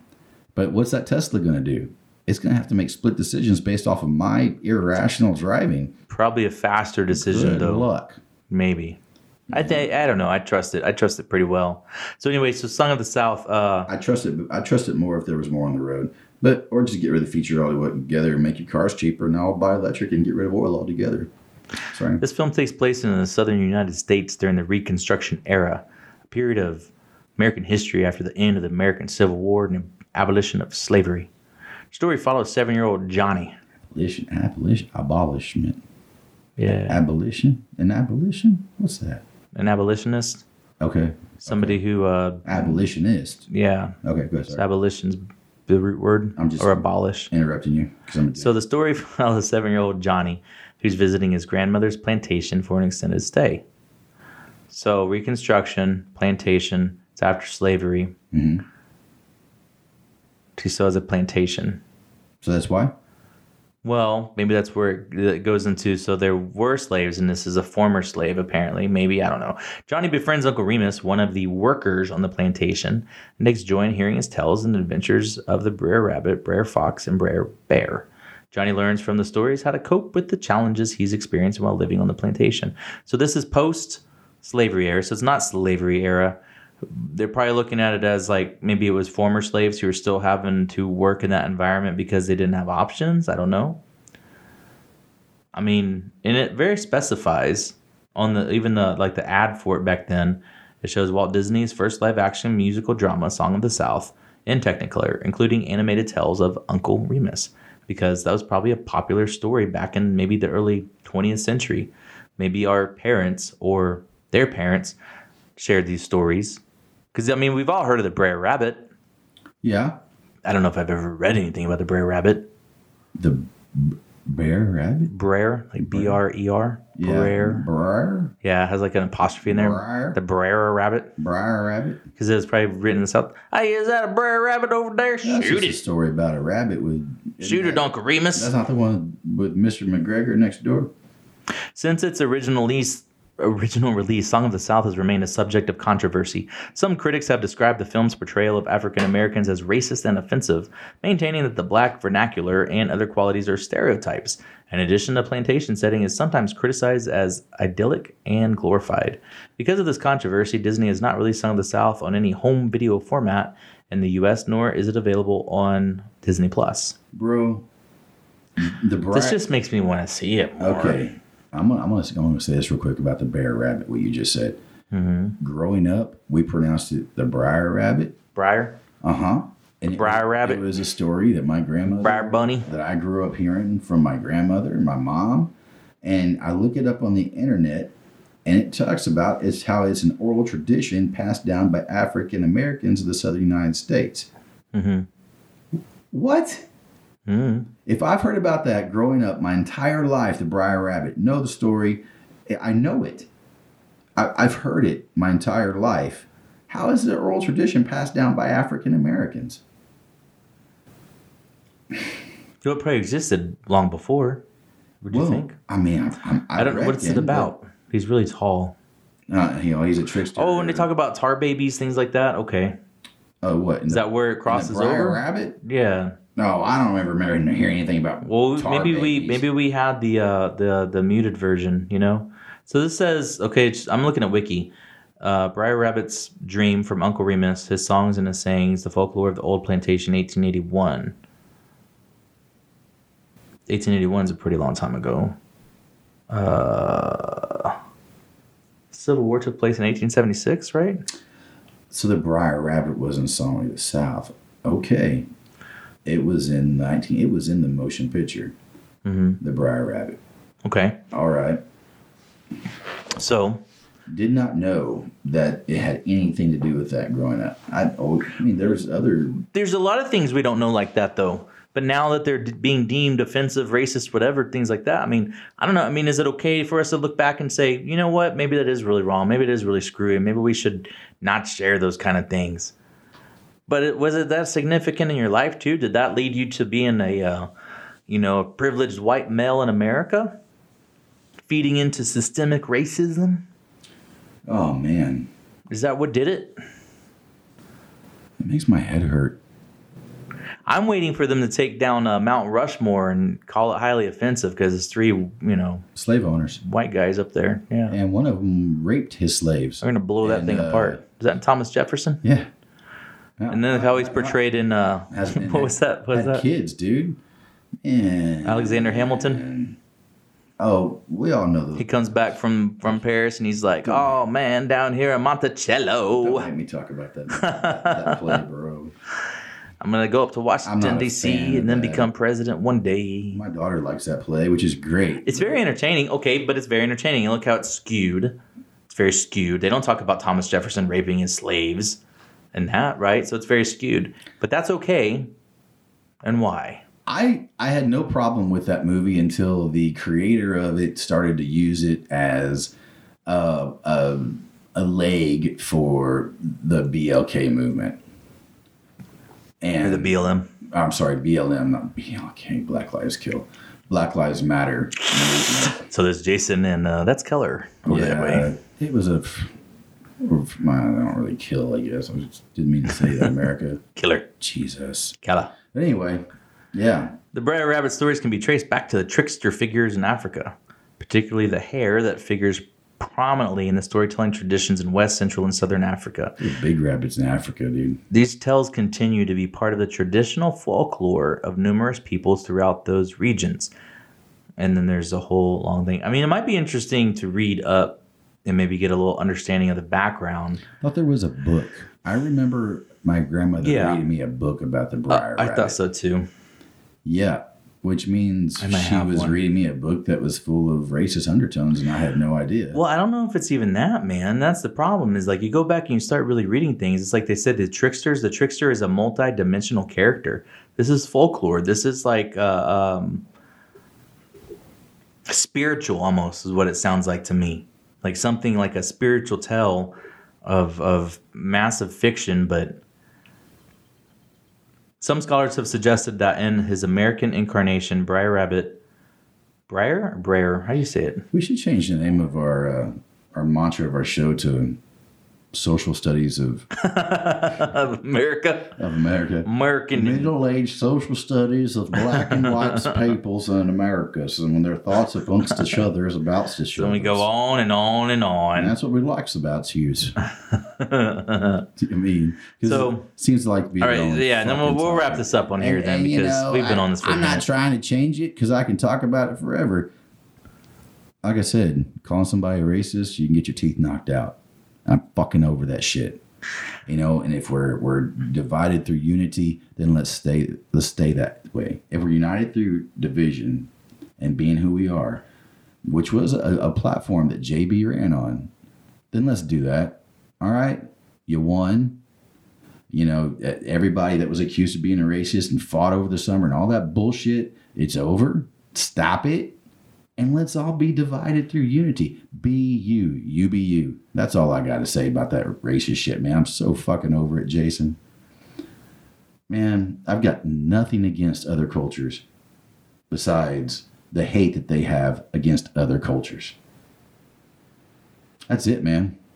S2: But what's that Tesla gonna do? It's gonna have to make split decisions based off of my irrational driving.
S1: Probably a faster decision,
S2: Good
S1: though.
S2: luck.
S1: Maybe. I, th- I don't know. I trust it. I trust it pretty well. So, anyway, so Song of the South, uh,
S2: I trust it. I trust it more if there was more on the road. But or just get rid of the feature altogether and make your cars cheaper, and I'll buy electric and get rid of oil altogether. Sorry.
S1: This film takes place in the southern United States during the Reconstruction era, a period of American history after the end of the American Civil War and the abolition of slavery. The story follows seven year old Johnny.
S2: Abolition, abolition, abolishment,
S1: Yeah.
S2: abolition, and abolition. What's that?
S1: An abolitionist,
S2: Okay,
S1: somebody who, uh,
S2: abolitionist.
S1: yeah,
S2: Okay, go ahead.
S1: so
S2: Sorry.
S1: abolition's the root word,
S2: I'm just-
S1: or abolish.
S2: Interrupting you because I'm a dick.
S1: So the story follows seven year old Johnny, who's visiting his grandmother's plantation for an extended stay. So, Reconstruction, plantation, it's after slavery.
S2: Mhm.
S1: She still has a plantation.
S2: so that's why.
S1: Well, maybe that's where it- it goes into. So there were slaves, and this is a former slave, apparently. Maybe, I don't know. Johnny befriends Uncle Remus, one of the workers on the plantation, and takes joy in hearing his tales and adventures of the Brer Rabbit, Brer Fox, and Brer Bear. Johnny learns from the stories how to cope with the challenges he's experienced while living on the plantation. So this is post slavery era. So it's not slavery era they're probably looking at it as like maybe it was former slaves who were still having to work in that environment because they didn't have options. I don't know. I mean, and it very specifies on the even the like the ad for it back then. It shows Walt Disney's first live action musical drama, Song of the South, in Technicolor, including animated tales of Uncle Remus, because that was probably a popular story back in maybe the early 20th century. Maybe our parents or their parents shared these stories. Because, I mean, we've all heard of the Brer Rabbit.
S2: Yeah,
S1: I don't know if I've ever read anything about the Brer Rabbit.
S2: the b- bear rabbit.
S1: Brer, like B R E R.
S2: Yeah,
S1: Brer.
S2: Brer.
S1: Yeah, it has like an apostrophe in there.
S2: Brer.
S1: The Brer Rabbit.
S2: Brer rabbit.
S1: Because it was probably written in the South. Hey, is that a Brer Rabbit over there?
S2: That's
S1: Shoot
S2: just a
S1: it.
S2: story about a rabbit with.
S1: Shoot it, Uncle
S2: That's
S1: Remus.
S2: not the one with Mr. McGregor next door.
S1: Since its original release, original release, Song of the South has remained a subject of controversy. Some critics have described the film's portrayal of African Americans as racist and offensive, maintaining that the black vernacular and other qualities are stereotypes. In addition, the plantation setting is sometimes criticized as idyllic and glorified. Because of this controversy, Disney has not released Song of the South on any home video format in the US, nor is it available on Disney Plus.
S2: Bro, the Brer.
S1: This just makes me want to see it more.
S2: Okay, I'm gonna, I'm gonna I'm gonna say this real quick about the bear rabbit. What you just said.
S1: Mm-hmm.
S2: Growing up, we pronounced it the briar rabbit.
S1: Briar,
S2: Uh huh. And it
S1: Briar
S2: was-
S1: rabbit?
S2: It was a story that my grandmother
S1: Briar Bunny.
S2: that I grew up hearing from my grandmother and my mom, and I look it up on the internet, and it talks about it's how it's an oral tradition passed down by African Americans of the Southern United States.
S1: Mhm.
S2: What?
S1: Mm.
S2: If I've heard about that growing up my entire life, the Briar Rabbit, know the story, I know it. I, I've heard it my entire life. How is the oral tradition passed down by African Americans?
S1: It probably existed long before. Would you
S2: Well,
S1: think?
S2: I mean, I'm, I'm,
S1: I don't know what's it
S2: reckon,
S1: about. He's really tall.
S2: but, uh, you know, he's a trickster.
S1: Oh, and they talk about tar babies, things like that. Okay,
S2: Oh, what?
S1: is that where it crosses over?
S2: Rabbit?
S1: Yeah.
S2: No, I don't ever remember hearing anything about.
S1: Well,
S2: tar
S1: maybe we
S2: babies.
S1: maybe we had the uh, the the muted version, you know. So this says, okay, it's- I'm looking at Wiki. Uh, Briar Rabbit's dream from Uncle Remus, his songs and his sayings, the folklore of the old plantation, 1881. 1881 is a pretty long time ago. Uh, Civil War took place in 1876, right?
S2: So the Briar Rabbit was in Song of the South. Okay, it was in nineteen. It was in the motion picture.
S1: hmm
S2: The Briar Rabbit.
S1: Okay,
S2: All right.
S1: so
S2: Did not know that it had anything to do with that growing up. I, oh, I mean, there was other.
S1: there's a lot of things we don't know like that though but now that they're d- being deemed offensive racist whatever things like that i mean i don't know i mean is it okay for us to look back and say you know what maybe that is really wrong maybe it is really screwy maybe we should not share those kind of things but it, was it that significant in your life too did that lead you to being a uh, you know a privileged white male in america feeding into systemic racism
S2: Oh man,
S1: is that what did it
S2: it makes my head hurt.
S1: I'm waiting for them to take down uh, Mount Rushmore and call it highly offensive because it's three, you know,
S2: Slave owners,
S1: white guys up there. Yeah,
S2: and one of them raped his slaves.
S1: they're gonna blow that
S2: And,
S1: thing
S2: uh,
S1: apart. Is that Thomas Jefferson?
S2: Yeah.
S1: And then how he's portrayed in uh,
S2: Has- and
S1: what was that? What was
S2: had
S1: that?
S2: kids, dude. And
S1: Alexander Hamilton.
S2: Oh, we all know
S1: He
S2: those.
S1: comes back from from Paris and he's like, "Oh man, down here in
S2: Don't
S1: Monticello,
S2: make me talk about that. that play, bro.
S1: I'm gonna go up to Washington
S2: a fan
S1: D.C.
S2: of
S1: and then
S2: that.
S1: become president one day."
S2: My daughter likes that play, which is great.
S1: It's very entertaining, okay, but it's very entertaining. Look how it's skewed. It's very skewed. They don't talk about Thomas Jefferson raping his slaves and that, right? So it's very skewed. But that's okay. And why?
S2: I I had no problem with that movie until the creator of it started to use it as uh, a a leg for the BLK movement.
S1: Or
S2: And
S1: the BLM.
S2: I'm sorry, BLM, not BLK, Black Lives Kill, Black Lives Matter.
S1: So there's Jason and uh, that's Keller over that way.
S2: It was a. My, I don't really kill, I guess. I just didn't mean to say that, America.
S1: Killer.
S2: Jesus.
S1: Keller.
S2: But anyway, yeah.
S1: The Briar Rabbit stories can be traced back to the trickster figures in Africa, particularly the hare that figures prominently in the storytelling traditions in West, Central, and Southern Africa.
S2: there's Big rabbits in Africa, dude.
S1: These tales continue to be part of the traditional folklore of numerous peoples throughout those regions. And then there's a whole long thing. I mean, it might be interesting to read up and maybe get a little understanding of the background.
S2: thought there was a book. I remember my grandmother
S1: Yeah. Uh,
S2: reading me a book about the Briar
S1: I
S2: Rabbit.
S1: thought so too.
S2: Yeah, which means
S1: I might
S2: she
S1: have
S2: was
S1: one.
S2: reading me a book that was full of racist undertones, and I had no idea.
S1: Well, I don't know if it's even that, man. That's the problem. Is like you go back and you start really reading things. It's like they said the tricksters. The trickster is a multi-dimensional character. This is folklore. This is like uh, um, spiritual, almost is what it sounds like to me. Like something like a spiritual tale of of massive fiction, but some scholars have suggested that in his American incarnation, Briar Rabbit, Briar, Briar, how do you say it?
S2: we should change the name of our uh, our mantra of our show to "Social Studies of,
S1: of America,
S2: of America."
S1: American.
S2: Middle aged social studies of black and white peoples in America, and when their thoughts amongst each other is about each other.
S1: Then we go on and on and
S2: And
S1: on.
S2: that's what we likes about you. I mean, 'cause
S1: So-
S2: it seems like be
S1: All
S2: the
S1: right,
S2: only
S1: yeah, and then we'll,
S2: fucking
S1: we'll wrap
S2: topic.
S1: this up on here
S2: And-
S1: then
S2: and, you
S1: because
S2: know,
S1: we've been
S2: I-
S1: on this for a
S2: I'm not
S1: minute.
S2: trying to change it because I can talk about it forever. Like I said, calling somebody a racist, you can get your teeth knocked out. I'm fucking over that shit. You know, and if we're we're divided through unity, then let's stay let's stay that way. If we're united through division and being who we are, which was a, a platform that JB ran on, then let's do that. All right, you won you know, e, everybody that was accused of being a racist and fought over the summer and all that bullshit, it's over. Stop it. and let's all be divided through unity. Be you, you be you. That's all I got to say about that racist shit, man. I'm so fucking over it, Jason. Man, I've got nothing against other cultures besides the hate that they have against other cultures. That's it, man.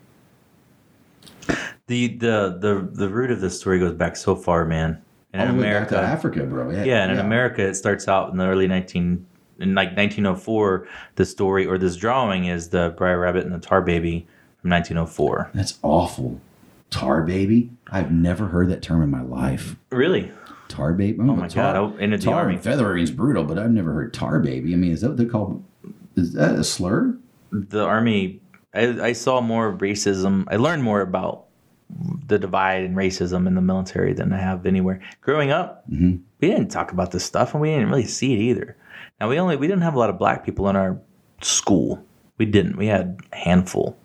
S1: The the the the root of this story goes back so far, man. And in
S2: All the way back
S1: America,
S2: to Africa, bro.
S1: yeah, and in America, it starts out in the early 19 in like 1904. The story or this drawing is the Briar Rabbit and the Tar Baby from 1904.
S2: That's awful. Tar baby? I've never heard that term in my life.
S1: Really?
S2: Tar baby?
S1: Oh my
S2: tar,
S1: God! I, into the
S2: Tar
S1: army.
S2: and feathering's brutal, but I've never heard tar baby. I mean, is that what they call? Is that a slur?
S1: the army I, I saw more of racism i learned more about the divide and racism in the military than i have anywhere growing up we didn't talk about this stuff and we didn't really see it either now we only we didn't have a lot of black people in our school we didn't we had a handful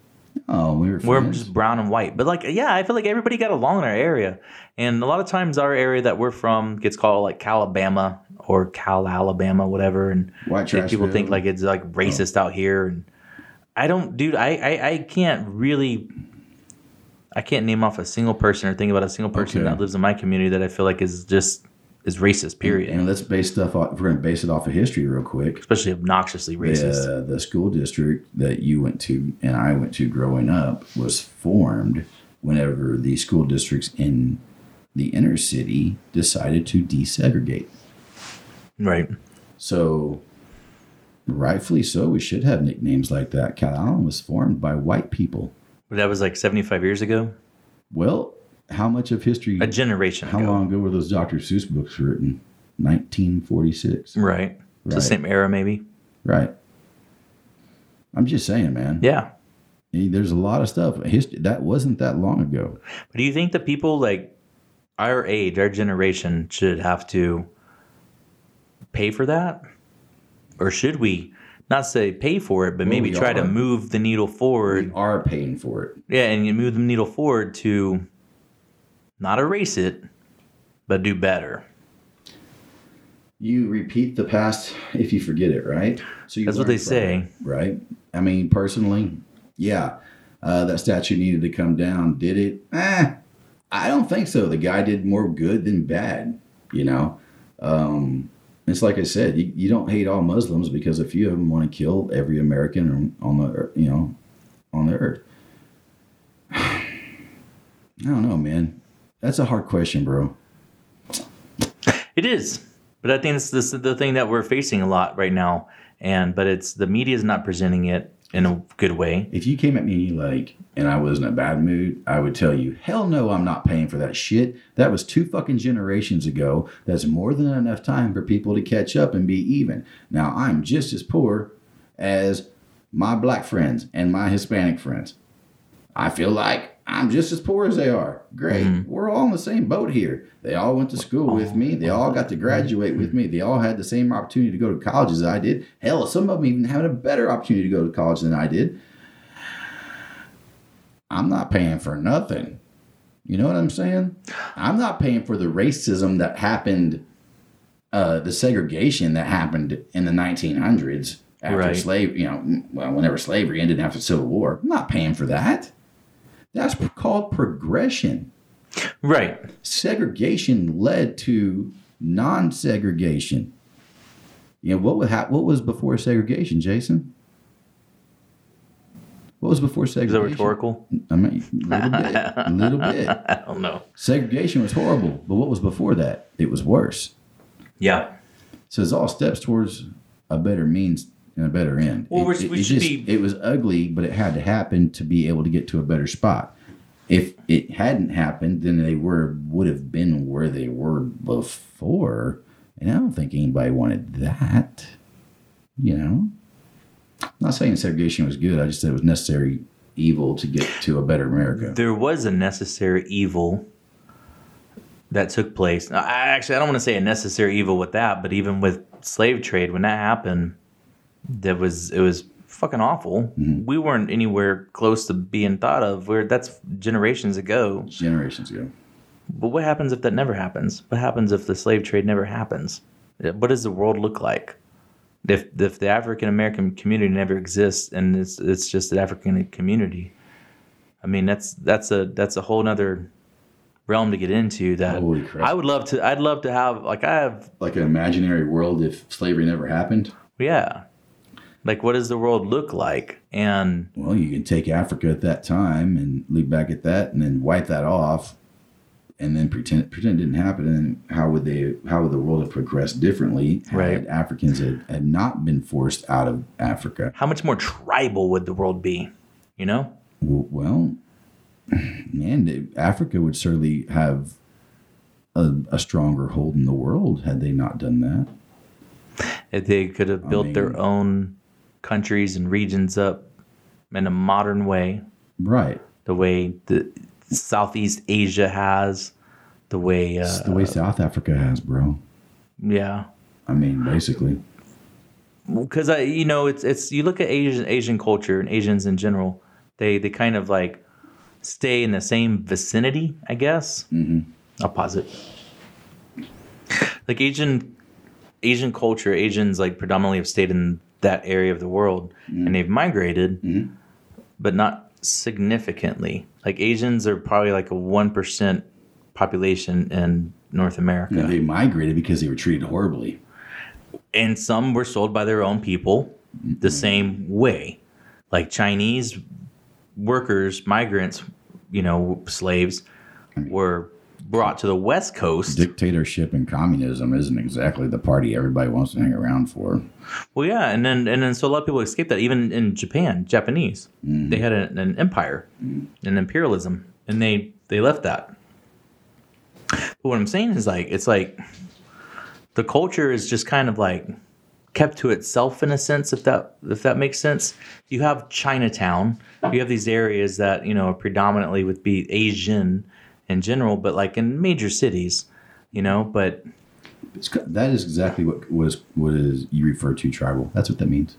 S2: Oh, we were.
S1: we're
S2: friends.
S1: just brown and white but like yeah i feel like everybody got along in our area and a lot of times our area that we're from gets called like calabama or cal alabama whatever and
S2: White
S1: and
S2: trash Oh.
S1: people think
S2: food.
S1: like it's like racist out here and i don't dude I, I i can't really i can't name off a single person or think about a single person
S2: Okay. Mm-hmm.
S1: that lives in my community that i feel like is just is racist period
S2: And let's base stuff off. If we're gonna base it off of history, real quick.
S1: especially obnoxiously racist
S2: The, the school district that you went to and I went to growing up was formed whenever the school districts in the inner city decided to desegregate.
S1: right
S2: So, rightfully so, we should have nicknames like that. Cal Allen was formed by white people.
S1: but that was like 75 years ago
S2: Well, how much of history?
S1: a generation
S2: how
S1: ago
S2: long ago were those Dr. Seuss books written? 1946.
S1: right it's the
S2: Right.
S1: same era maybe
S2: Right. I'm just saying, man.
S1: yeah
S2: Yeah, There's a lot of stuff. History that wasn't that long ago.
S1: but do you think that people like our age our generation should have to pay for that or should we not say pay for it but
S2: Well,
S1: maybe
S2: we
S1: try to
S2: are.
S1: move the Mm-hmm. needle
S2: We
S1: forward
S2: are paying for it.
S1: yeah and you move the needle forward to not erase it but do better
S2: You repeat the past if you forget it, right? So you
S1: that's what
S2: learn
S1: they
S2: from it.
S1: say
S2: right? I mean, personally, yeah, uh, that statue needed to come down. Did it? Eh, I don't think so. The guy did more good than bad, you know? Um, it's like I said, you, you don't hate all Muslims because a few of them want to kill every American on the, ear- you know, on the earth. I don't know, man. That's a hard question, bro.
S1: It is, but I think it's this the thing that we're facing a lot right now, and but it's the media is not presenting it in a good way.
S2: If you came at me like, and I was in a bad mood, I would tell you, hell no, I'm not paying for that shit. That was two fucking generations ago. That's more than enough time for people to catch up and be even. Now, I'm just as poor as my black friends and my Hispanic friends. I feel like I'm just as poor as they are. Great. We're all in the same boat here. They all went to school with me. They all got to graduate with me. They all had the same opportunity to go to college as I did. Hell, some of them even had a better opportunity to go to college than I did. I'm not paying for nothing. You know what I'm saying? I'm not paying for the racism that happened, uh, the segregation that happened in the 1900s after
S1: Right.
S2: slavery, you know, well, whenever slavery ended after the Civil War. I'm not paying for that. That's p- called progression.
S1: Right.
S2: Segregation led to non segregation. You know, what, would hap what was before segregation, Jason? What was before
S1: Is that
S2: segregation?
S1: rhetorical?
S2: I mean, little bit, little bit.
S1: I don't know.
S2: Segregation was horrible, but what was before that? It was worse.
S1: Yeah.
S2: So it's all steps towards a better means and a better end.
S1: Well,
S2: it,
S1: we're-
S2: it-
S1: we
S2: it
S1: should
S2: just-
S1: be-
S2: It was ugly, but it had to happen to be able to get to a better spot. If it hadn't happened, then they were would have been where they were before, and I don't think anybody wanted that. You know, I'm not saying segregation was good. I just said it was necessary evil to get to a better America.
S1: There was a necessary evil that took place. I I actually I don't want to say a necessary evil with that, but even with slave trade when that happened, that was it was fucking awful. We weren't anywhere close to being thought of. Where that's generations ago.
S2: Generations ago.
S1: But what happens if that never happens? What happens if the slave trade never happens? What does the world look like? if if the African American community never exists and it's it's just the African community, I mean that's that's a that's a whole nother realm to get into that
S2: Holy crap.
S1: I would love to I'd love to have like I have
S2: Like an imaginary world if slavery never happened.
S1: yeah. Like what does the world look like? And
S2: Well, you can take Africa at that time and look back at that, and then wipe that off, and then pretend pretend it didn't happen. And how would they? How would the world have progressed differently? had
S1: Right.
S2: Africans had, had not been forced out of Africa.
S1: how much more tribal would the world be? You know?
S2: W- Well, man, it- Africa would certainly have a, a stronger hold in the world had they not done that.
S1: If they could have built their
S2: mean-
S1: own countries and regions up in a modern way.
S2: Right.
S1: the way the Southeast Asia has, the way uh,
S2: It's the way South Africa has, bro.
S1: yeah,
S2: I mean, basically.
S1: because I you know it's it's you look at Asian Asian culture and Asians in general, they they kind of like stay in the same vicinity, I guess. Mm-hmm. I'll pause it. Like Asian Asian culture, Asians like predominantly have stayed in that area of the world, and they've migrated, but not significantly. Like Asians are probably like a one percent population in North America,
S2: And They migrated because they were treated horribly.
S1: and some were sold by their own people the same way like chinese workers migrants you know slaves were brought to the west coast
S2: Dictatorship and communism isn't exactly the party everybody wants to hang around for.
S1: well yeah and then and then so a lot of people escaped that even in japan japanese
S2: Mm. Mm-hmm.
S1: they had an, an empire an imperialism and they they left that but what i'm saying is like it's like the culture is just kind of like kept to itself in a sense if that if that makes sense you have chinatown you have these areas that you know predominantly would be asian in general but like in major cities you know but
S2: It's, co- that is exactly what was what is you refer to tribal. That's what that means.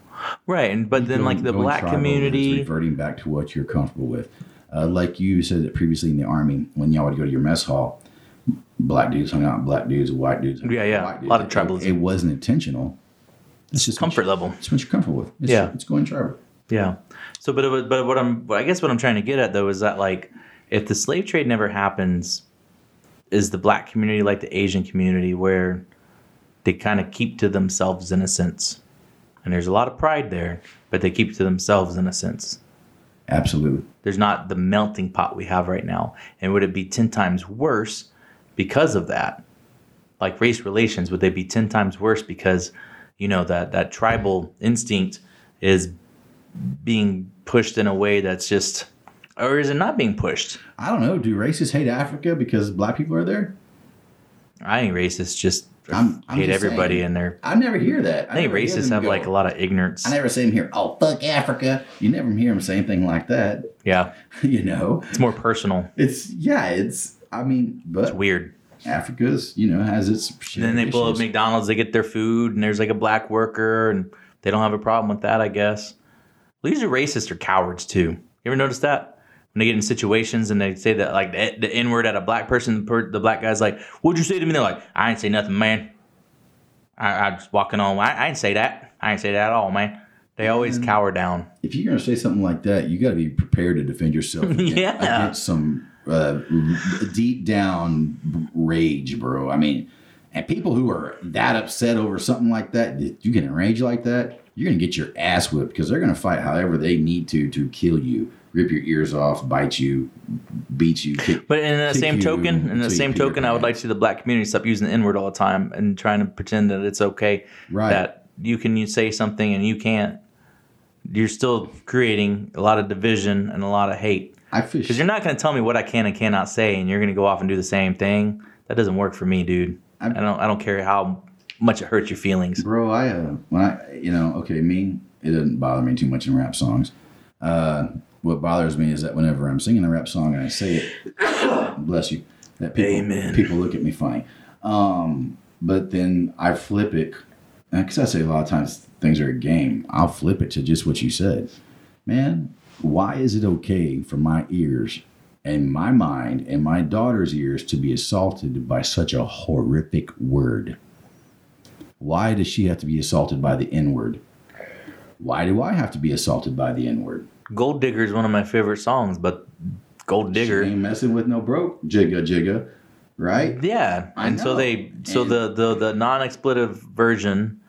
S1: right and but then like the
S2: Going
S1: black
S2: tribal is
S1: community
S2: reverting back to what you're comfortable with. Uh, like you said previously in the army, when y'all would go to your mess hall, black dudes hung out, with black dudes, white dudes, hung out
S1: Yeah,
S2: with
S1: yeah.
S2: white
S1: A lot
S2: dudes.
S1: of
S2: It-
S1: tribalism.
S2: It, wasn't intentional. It's just
S1: comfort
S2: what you-
S1: level
S2: It's what you're comfortable with. It's,
S1: Yeah.
S2: it's going tribal.
S1: Yeah. So, but it was- but what I'm but I guess what I'm trying to get at though is that like if the slave trade never happens, is the black community like the Asian community where they kind of keep to themselves in a sense, and there's a lot of pride there, but they keep to themselves in a sense.
S2: Absolutely.
S1: There's not the melting pot we have right now, and would it be ten times worse because of that? Like race relations, would they be ten times worse because you know that that tribal instinct is being pushed in a way that's just or is it not being pushed
S2: I don't know. Do racists hate Africa because black people are there?
S1: i ain't racist just
S2: I'm- I'm
S1: hate
S2: just
S1: everybody
S2: saying.
S1: in there
S2: I never hear that.
S1: i think
S2: never hear
S1: racists
S2: them
S1: have
S2: go,
S1: like a lot of ignorance
S2: I never see them here. Oh, fuck Africa. You never hear them say anything like that.
S1: yeah
S2: you know,
S1: it's more personal
S2: it's yeah, it's. I mean,
S1: it's
S2: but
S1: weird
S2: Africa's you know has its.
S1: and then they
S2: shared
S1: blow up
S2: issues.
S1: mcdonald's they get their food and there's like a black worker and they don't have a problem with that i guess well, usually racists are cowards too you ever notice that when they get in situations and they say that like the, the n-word at a black person the per- the black guy's like what'd you say to me they're like i ain't say nothing man i, I just walking on I, I ain't say that i ain't say that at all man they always
S2: Mm-hmm.
S1: cower down
S2: If you're gonna say something like that, you got to be prepared to defend yourself. Against,
S1: Yeah.
S2: against some uh, r- deep down b- rage, bro. I mean, and people who are that upset over something like that, that you get enraged like that, you're gonna get your ass whipped because they're gonna fight however they need to to kill you, rip your ears off, bite you, beat you, kick
S1: But in that
S2: Kick
S1: same
S2: you
S1: token, in
S2: until
S1: the
S2: you
S1: same
S2: pee your
S1: token, I would like to
S2: pants.
S1: see the black community stop using the N word all the time and trying to pretend that it's okay.
S2: Right.
S1: That you can you say something and you can't. You're still creating a lot of division and a lot of hate
S2: I fish.
S1: because you're not going to tell me what I can and cannot say, and you're going to go off and do the same thing. That doesn't work for me, dude. I,
S2: I'm-
S1: don't. I don't care how much it hurts your feelings.
S2: Bro, I uh, when I you know, okay, me, it doesn't bother me too much in rap songs. Uh, what bothers me is that whenever I'm singing a rap song and I say it, bless you, that people
S1: Amen.
S2: people look at me funny. Um, but then I flip it because I say a lot of times things are a game. I'll flip it to just what you said, man. Why is it okay for my ears and my mind and my daughter's ears to be assaulted by such a horrific word? Why does she have to be assaulted by the N word? Why do I have to be assaulted by the N word?
S1: Gold Digger is one of my favorite songs, but Gold Digger.
S2: She ain't messing with no broke jigga jigga, right?
S1: Yeah,
S2: I
S1: and so
S2: know.
S1: they so
S2: And-
S1: the the the non-expletive version,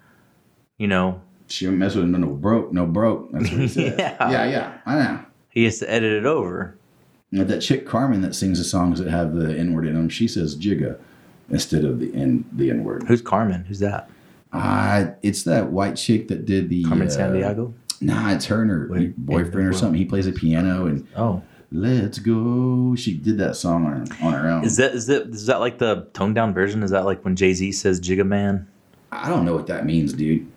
S1: you know,
S2: She ain't messing with no broke, no broke. That's what he said.
S1: Yeah.
S2: yeah, yeah. I know.
S1: he has to edit it over.
S2: Now, that chick Carmen that sings the songs that have the N word in them, she says jigga instead of the N the N word.
S1: Who's Carmen? Who's that?
S2: Uh, it's that white chick that did the
S1: Carmen
S2: uh,
S1: Sandiego.
S2: Nah, it's her and her
S1: Wait,
S2: boyfriend or
S1: well.
S2: something. He plays the piano and
S1: Oh,
S2: let's go. She did that song on, on her own.
S1: is that is that is that like the toned down version? Is that like when Jay Z says "Jigga Man"?
S2: I don't know what that means, dude.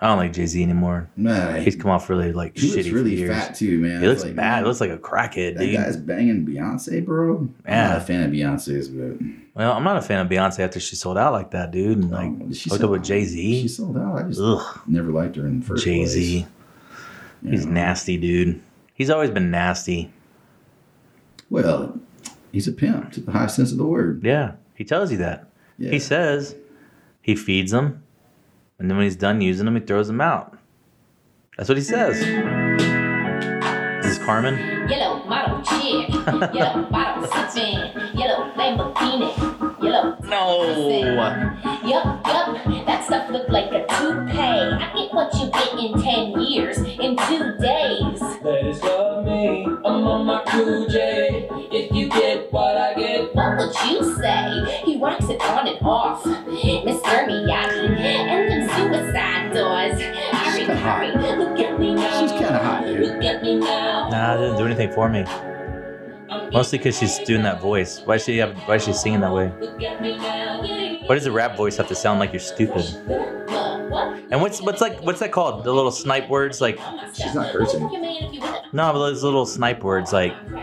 S1: I don't like Jay Z anymore.
S2: Nah,
S1: He's come off really like
S2: he looks
S1: shitty for
S2: really
S1: years.
S2: fat too, man.
S1: He
S2: It's
S1: looks
S2: like,
S1: bad.
S2: man,
S1: He looks like a crackhead,
S2: that
S1: dude.
S2: guy's banging Beyonce, bro. I'm
S1: Yeah.
S2: not a fan of Beyonce's, but um,
S1: well, I'm not a fan of Beyonce after she sold out like that, dude. And like
S2: um, she
S1: hooked up
S2: sold
S1: with
S2: out.
S1: Jay
S2: She
S1: Z.
S2: sold out. I just
S1: Ugh,
S2: never liked her in the first
S1: Jay
S2: place.
S1: Z.
S2: you
S1: He's
S2: know.
S1: nasty, dude. He's always been nasty.
S2: Well, he's a pimp to the highest sense of the word.
S1: Yeah, he tells you that.
S2: Yeah.
S1: He says he feeds them, and then when he's done using them, he throws them out. That's what he says. This is Carmen.
S5: Yellow model chick, yellow bottle sipping, yellow Lamborghini, yellow.
S1: No.
S5: Yup, yup, that stuff look like a toupee. I get what you get in 10 years, in two days.
S10: Ladies love me, I'm on my cool J. If you get what I get,
S5: What would you say? He rocks it on and off. Mr. Miyagi, and them suicide doors. Hurry,
S2: kinda hot.
S5: hurry, look at me now.
S2: She's kind of hot, dude.
S5: Look at me now.
S1: Nah, it didn't do anything for me. Mostly because she's doing that voice. Why she have? Why is she singing that way?
S5: Look at me now.
S1: Why does a rap voice have to sound like you're stupid? And what's what's like what's that called? The little snipe words like
S2: She's not cursing.
S1: no, but those little snipe words like
S5: Oops, I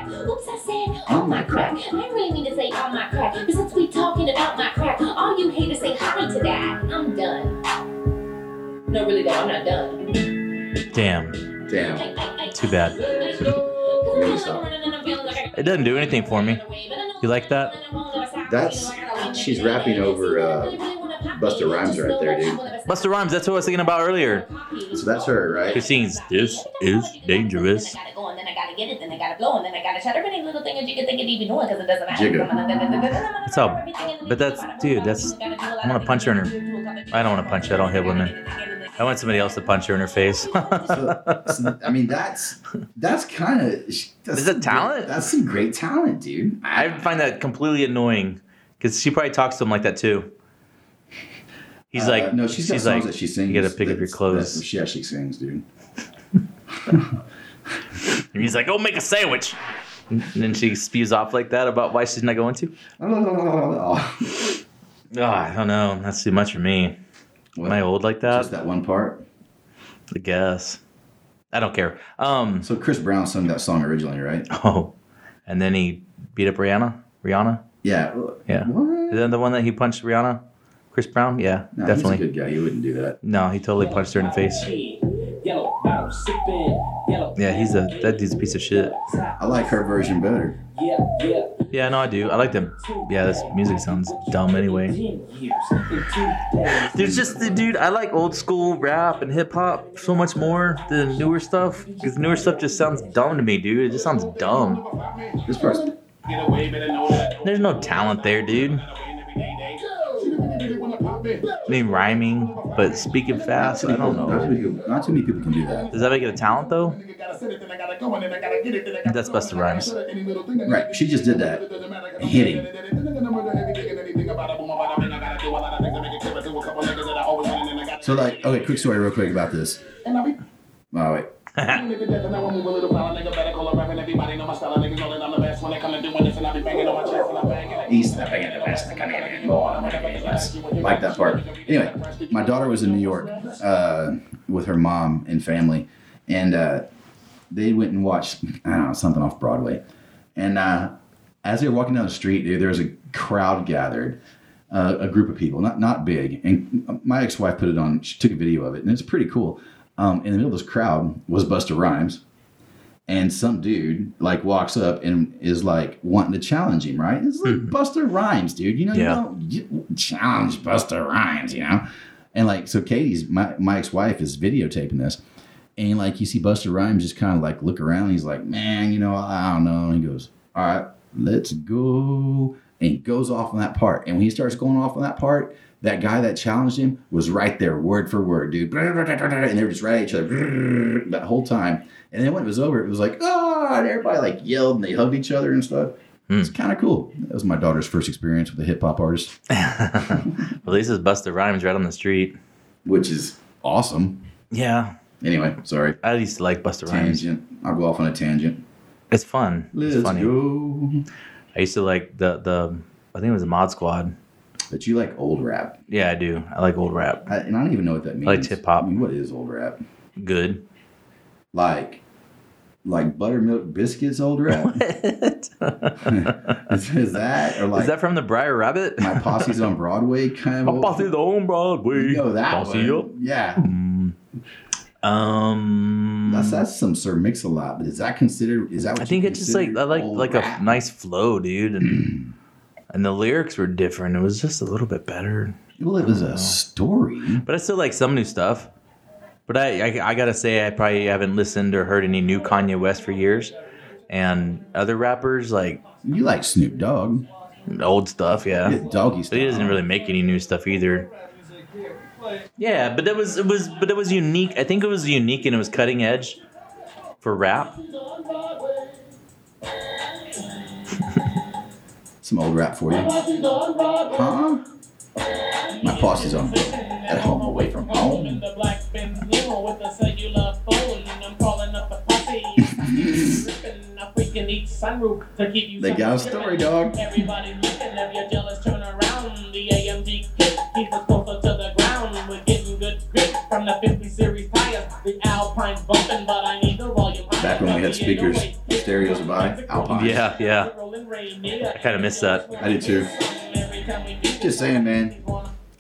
S5: said, oh my crack. I didn't really mean to say, oh my crack. But since we talking about my crack, all you haters say hi to that. I'm done. No, really, though, I'm not done.
S1: damn.
S2: Damn.
S1: Too bad. It doesn't do anything for me. You like that?
S2: That's- she's rapping over, uh, Busta Rhymes right there, dude.
S1: Buster Rhymes. That's what I was thinking about earlier.
S2: So that's
S1: Who
S2: her, right?
S1: sings "This Is Dangerous"?
S5: Then I gotta go, and then I gotta get it, then I gotta blow, and then I gotta shut every little thing that you can think of even doing, because it doesn't matter.
S1: Jigga. That's all- but that's- dude, that's- I wanna punch her in her- I don't wanna punch her, I don't hit women. I want somebody else to punch her in her face.
S2: So, so, I mean, that's that's kind of that's
S1: Is it
S2: some
S1: talent?
S2: great- that's some great talent, dude. I,
S1: I find that completely annoying because she probably talks to him like that too. He's
S2: uh,
S1: like,
S2: no, she's got
S1: she's
S2: songs
S1: like,
S2: that she sings.
S1: You gotta pick up your
S2: that's-
S1: clothes.
S2: That, yeah, she sings, dude.
S1: and he's like, "Go make a sandwich." And then she spews off like that about why she's not going to.
S2: Oh,
S1: Oh, I don't know. That's too much for me. Am I old like that?
S2: Just that one part.
S1: I guess. I don't care. Um.
S2: So Chris Brown sung that song originally, right?
S1: Oh, and then he beat up Rihanna. Rihanna.
S2: Yeah.
S1: Yeah.
S2: What?
S1: Is that the one that he punched Rihanna? Chris Brown? Yeah,
S2: No,
S1: definitely.
S2: He's a good guy. He wouldn't do that.
S1: no, he totally punched her in the face.
S10: yellow bottle sipping, yellow.
S1: Yeah, he's a that dude's a piece of shit.
S2: I like her version better.
S10: Yeah, yeah.
S1: Yeah, no, I do. I like them. Yeah, this music sounds dumb anyway.
S10: Ten years in two days.
S1: There's just dude, I like old school rap and hip hop so much more than newer stuff because newer stuff just sounds dumb to me, dude. It just sounds dumb.
S2: This part's
S1: There's no talent there, dude. I mean, rhyming, but speaking fast, I don't
S2: Not
S1: know.
S2: too many people, not too many people can do that.
S1: Does that make it a talent though? That's Busta Rhymes.
S2: Right. She just did that. Hit him. So like, okay, quick story, real quick about this. Oh wait. He's the bang the best. Like that part. Anyway, my daughter was in New York uh, with her mom and family, and uh, they went and watched I don't know something off Broadway, and uh, as they were walking down the street, dude, there was a crowd gathered, uh, a group of people, not not big. And my ex-wife put it on. She took a video of it, and it's pretty cool. Um, in the middle of this crowd was Buster Rhymes, and some dude like walks up and is like wanting to challenge him. Right? It's like Buster Rhymes, dude. You know,
S1: Yeah.
S2: you don't you challenge Buster Rhymes. You know. And like, so Katie's my, my ex wife is videotaping this, and like you see Buster Rhymes just kind of like look around. he's like, man, you know, I don't know. And he goes, all right, let's go, and he goes off on that part. And when he starts going off on that part. That guy that challenged him was right there, word for word, dude. And they were just right at each other that whole time. And then when it was over, it was like, ah, and everybody like yelled and they hugged each other and stuff.
S1: Hmm.
S2: It's kind of cool. That was my daughter's first experience with a hip hop artist,
S1: Well, this is Busta Rhymes right on the street.
S2: which is awesome.
S1: Yeah,
S2: Anyway, sorry.
S1: I used to like Busta Rhymes.
S2: Tangent. I'll go off on a tangent.
S1: It's fun.
S2: Let's
S1: it's funny.
S2: go.
S1: I used to like the the I think it was the Mod Squad.
S2: But you like old rap,
S1: Yeah, I do. I like old rap.
S2: I, and I don't even know what that means.
S1: like hip-hop.
S2: I mean, what is old rap?
S1: Good.
S2: Like, like buttermilk biscuits, old rap. is, is that or like
S1: is that from the Briar Rabbit?
S2: my posse's on Broadway kind of?
S1: My posse's on Broadway.
S2: You know that
S1: Posse
S2: one. Yeah,
S1: up. Um,
S2: that's that's some Sir Mix a Lot. But is that considered? Is that what
S1: I
S2: you
S1: think it's just like
S2: consider
S1: I like
S2: old
S1: like
S2: rap?
S1: a nice flow, dude, and and the lyrics were different. It was just a little bit better,
S2: Well, it
S1: Oh.
S2: was a story.
S1: but I still like some new stuff. But I, I I gotta say I probably haven't listened or heard any new Kanye West for years, and other rappers like
S2: You like Snoop Dogg?
S1: old stuff, yeah.
S2: Yeah, doggy
S1: But
S2: style.
S1: he doesn't really make any new stuff either. Yeah, but that was it was but it was unique. I think it was unique and it was cutting edge for rap.
S2: Some old rap for you. Huh? My posse's on at home, away from home. They got a story, dog.
S10: Everybody looking if you're jealous, turn around. The AMG kick, keep us closer to the ground. We're getting good grip from the 50 series tires. The Alpine's bumping, but I need the volume. higher.
S2: Back when we had speakers, stereos were by Alpine.
S1: Yeah, yeah. I kind of miss that.
S2: I did too. Just saying, man.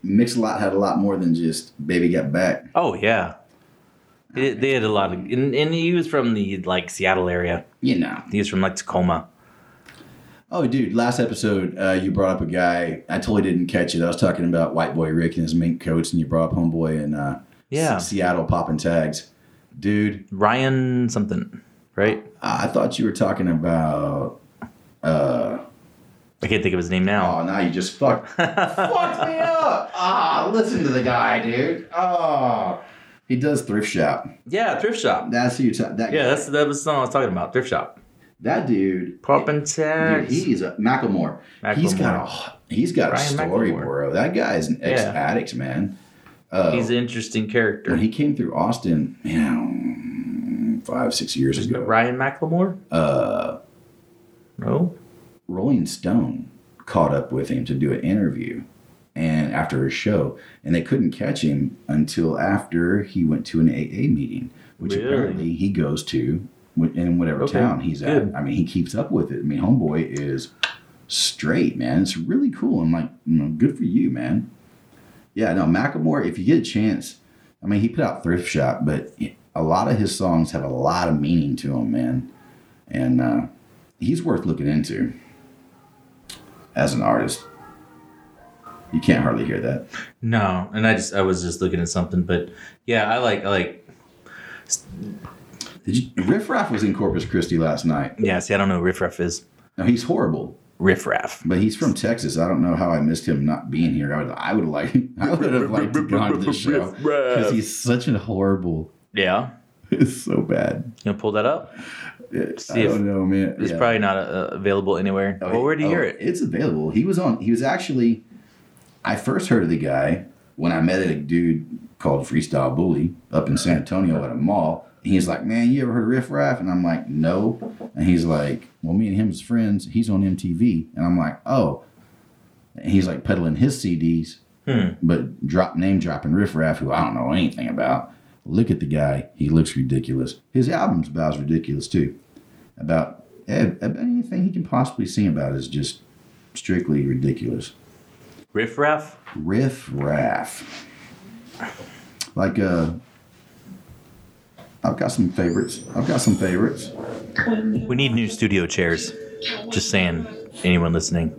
S2: Mix a lot had a lot more than just "Baby Got Back."
S1: Oh yeah, they, they had a lot of, and, and he was from the like Seattle area.
S2: You know.
S1: He was from like Tacoma.
S2: Oh, dude! Last episode, uh, you brought up a guy. I totally didn't catch it. I was talking about White Boy Rick and his mink coats, and you brought up Homeboy and uh,
S1: Yeah.
S2: S- Seattle popping tags. Dude,
S1: Ryan something, right?
S2: I I thought you were talking about. Uh,
S1: I can't think of his name now.
S2: Oh, now you just fucked, fucked me up. Ah, listen to the guy, dude. Oh, he does thrift shop.
S1: Yeah, thrift shop.
S2: That's who you ta- that
S1: Yeah, that's that was the song I was talking about. Thrift shop.
S2: that dude.
S1: Pop and
S2: Dude,
S1: tags.
S2: he's a Macklemore. He's got a he's got
S1: Ryan
S2: a story,
S1: Macklemore.
S2: bro. That guy is an ex addict, man. Uh,
S1: He's an interesting character.
S2: when he came through Austin, man, five six years
S1: Isn't it
S2: ago,
S1: Ryan McLemore?
S2: uh,
S1: No.
S2: Rolling Stone caught up with him to do an interview and after his show and they couldn't catch him until after he went to an AA meeting which
S1: Really?
S2: apparently he goes to wh- in whatever
S1: Okay,
S2: town he's at
S1: good.
S2: I mean he keeps up with it I mean homeboy is straight man it's really cool and like you know, good for you man yeah no Macklemore if you get a chance I mean he put out Thrift Shop but a lot of his songs have a lot of meaning to him man and uh, he's worth looking into as an artist. You can't hardly hear that.
S1: No, and I just I was just looking at something, but yeah, I like I like
S2: Did you, Riff Raff was in Corpus Christi last night.
S1: yeah. See, I don't know who Riff Raff is.
S2: Now he's horrible,
S1: Riff Raff.
S2: but he's from Texas. I don't know how I missed him not being here. I would, I would like, I would have liked to gone to this show because he's such a horrible.
S1: Yeah,
S2: It's so bad.
S1: you gonna pull that up?
S2: I
S1: See if-
S2: don't know, man.
S1: It's
S2: Yeah.
S1: probably not uh, available anywhere.
S2: Oh,
S1: well, where do you
S2: oh,
S1: hear it?
S2: It's available. He was on. He was actually. I first heard of the guy when I met a dude called Freestyle Bully up in San Antonio at a mall. He's like, "Man, you ever heard of Riff Raff?" And I'm like, "No." And he's like, "Well, me and him as friends. He's on MTV." And I'm like, "Oh." And he's like peddling his CDs,
S1: Hmm.
S2: but drop name dropping Riff Raff, who I don't know anything about. Look at the guy; he looks ridiculous. His album's about as ridiculous too. About eh, about anything he can possibly sing about is just strictly ridiculous.
S1: Riff Raff.
S2: Riff Raff, like uh, I've got some favorites. I've got some favorites.
S1: We need new studio chairs. Just saying, anyone listening.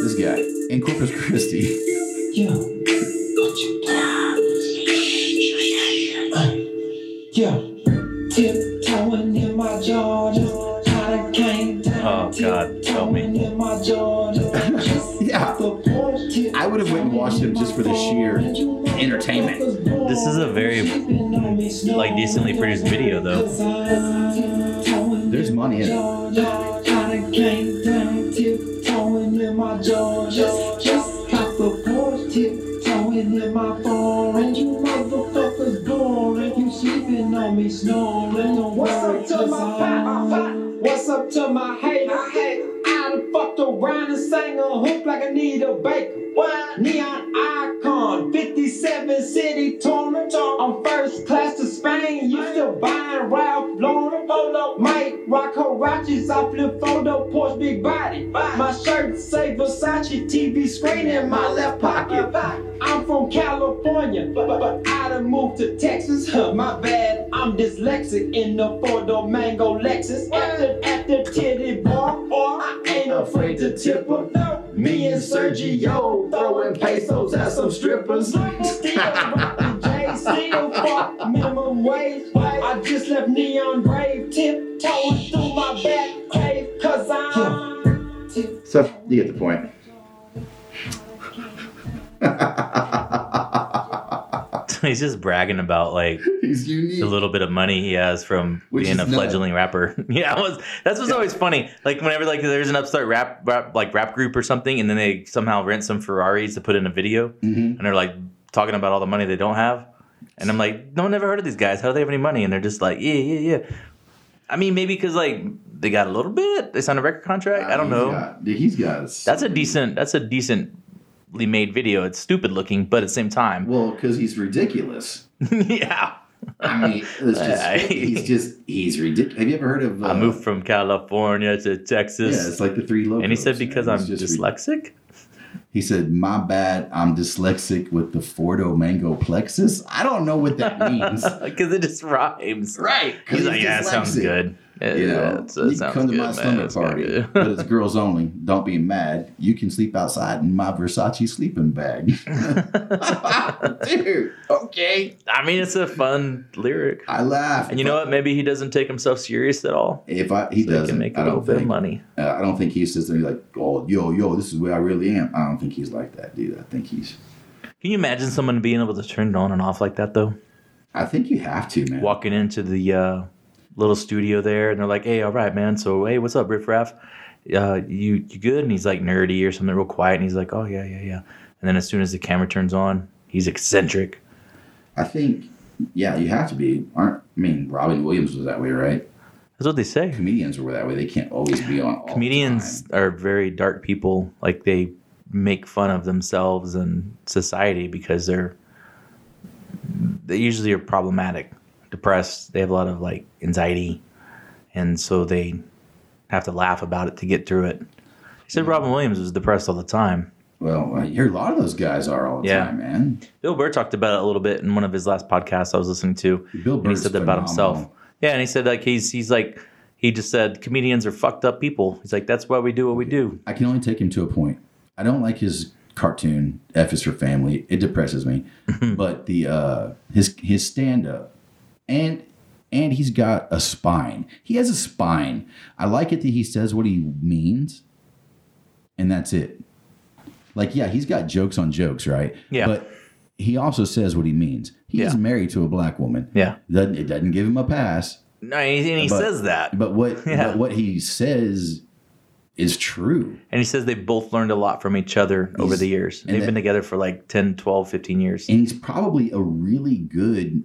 S2: this guy in Corpus Christi.
S8: Yeah. Don't you Yeah. Tiptoeing in my Georgia. I came
S1: Oh God, help me.
S8: in my Georgia.
S2: yeah, I would have went and watched him just for the sheer entertainment.
S1: This is a very like decently produced video though.
S2: There's money in it.
S8: What's up to my pop? pop? What's up to my hate? I hate. I done fucked around and sang a hook like I need a baker. What? Neon icon, 57 city tournament. I'm first class to Spain. You still buying Ralph Lauren? Polo. Mike rock harachis. I flip photo Porsche big body. My shirt say Versace TV screen in my left pocket. I'm from California, but, but I done moved to Texas. Huh, my bad, I'm dyslexic in the Fordo Mango Lexus. At the, at the titty bar, or I ain't afraid to tip her. Me and Sergio throwing pesos at some strippers. Still rockin' J, still fuck minimum wage. I just left Neon Brave tiptoeing through my back cave, cause I'm.
S2: So you get the point.
S1: He's just bragging about like
S2: He's unique.
S1: the little bit of money he has from
S2: Which
S1: being
S2: is
S1: a
S2: none.
S1: fledgling rapper. yeah, it was, that's what's always funny. Like whenever like there's an upstart rap, rap like rap group or something, and then they somehow rent some Ferraris to put in a video,
S2: Mhm.
S1: and they're like talking about all the money they don't have, and I'm like, no one ever heard of these guys. How do they have any money? And they're just like, yeah, yeah, yeah. I mean, maybe because like they got a little bit. They signed a record contract. I don't
S2: He's
S1: know.
S2: got- dude, he's got.
S1: That's a decent. That's a decently made video. It's stupid looking, but at the same time,
S2: Well, because he's ridiculous.
S1: yeah.
S2: I mean, it's
S1: I-
S2: just, he's just he's ridiculous. Have you ever heard of? Uh,
S1: I moved from California to
S2: Yeah,
S1: Texas.
S2: it's like the three logos.
S1: and he said because
S2: man.
S1: I'm
S2: He's just rid-
S1: dyslexic.
S2: He said, "My bad, I'm dyslexic with the Fordo Mango Plexus." I don't know what that means.
S1: Because it just rhymes.
S2: right? 'cause
S1: He's like, yeah, it sounds
S2: dyslexic."
S1: good. Yeah,
S2: You know,
S1: it's- it
S2: you
S1: sounds
S2: come to
S1: good,
S2: my
S1: man.
S2: slumber
S1: It's kinda
S2: party,
S1: good.
S2: but it's girls only. Don't be mad. You can sleep outside in my Versace sleeping bag, dude. Okay,
S1: I mean, it's a fun lyric.
S2: I laugh.
S1: And you know what? Maybe he doesn't take himself serious at all.
S2: If I he
S1: so
S2: doesn't,
S1: he can make
S2: I
S1: a little
S2: don't
S1: bit of
S2: think.
S1: money.
S2: Uh, I don't think he sits there and he's like, "Oh, yo, yo, this is where I really am." I don't think he's like that, dude. I think he's.
S1: Can you imagine someone being able to turn it on and off like that though?
S2: I think you have to, man.
S1: walking into the uh, little studio there, and they're like, "Hey, all right, man. So, hey, what's up, Riff Raff? Uh, you you good?" And he's like nerdy or something, real quiet, and he's like, "Oh yeah, yeah, yeah." And then as soon as the camera turns on, he's eccentric.
S2: I think, yeah, you have to be. Aren't I mean, Robin Williams was that way, right?
S1: That's what they say.
S2: Comedians were that way. They can't always be on. All the
S1: Comedians
S2: time.
S1: are very dark people. Like they make fun of themselves and society because they're they usually are problematic, depressed. They have a lot of like anxiety, and so they have to laugh about it to get through it. He said Robin Williams was depressed all the time.
S2: Well, I hear a lot of those guys are all the
S1: Yeah.
S2: time, man.
S1: Bill Burr talked about it a little bit in one of his last podcasts I was listening to.
S2: Bill
S1: and he
S2: Burr's
S1: said that about himself.
S2: phenomenal.
S1: Yeah, and he said like he's he's like he just said comedians are fucked up people. He's like that's why we do what we do.
S2: I can only take him to a point. I don't like his cartoon F is for Family. It depresses me. but the uh his his stand up and and he's got a spine. He has a spine. I like it that he says what he means and that's it. Like yeah, he's got jokes on jokes, right?
S1: Yeah.
S2: But he also says what he means. He is
S1: Yeah.
S2: married to a black woman.
S1: Yeah.
S2: Doesn't, it doesn't give him a pass.
S1: No, and he, and he
S2: But-
S1: says that,
S2: But what
S1: Yeah.
S2: but what he says is true.
S1: and he says they both learned a lot from each other over
S2: He's-
S1: the years.
S2: and
S1: They've
S2: that-
S1: been together for like 10, 12, 15 years.
S2: and he's probably a really good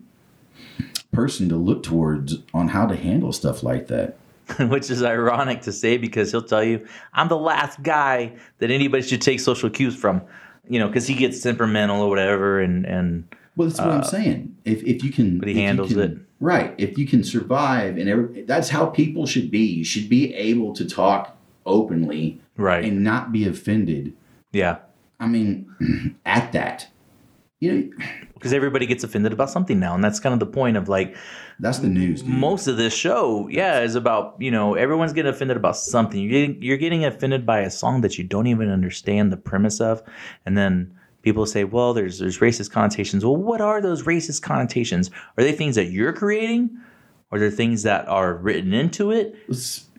S2: person to look towards on how to handle stuff like that.
S1: which is ironic to say because he'll tell you, I'm the last guy that anybody should take social cues from, you know, because he gets temperamental or whatever. And, and
S2: Well, that's what I'm saying. If if you can,
S1: Uh, but he
S2: if you
S1: handles
S2: can-
S1: it.
S2: right. If you can survive, and every, that's how people should be. You should be able to talk openly
S1: right.
S2: and not be offended.
S1: yeah.
S2: I mean, at that. you know,
S1: because everybody gets offended about something now, and that's kind of the point of like
S2: that's the news. Dude.
S1: most of this show, yeah, is about you know everyone's getting offended about something. You're getting, you're getting offended by a song that you don't even understand the premise of, and then people say, well, there's there's racist connotations. Well, what are those racist connotations? Are they things that you're creating? Are there things that are written into it?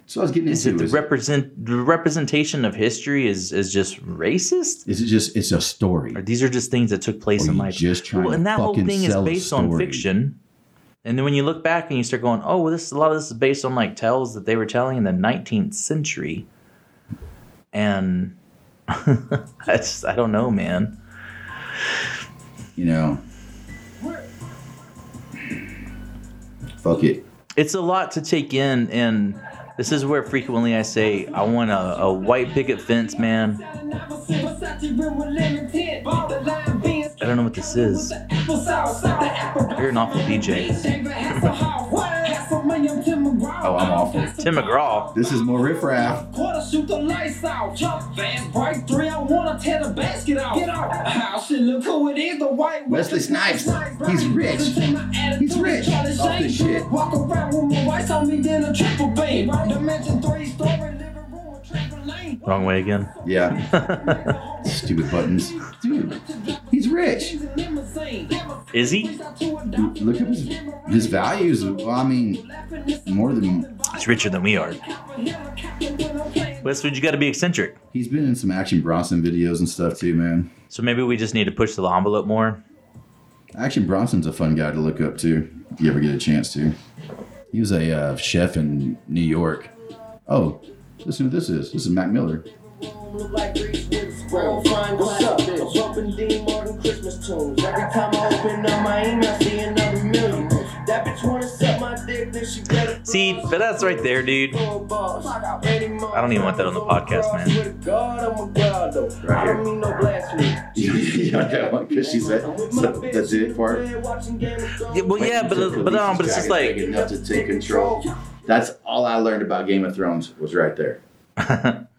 S2: so I was getting
S1: Is
S2: into
S1: it the
S2: is,
S1: represent the representation of history is is just racist?
S2: is it just it's a story?
S1: Or these are just things that took place
S2: Are
S1: in
S2: you
S1: life.
S2: just trying
S1: well,
S2: to
S1: and that whole
S2: fucking
S1: thing is
S2: sell a
S1: based on
S2: story?
S1: fiction. And then when you look back and you start going, oh, well, this a lot of this is based on like tales that they were telling in the 19th century. And I just I don't know, man.
S2: You know, fuck it.
S1: It's a lot to take in, and this is where frequently I say I want a, a white picket fence, man. I don't know what this is. You're an awful DJ,
S2: Oh, I'm awful.
S1: Tim McGraw.
S2: This is more riffraff.
S8: Quarter shoot the lights out. Jump fast, break three. I wanna tear the basket out. Get out. Ah, shit, look who it is. The white
S2: Wesley Snipes. He's rich. He's rich. Off this shit.
S8: Walk around with my whites on me, then a triple beam. Dimension three story living room, a triple lane.
S1: Wrong way again.
S2: Yeah. Stupid buttons. Dude, he's rich.
S1: Is he?
S2: Look up his, his values. Well, I mean, more than
S1: It's richer than we are. Westwood, you got to be eccentric.
S2: he's been in some Action Bronson videos and stuff too, man.
S1: So maybe we just need to push the envelope more.
S2: Action Bronson's a fun guy to look up to if you ever get a chance to. He was a uh, chef in New York. Oh, listen to this is this is Mac Miller.
S8: What's up, bitch? I'm bumping Dean Martin Christmas tunes. Every time I open up my email, see another million. That bitch wanna suck my dick, then she better
S1: See, but that's right there, dude.
S8: I
S1: don't even want that on the podcast, man.
S8: I don't mean no blasphemy.
S2: yeah, that one because she said so that's it part.
S1: Yeah, well, yeah, but but um, but it's just like
S2: enough to take control. That's all I learned about Game of Thrones was right there.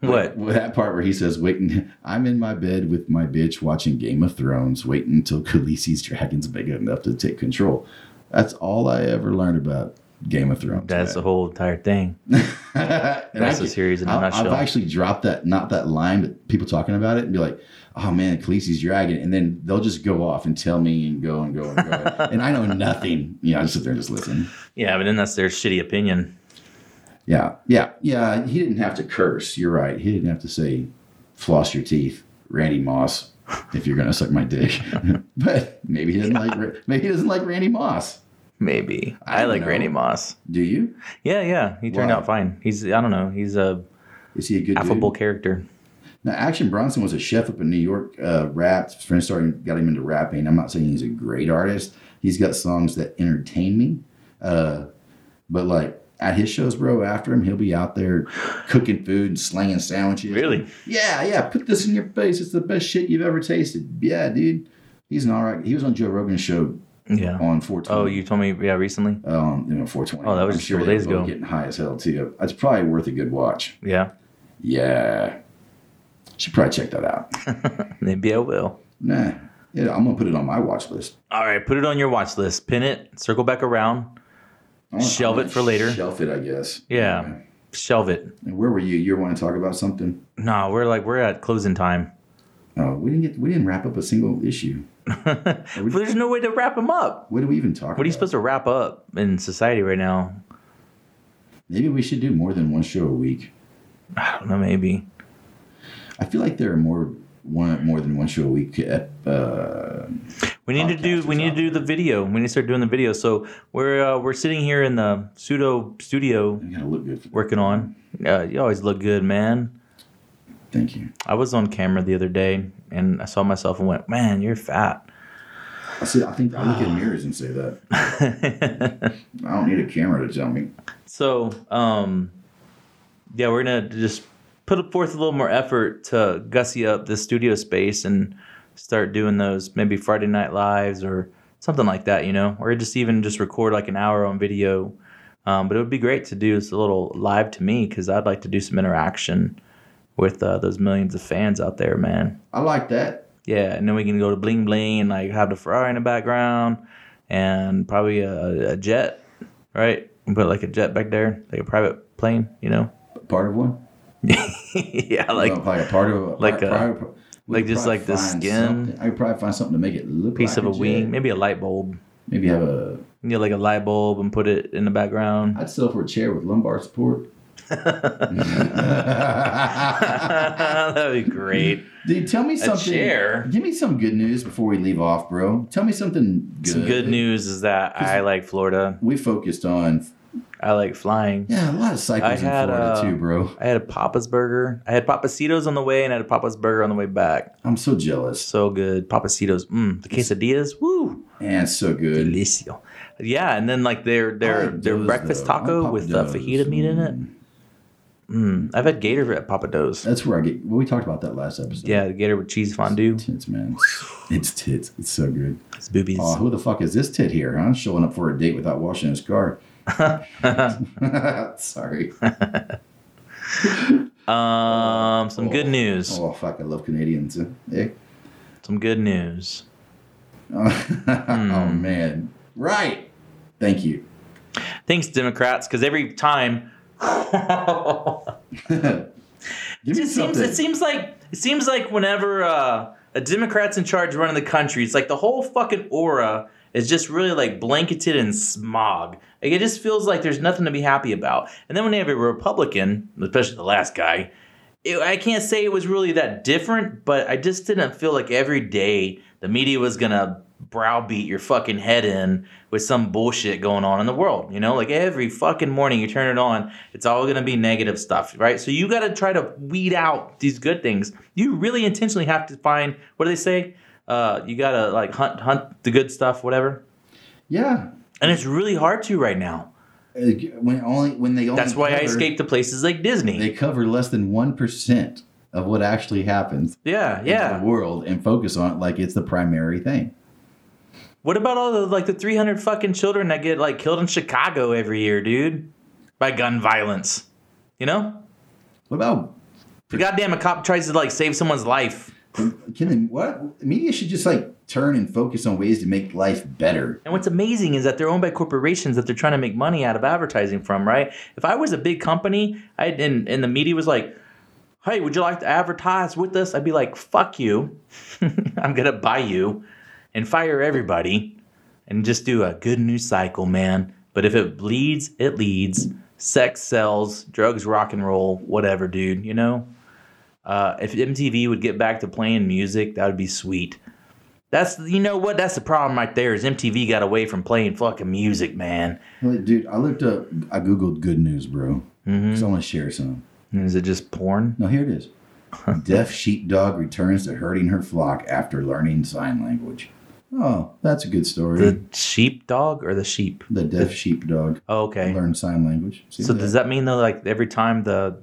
S1: what?
S2: Well, that part where he says, "Waiting, I'm in my bed with my bitch watching Game of Thrones, waiting until Khaleesi's dragons big enough to take control." That's all I ever learned about Game of Thrones.
S1: That's the
S2: man.
S1: whole entire thing.
S2: And
S1: that's the
S2: I can-
S1: series in a
S2: I'll-
S1: nutshell.
S2: I've actually dropped that, not that line, but people talking about it and be like, "Oh man, Khaleesi's dragon," and then they'll just go off and tell me and go and go and go, and I know nothing. Yeah, I just sit there and just listen.
S1: Yeah, but then that's their shitty opinion.
S2: Yeah, yeah, yeah. He didn't have to curse. You're right. He didn't have to say, "Floss your teeth, Randy Moss." If you're gonna suck my dick, but maybe he doesn't like Ra- maybe he doesn't like Randy Moss.
S1: Maybe
S2: I
S1: I
S2: don't
S1: like
S2: know.
S1: Randy Moss.
S2: Do you?
S1: Yeah, yeah, he turned
S2: Why?
S1: out fine. He's I don't know. He's a
S2: Is he a good
S1: affable
S2: Dude?
S1: character.
S2: Now, Action Bronson was a chef up in New York. Uh, rapped. His friends started got him into rapping. I'm not saying he's a great artist. He's got songs that entertain me. Uh, but like at his shows, bro, after him, he'll be out there cooking food and slanging sandwiches.
S1: Really?
S2: Yeah, yeah. Put this in your face. It's the best shit you've ever tasted. Yeah, dude. He's an all right. He was on Joe Rogan's show
S1: Yeah.
S2: on 420.
S1: Oh, you told me. Yeah, recently.
S2: Um, you know, 420.
S1: Oh, that was
S2: I'm
S1: just a couple
S2: they
S1: days
S2: were both
S1: ago.
S2: Getting high as hell too. It's probably worth a good watch.
S1: Yeah,
S2: Yeah. Should probably check that out.
S1: maybe I will.
S2: Nah. Yeah, I'm gonna put it on my watch list.
S1: All right, put it on your watch list. Pin it. Circle back around.
S2: I'm gonna-
S1: Shelve
S2: I'm gonna
S1: it for later.
S2: Shelf it, I guess.
S1: Yeah. Shelve it.
S2: And where were you? You want to talk about something?
S1: No, we're like we're at closing time.
S2: Oh, we didn't get. We didn't wrap up a single issue.
S1: There's no way to wrap him up.
S2: What do we even talk?
S1: What are you supposed to wrap up in society right now?
S2: Maybe we should do more than one show a week.
S1: I don't know. Maybe.
S2: I feel like there are more one more than one show a week. Uh,
S1: We need to do. We need
S2: podcasters
S1: to
S2: out
S1: do the video. We need to start doing the video. So we're uh, we're sitting here in the pseudo studio
S2: you gotta look good. For
S1: working on. Uh, you always look good, man.
S2: Thank you.
S1: I was on camera the other day and I saw myself and went, "Man, you're fat."
S2: I see. I think I look in mirrors and say that. I don't need a camera to tell me.
S1: So, um, yeah, we're gonna just put forth a little more effort to gussy up the studio space and start doing those maybe Friday night lives or something like that, you know, or just even just record like an hour on video. Um, but it would be great to do this a little live to me because I'd like to do some interaction with uh, those millions of fans out there, man.
S2: I like that.
S1: Yeah, and then we can go to bling bling and like have the Ferrari in the background, and probably a, a jet, right? We put like a jet back there, like a private plane, you know?
S2: Part of one.
S1: yeah, like
S2: Well, like a part of a
S1: like
S2: pri-
S1: a-
S2: pri- pri- we
S1: like
S2: could
S1: just
S2: probably
S1: like the
S2: find
S1: skin.
S2: something- I could probably find something to make it look
S1: piece
S2: like
S1: of a
S2: jet.
S1: wing, maybe a light bulb.
S2: Maybe have a.
S1: You know, like a light bulb and put it in the background.
S2: I'd settle for a chair with lumbar support.
S1: That'd be great.
S2: Dude, tell me something.
S1: chair?
S2: Give me some good news before we leave off, bro. Tell me something good.
S1: Some good news is that I like Florida.
S2: We focused on
S1: I like flying.
S2: yeah, a lot
S1: I
S2: of cycles in
S1: had,
S2: Florida
S1: uh,
S2: too, bro.
S1: I had a Papa's burger. I had Papacitos on the way, and I had a Papa's burger on the way back.
S2: I'm so jealous
S1: So good, Papacitos. Mm, the quesadillas, woo,
S2: and so good.
S1: delicio. Yeah, and then like their
S2: I
S1: their
S2: like
S1: their
S2: those,
S1: breakfast
S2: though. I like
S1: taco
S2: Papa
S1: with uh,
S2: Do's.
S1: fajita meat in it. Mm, I've had gator at Papa Do's.
S2: That's where I get. Well, we talked about that last episode.
S1: Yeah, the gator with cheese fondue.
S2: tits, man. It's tits. It's so good.
S1: It's boobies.
S2: Oh, who the fuck is this tit here? Huh? Showing up for a date without washing his car. Sorry.
S1: Um, some good
S2: Oh,
S1: news.
S2: Oh fuck, I love Canadians. eh? Eh?
S1: Some good news.
S2: Oh,
S1: Hmm.
S2: oh man. Right. Thank you.
S1: Thanks, Democrats, because every time
S2: Give
S1: it
S2: me
S1: just seems
S2: something.
S1: it seems like it seems like whenever uh, a Democrat's in charge running the country, it's like the whole fucking aura is just really like blanketed in smog. Like it just feels like there's nothing to be happy about. And then when they have a Republican, especially the last guy, it, I can't say it was really that different, but I just didn't feel like every day the media was gonna browbeat your fucking head in with some bullshit going on in the world. You know, like every fucking morning you turn it on, it's all gonna be negative stuff, right? So you gotta try to weed out these good things. You really intentionally have to find what do they say? Uh, you gotta like hunt hunt the good stuff, whatever.
S2: yeah.
S1: And it's really hard to right now.
S2: Uh, When only when they only
S1: That's why I
S2: cover-
S1: escaped to places like Disney.
S2: They cover less than one percent of what actually happens
S1: yeah,
S2: in
S1: yeah.
S2: the world and focus on it like it's the primary thing.
S1: What about all the like the 300 fucking children that get like killed in Chicago every year, dude, by gun violence? You know,
S2: What about
S1: the goddamn a cop tries to like save someone's life,
S2: can they, what media should just like turn and focus on ways to make life better?
S1: and what's amazing is that they're owned by corporations that they're trying to make money out of advertising from, right? If I was a big company, I and and the media was like, "Hey, would you like to advertise with us?" I'd be like, "Fuck you, I'm gonna buy you, and fire everybody, and just do a good news cycle, man." But if it bleeds, it leads. Sex sells, drugs, rock and roll, whatever, dude. You know, uh, if MTV would get back to playing music, that would be sweet. That's you know what? That's the problem right there. Is MTV got away from playing fucking music, man?
S2: Like, dude, I looked up, I googled good news, bro.
S1: Mm-hmm.
S2: So I want to share some.
S1: And Is it just porn?
S2: No, here it is. Deaf sheepdog returns to herding her flock after learning sign language. Oh, that's a good story.
S1: The
S2: The,
S1: sheepdog or the sheep?
S2: deaf sheepdog
S1: Oh, okay.
S2: learned sign language. See
S1: So does that mean though, like every time the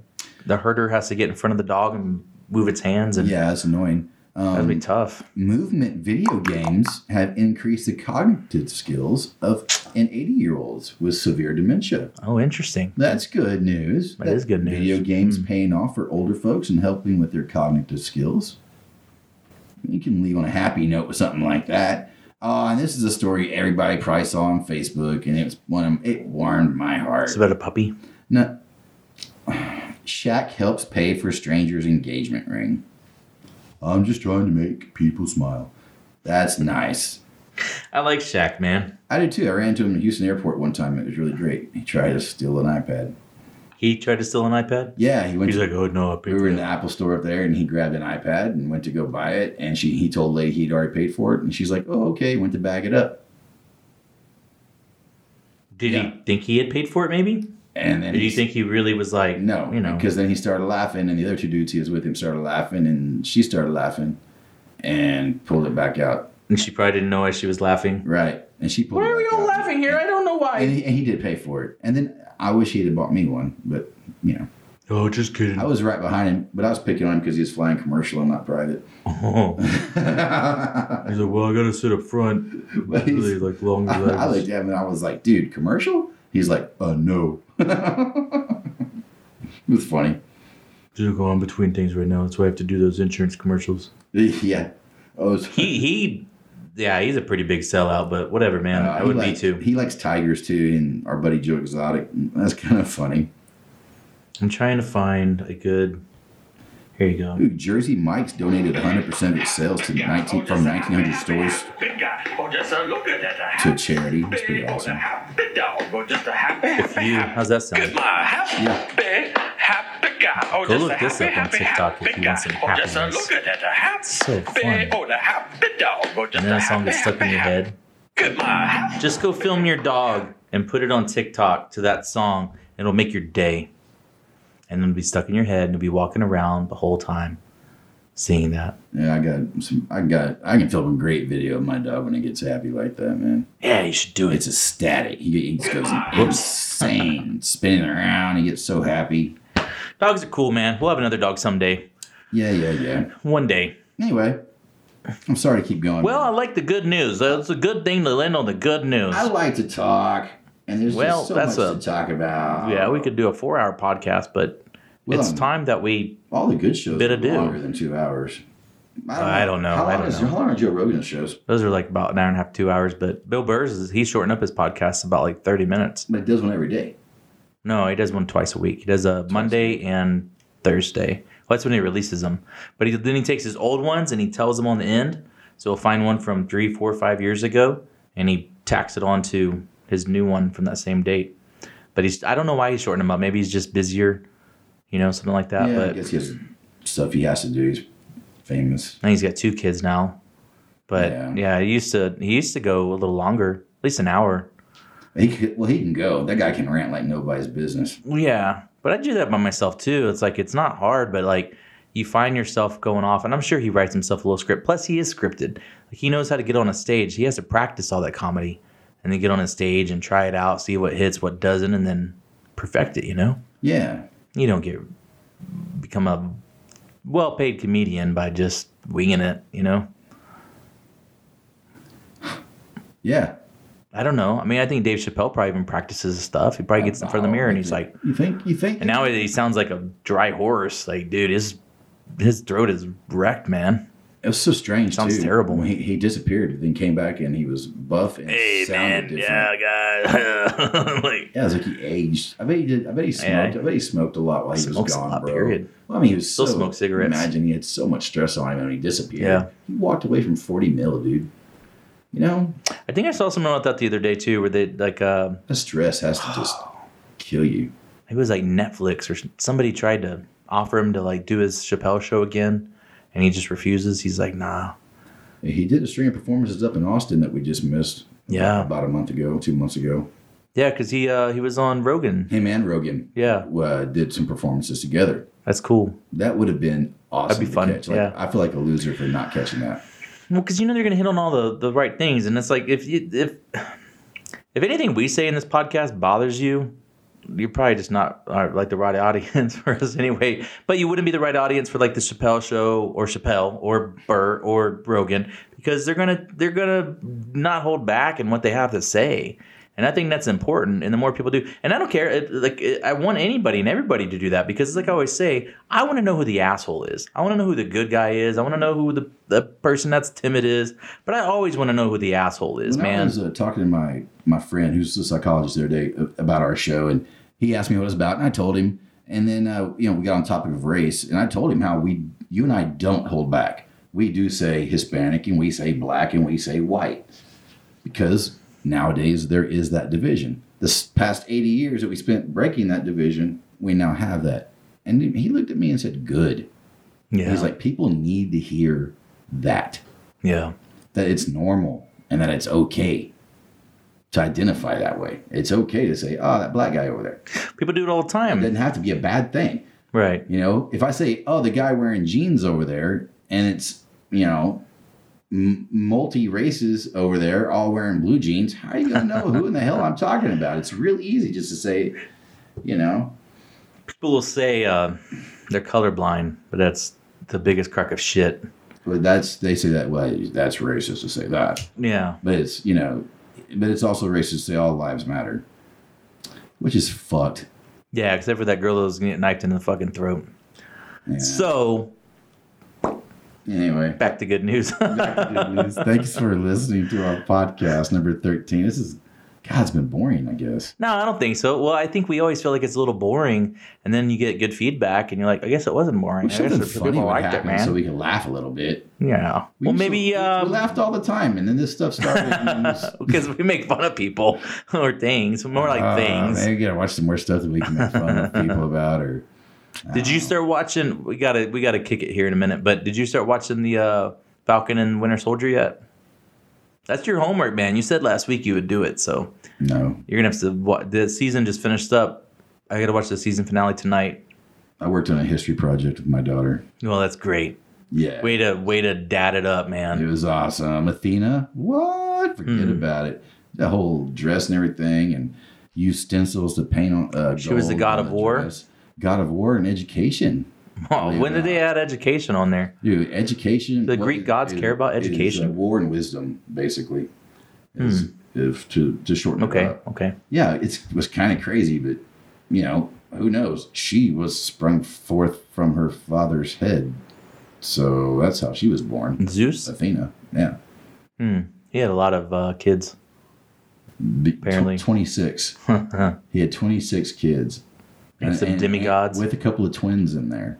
S1: the herder has to get in front of the dog and move its hands, and
S2: Yeah, that's annoying.
S1: that'd be
S2: Um,
S1: tough.
S2: movement video games have increased the cognitive skills of an 80 year olds with severe dementia.
S1: Oh, interesting.
S2: That's good news.
S1: That is good news. Hmm.
S2: Video games paying off for older folks and helping with their cognitive skills. You can leave on a happy note with something like that. Oh, and this is a story everybody probably saw on Facebook, and it was one of it warmed my heart.
S1: It's about a puppy.
S2: No. Shaq helps pay for stranger's engagement ring. I'm just trying to make people smile. That's nice.
S1: I like Shaq, man.
S2: I did too. I ran into him at Houston Airport one time. It was really great. He tried to steal an iPad.
S1: He tried to steal an iPad.
S2: Yeah, he went.
S1: He's
S2: to,
S1: like, oh no, I
S2: we were in
S1: paid
S2: the Apple store up there, and he grabbed an iPad and went to go buy it. And she, he told the lady he'd already paid for it, and she's like, "Oh, okay." Went to bag it up,
S1: Did
S2: Yeah.
S1: he think he had paid for it? Maybe.
S2: and
S1: Or
S2: then
S1: do you
S2: he's-
S1: think he really was like,
S2: No,
S1: you know,
S2: because then he started laughing, and the other two dudes he was with him started laughing, and she started laughing, and pulled it back out.
S1: and she probably didn't know why she was laughing.
S2: Right, and she pulled.
S1: Why
S2: it
S1: are we
S2: back
S1: all
S2: out.
S1: laughing here? I don't know
S2: And
S1: why.
S2: he, and he did pay for it. And then I wish he had bought me one, but you know,
S1: Oh, just kidding.
S2: I was right behind him, but I was picking on him because he was flying commercial and not private.
S1: Oh.
S2: I
S1: He's like, well, I gotta sit up front.
S2: Well, he's-
S1: Really, like long legs.
S2: I looked at him and I was like, "Dude, commercial?" He's like, "Uh, no." it was funny.
S1: Just going between things right now. That's why I have to do those insurance commercials.
S2: Yeah. Oh, it's-
S1: He he, yeah, he's a pretty big sellout. But whatever, man.
S2: uh,
S1: I
S2: he
S1: would be
S2: likes-
S1: too.
S2: He likes tigers too, and our buddy Joe Exotic. That's kind of funny.
S1: I'm trying to find a good. Here you go.
S2: Dude, Jersey Mike's donated 100 percent of its sales to 19 from 1,900 stores to a charity. That's pretty awesome.
S1: If you, how's that sound?
S2: Yeah,
S1: Go look this up on TikTok if you want some happiness. So fun. And then a song gets stuck in your head. Just go film your dog and put it on TikTok to that song. It'll make your day. And it'll be stuck in your head and you'll be walking around the whole time seeing that.
S2: yeah. I got some. I got. I can film a great video of my dog when it gets happy like that, man.
S1: Yeah, you should do
S2: It's ecstatic. He, he just goes insane, spinning around. He gets so happy.
S1: Dogs are cool, man. We'll have another dog someday.
S2: Yeah, yeah, yeah.
S1: One day.
S2: Anyway, I'm sorry to keep going.
S1: Well, I like the good news. That's a good thing to end on the good news.
S2: I like to talk, and there's
S1: Well,
S2: just so
S1: that's
S2: much
S1: a-
S2: to talk about.
S1: Yeah, we could do a four hour podcast, but
S2: Well,
S1: it's
S2: um,
S1: time that we.
S2: All the good shows
S1: Bit
S2: are
S1: ado.
S2: longer than two hours.
S1: I don't know.
S2: How
S1: I
S2: long,
S1: don't
S2: is,
S1: know.
S2: how long are Joe Rogan's shows?
S1: Those are like about an hour and a half, two hours. But Bill Burrs, is, he shortened up his podcast about like 30 minutes.
S2: But it does one every day.
S1: No, he does one twice a week. He does a Monday and Thursday. Well, that's when he releases them. But he, then he takes his old ones and he tells them on the end. So he'll find one from three, four, five years ago, and he tacks it on to his new one from that same date. But he's I don't know why he shortened them up. Maybe he's just busier, you know, something like that.
S2: yeah, I
S1: but
S2: guess he has stuff he has to do. He's famous.
S1: I think he's got two kids now. But
S2: Yeah.
S1: yeah, he used to he used to go a little longer, at least an hour.
S2: He could, well, he can go. That guy can rant like nobody's business.
S1: Yeah, but I do that by myself too. It's like it's not hard, but like you find yourself going off, and I'm sure he writes himself a little script. Plus, he is scripted. Like he knows how to get on a stage. He has to practice all that comedy, and then get on a stage and try it out, see what hits, what doesn't, and then perfect it. You know,
S2: Yeah,
S1: you don't get become a well-paid comedian by just winging it. You know,
S2: yeah.
S1: I don't know. I mean, I think Dave Chappelle probably even practices his stuff. He probably gets in front of the mirror and he's like,
S2: You think? You think?
S1: and now he sounds like a dry horse. Like, dude, his his throat is wrecked, man.
S2: it was so strange.
S1: Sounds
S2: too.
S1: terrible.
S2: When he, he disappeared, then came back, and he was buff and sounded different.
S1: yeah, guy. like,
S2: Yeah, it's like he aged. I bet he did. I bet he smoked.
S1: Yeah.
S2: I bet he smoked a lot while he
S1: Smokes
S2: was
S1: a
S2: gone,
S1: lot,
S2: bro.
S1: period.
S2: Well, I mean, he was
S1: Still
S2: so,
S1: smokes cigarettes.
S2: Imagine he had so much stress on him and he disappeared.
S1: Yeah.
S2: he walked away from forty mil, dude. You know,
S1: I think I saw someone about that the other day too, where they like, uh,
S2: the stress has to just kill you.
S1: it was like Netflix or somebody tried to offer him to like do his Chappelle show again, and he just refuses. He's like, nah.
S2: He did a string of performances up in Austin that we just missed.
S1: Yeah.
S2: about a month ago, two months ago.
S1: Yeah, because he uh, he was on Rogan.
S2: Him and Rogan
S1: Yeah,
S2: uh, did some performances together.
S1: that's cool.
S2: That would have been awesome.
S1: That'd be
S2: to
S1: fun,
S2: catch. Like,
S1: yeah.
S2: I feel like a loser for not catching that.
S1: Well, because you know they're going to hit on all the, the right things, and it's like if you, if if anything we say in this podcast bothers you, you're probably just not uh, like the right audience for us anyway. But you wouldn't be the right audience for like the Chappelle Show or Chappelle or Burr or Rogan because they're gonna they're gonna not hold back in what they have to say, and I think that's important. And the more people do, and I don't care, it, like it, I want anybody and everybody to do that because, it's like I always say, I want to know who the asshole is. I want to know who the good guy is. I want to know who the the person that's timid is. But I always want to know who the asshole is,
S2: When I
S1: man.
S2: was uh, talking to my my friend who's a psychologist the other day uh, about our show, and he asked me what it was about, and I told him. And then uh, you know we got on the topic of race, and I told him how we you and I don't hold back. We do say Hispanic, and we say black, and we say white, because nowadays there is that division. This past eighty years that we spent breaking that division, we now have that. And he looked at me and said, "Good."
S1: yeah,
S2: He's like, "People need to hear that."
S1: yeah.
S2: that it's normal and that it's okay to identify that way. It's okay to say, oh, that black guy over there.
S1: People do it all the
S2: It
S1: time,
S2: doesn't have to be a bad thing.
S1: right?
S2: You know, if I say, oh, the guy wearing jeans over there, and it's, you know, m- multi races over there all wearing blue jeans, how are you going to know who in the hell I'm talking about? It's real easy just to say, you know,
S1: People will say uh, they're colorblind, but that's the biggest crack of shit.
S2: but that's, they say that, well, that's racist to say that.
S1: Yeah,
S2: But it's, you know, but it's also racist to say all lives matter, which is fucked.
S1: yeah. Except for that girl that was getting knifed in the fucking throat.
S2: Yeah.
S1: So
S2: Anyway.
S1: Back to good news.
S2: Goodness, Thanks for listening to our podcast number 13. This is, God, it's been boring, I guess.
S1: No, I don't think so. Well, I think we always feel like it's a little boring, and then you get good feedback, and you're like, I guess it wasn't boring.
S2: Wish
S1: I guess
S2: something
S1: it's-
S2: funny
S1: people
S2: would
S1: liked it,
S2: happen
S1: man.
S2: so we can laugh a little bit.
S1: yeah.
S2: We
S1: well,
S2: used to-
S1: maybe um,
S2: we- we
S1: because
S2: laughed all the time, and then this stuff started. And then this,
S1: we make fun of people or things, more like
S2: Uh,
S1: things.
S2: Man, we gotta watch some more stuff that we can make fun of people about. Or
S1: Did you start watching? We gotta we gotta kick it here in a minute. But did you start watching the uh, Falcon and Winter Soldier yet? That's your homework, man. You said last week you would do it, so
S2: no,
S1: you're gonna have to. Wa- the season just finished up. I gotta watch the season finale tonight.
S2: I worked on a history project with my daughter.
S1: Well, that's great.
S2: Yeah,
S1: Way to way to dad it up, man.
S2: it was awesome. Athena, what? Forget
S1: Mm.
S2: about it. The whole dress and everything, and use stencils to paint on. Uh,
S1: She was the
S2: gold
S1: god
S2: on
S1: of war?
S2: dress. God of war and education.
S1: Oh, when did they add education on there?
S2: Dude, education.
S1: The
S2: what
S1: Greek gods care about
S2: is, uh,
S1: education? Hmm.
S2: war, and wisdom, basically. Is, If to to shorten it
S1: Okay,
S2: up.
S1: okay.
S2: Yeah, it's, it was kind of crazy, but you know who knows? She was sprung forth from her father's head, so that's how she was born.
S1: Zeus.
S2: Athena. Yeah.
S1: Hmm. He had a lot of uh, kids.
S2: Be-
S1: Apparently.
S2: tw- 26.
S1: yeah,
S2: He had 26 kids.
S1: And some demigods.
S2: with a couple of twins in there.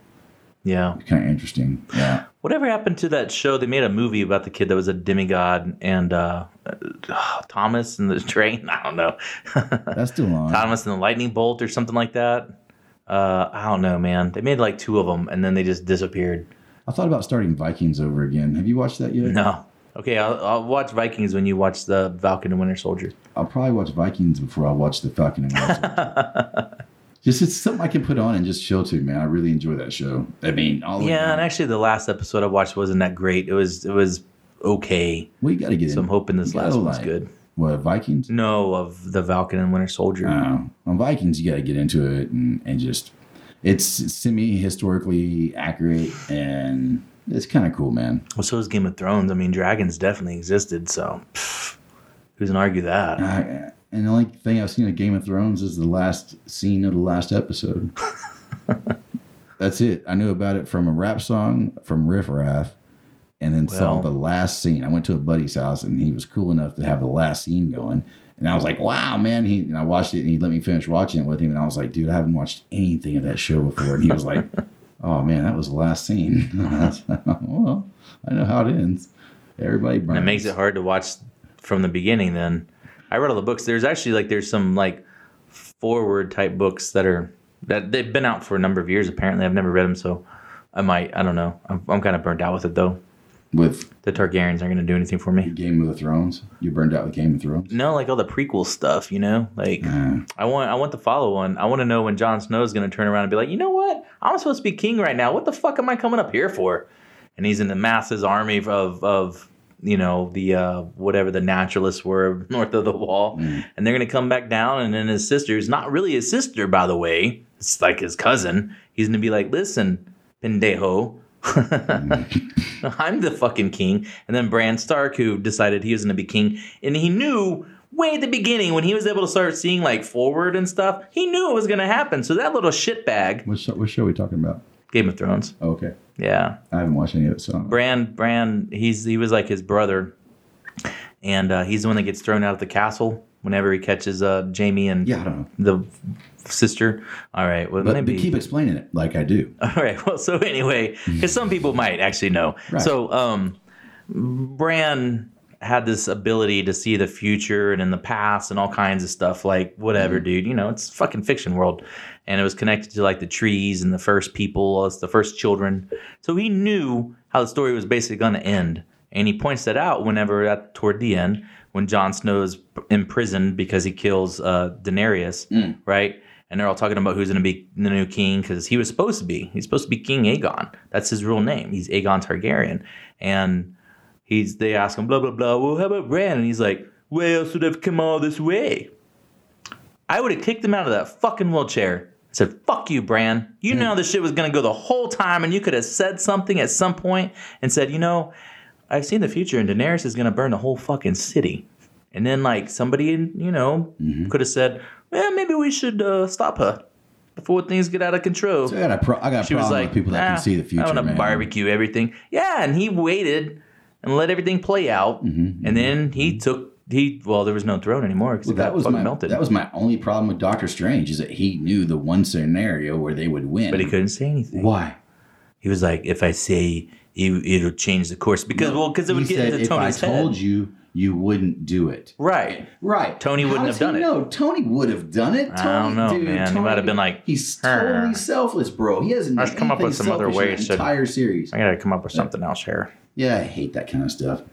S2: Kind of interesting. Yeah.
S1: Whatever happened to that show? They made a movie about the kid that was a demigod and uh, uh, Thomas and the train. I don't know.
S2: That's still on.
S1: Thomas and the lightning bolt or something like that. Uh, I don't know, man. They made like two of them and then they just disappeared.
S2: I thought about starting Vikings over again. Have you watched that yet?
S1: No. Okay, I'll, I'll watch Vikings when you watch the Falcon and Winter Soldier.
S2: I'll probably watch Vikings before I watch the Falcon and Winter Soldier. Just it's something I can put on and just chill to, man. I really enjoy that show. I mean, all
S1: yeah,
S2: of
S1: and actually the last episode I watched wasn't that great. It was it was okay.
S2: we got to get.
S1: So I'm
S2: in-
S1: hoping this
S2: you gotta
S1: last one's
S2: like-
S1: good.
S2: What Vikings?
S1: No, of the Falcon and Winter Soldier.
S2: No, on Vikings you got to get into it and and just it's semi historically accurate and it's kind of cool, man.
S1: Well, so is Game of Thrones. I mean, dragons definitely existed, so pff, who's gonna argue that?
S2: I, Uh, and the only thing I've seen of Game of Thrones is the last scene of the last episode. That's it. I knew about it from a rap song from Riff Raff, and then saw
S1: Well.
S2: the last scene. I went to a buddy's house, and he was cool enough to have the last scene going. And I was like, "Wow, man!" He and I watched it, and he let me finish watching it with him. And I was like, "Dude, I haven't watched anything of that show before." And he was like, "Oh man, that was the last scene." I was like, well, I know how it ends. Everybody burns.
S1: And it makes it hard to watch from the beginning. Then I read all the books. There's actually like there's some like forward type books that are that they've been out for a number of years. Apparently, I've never read them, so I might. I don't know. I'm, I'm kind of burnt out with it though.
S2: with
S1: The Targaryens aren't gonna do anything for me.
S2: Game of the Thrones. You burned out with Game of Thrones.
S1: No, like all the prequel stuff, you know, like.
S2: Uh,
S1: I want I want the follow on. I want to know when Jon Snow is going to turn around and be like, you know what? I'm supposed to be king right now. What the fuck am I coming up here for? And he's in the masses army of of you know the uh, whatever the naturalists were north of the wall, and they're going to come back down. And then his sister, who's not really his sister by the way, it's like his cousin. He's going to be like, listen, pendejo. I'm the fucking king. And then Bran Stark, who decided he was going to be king, and he knew way at the beginning when he was able to start seeing like forward and stuff, he knew it was going to happen. So that little shitbag,
S2: What show, what show are we talking about?
S1: Game of Thrones.
S2: Oh, okay.
S1: Yeah.
S2: I haven't watched any of it, so.
S1: Bran, Bran, he's he was like his brother, and uh, he's the one that gets thrown out of the castle whenever he catches uh, Jamie and
S2: yeah, I don't know.
S1: the sister. All right, well
S2: But,
S1: maybe Oh.
S2: but keep explaining it like I do.
S1: All right. Well, so anyway, because some people might actually know.
S2: Right.
S1: So, um, Bran had this ability to see the future and in the past and all kinds of stuff. Like, whatever, dude. You know, it's fucking fiction world, and it was connected to like the trees and the first people, us, the first children. So he knew how the story was basically going to end, and he points that out whenever at toward the end when Jon Snow's imprisoned because he kills uh, Daenerys, right? and they're all talking about who's going to be the new king because he was supposed to be. He's supposed to be King Aegon. That's his real name. He's Aegon Targaryen, and he's. They ask him, blah blah blah. Well, how about Bran? And he's like, where else would have come all this way? I would have kicked him out of that fucking wheelchair. I said, fuck you, Bran. You know this shit was going to go the whole time, and you could have said something at some point and said, you know, I've seen the future, and Daenerys is going to burn the whole fucking city. And then, like, somebody, you know, could have said, well, maybe we should uh, stop her. before things get out of control.
S2: So I got a pro- I got a
S1: she was
S2: problem
S1: like,
S2: with people that can
S1: "Nah,
S2: see the future,
S1: I want to
S2: man."
S1: barbecue everything. Yeah, and he waited and let everything play out,
S2: Mm-hmm.
S1: and then he took he. Well, there was no throne anymore because
S2: Well,
S1: it
S2: that
S1: got
S2: was
S1: fucking
S2: my
S1: melted.
S2: that was my only problem with Doctor Strange is that he knew the one scenario where they would win.
S1: but he couldn't say anything.
S2: Why?
S1: He was like, if I say it, it'll change the course because well, because it would
S2: he
S1: get
S2: said,
S1: into
S2: "If I
S1: Tony's head.
S2: told you, you wouldn't do it."
S1: right.
S2: Right.
S1: Tony
S2: How
S1: wouldn't
S2: does
S1: have done
S2: he
S1: it.
S2: know? Tony would have done it. Tony,
S1: I don't know,
S2: dude,
S1: man. He
S2: Tony-
S1: might have been like,
S2: he's
S1: "Arr."
S2: totally selfless, bro. He hasn't.
S1: I should
S2: done
S1: come up with
S2: anything
S1: some other
S2: selfish in
S1: ways
S2: the
S1: to-
S2: entire series.
S1: I gotta come up with something else here.
S2: Yeah, I hate that kind of stuff. Fuck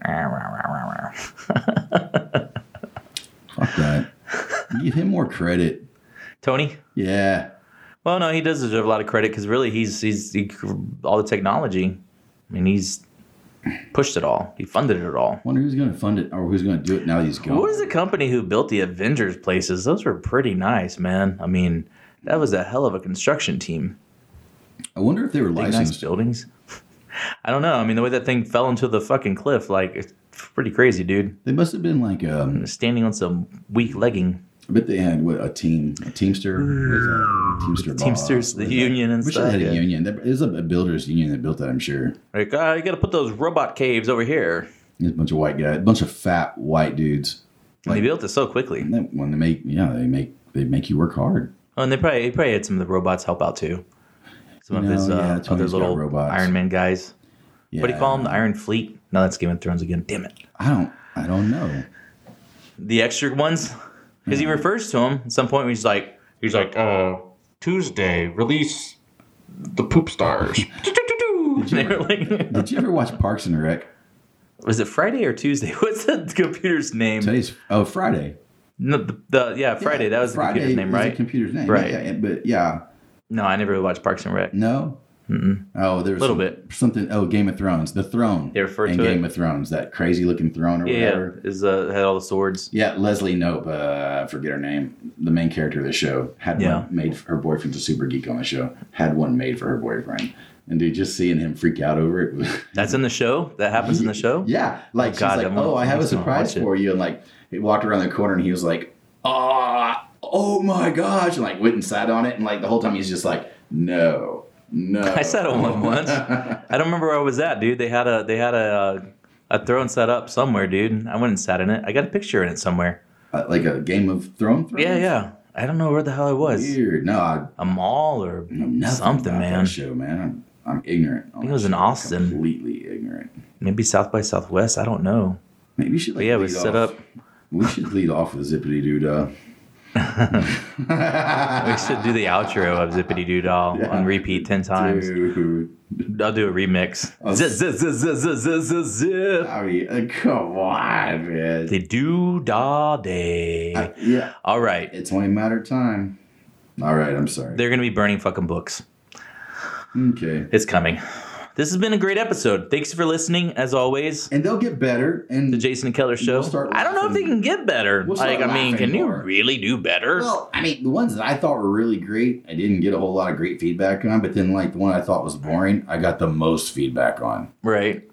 S2: that. Give him more credit.
S1: Tony.
S2: Yeah.
S1: Well, no, he does deserve a lot of credit because really, he's he's he, all the technology. I mean, he's pushed it all. He funded it all.
S2: Wonder who's going to fund it or who's going to do it now that he's gone.
S1: What was the company who built the Avengers places? Those were pretty nice, man. I mean, that was a hell of a construction team.
S2: I wonder if they were
S1: Big, nice
S2: licensed.
S1: buildings. I don't know. I mean, the way that thing fell into the fucking cliff, like, it's pretty crazy, dude.
S2: They must have been like, um,
S1: Standing on some weak legging.
S2: I bet they had what, a team, a teamster, what is that? teamster, boss,
S1: Teamsters,
S2: what
S1: the
S2: is
S1: union,
S2: That?
S1: and
S2: We should
S1: stuff.
S2: have had a
S1: yeah.
S2: union. There- There's a, a builders union that built that, I'm sure.
S1: Like, ah, you gotta put those robot caves over here.
S2: There's a bunch of white guys, a bunch of fat white dudes.
S1: And they built it so quickly.
S2: And then when they make, yeah, they make they make you work hard.
S1: Oh, and they probably they probably had some of the robots help out too. Some of
S2: No,
S1: his uh,
S2: yeah,
S1: other
S2: Tony's got
S1: little
S2: robots.
S1: Iron Man guys.
S2: Yeah,
S1: What do you call them? The Iron Fleet? No, that's Game of Thrones again. Damn it.
S2: I don't, I don't know.
S1: The extra ones, because he
S2: Mm-hmm.
S1: refers to them at some point. When he's like,
S11: He's like, uh, Tuesday, release the poop stars.
S1: they were like,
S2: Did you ever watch Parks and Rec?
S1: was it Friday or Tuesday? What's the computer's name?
S2: Today's oh Friday.
S1: No, the, the yeah Friday.
S2: Yeah,
S1: that was the
S2: Friday
S1: computer's name,
S2: is
S1: right?
S2: The computer's name,
S1: Right.
S2: Yeah, yeah, but yeah,
S1: no, I never watched Parks and Rec.
S2: no. Oh, there's
S1: Little
S2: some-
S1: bit.
S2: something. Oh, Game of Thrones, the throne.
S1: They refer
S2: in
S1: to it-
S2: Game of Thrones, that crazy looking throne or
S1: Yeah, yeah,
S2: whatever.
S1: is uh, had all the swords.
S2: Yeah, Leslie Nope, uh, I forget her name, the main character of the show, had
S1: Yeah.
S2: one made for her boyfriend's a super geek on the show, had one made for her boyfriend. And dude, just seeing him freak out over it was
S1: That's in the show. That happens in the show.
S2: Yeah. Like she's
S1: God,
S2: like,
S1: I'm gonna-
S2: Oh, I have
S1: I'm
S2: a
S1: just gonna
S2: surprise
S1: watch it."
S2: for you. And like he walked around the corner and he was like, Ah oh my gosh, and like went and sat on it, and like the whole time he's just like, No, no. Uh,
S1: I sat on one once. I don't remember where I was at, dude. They had a they had a uh, a throne set up somewhere, dude. I went and sat in it. I got a picture in it somewhere.
S2: Uh, like a Game of Thrones?
S1: Yeah, yeah. I don't know where the hell I was.
S2: Weird. No, I
S1: A mall or
S2: know nothing
S1: something,
S2: about that
S1: man.
S2: show, man. I'm, I'm ignorant. I
S1: think it was in Austin.
S2: Completely ignorant.
S1: Maybe South by Southwest. I don't know.
S2: Maybe we should.
S1: But
S2: Like,
S1: yeah, we
S2: lead
S1: set
S2: off-
S1: up.
S2: We should lead off with zippity doo dah.
S1: We should do the outro of Zippity Doo Doll on repeat ten times.
S2: Dude,
S1: I'll do a remix. Zip, zip, zip, zip, zip, zip, zip, zip.
S2: I mean, uh, come on, man.
S1: The Doo Dah Day.
S2: I- yeah,
S1: All right.
S2: it's only a matter of time. All right, I'm sorry.
S1: They're gonna be burning fucking books.
S2: okay,
S1: It's coming. This has been a great episode. Thanks for listening, as always.
S2: and they'll get better. And
S1: The Jason and Keller Show.
S2: We'll start
S1: I don't know if they
S2: laughing.
S1: can get better.
S2: We'll start
S1: like, I mean,
S2: laughing
S1: can you
S2: more.
S1: really do better?
S2: well, I mean, the ones that I thought were really great, I didn't get a whole lot of great feedback on. But then, like the one I thought was boring, I got the most feedback on.
S1: right.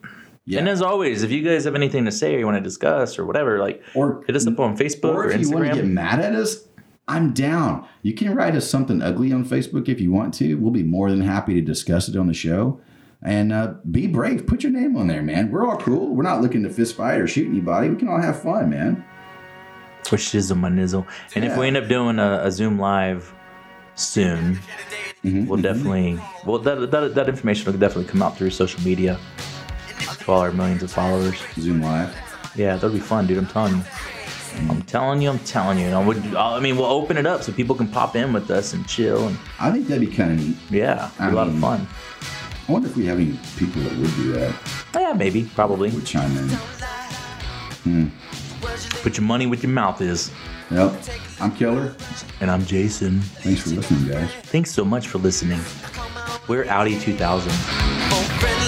S2: Yeah.
S1: And as always, if you guys have anything to say or you want to discuss or whatever, like
S2: Or
S1: hit us up on Facebook or,
S2: or if you want to get
S1: Instagram.
S2: mad at us, I'm down. You can write us something ugly on Facebook if you want to. We'll be more than happy to discuss it on the show. And uh, be brave. Put your name on there, man. We're all cool. We're not looking to fist fight or shoot anybody. We can all have fun, man.
S1: For shizzle my nizzle. And if
S2: Yeah.
S1: we end up doing a, a Zoom live soon,
S2: Mm-hmm.
S1: we'll definitely well that, that that information will definitely come out through social media to all our millions of followers.
S2: Zoom live.
S1: Yeah, that'll be fun, dude. I'm telling you. I'm telling you, I'm telling you. And I would, I mean, we'll open it up so people can pop in with us and chill, and
S2: I think that'd be kind of neat.
S1: yeah, it'd be a lot of
S2: Um,
S1: fun.
S2: I wonder if we have any people that would do that.
S1: Oh, Yeah, maybe, probably.
S2: Would chime in.
S1: Put your money where your mouth is.
S2: Yep. I'm Keller.
S1: And I'm Jason.
S2: Thanks for listening, guys.
S1: Thanks so much for listening. We're Audi 2000.
S10: friendly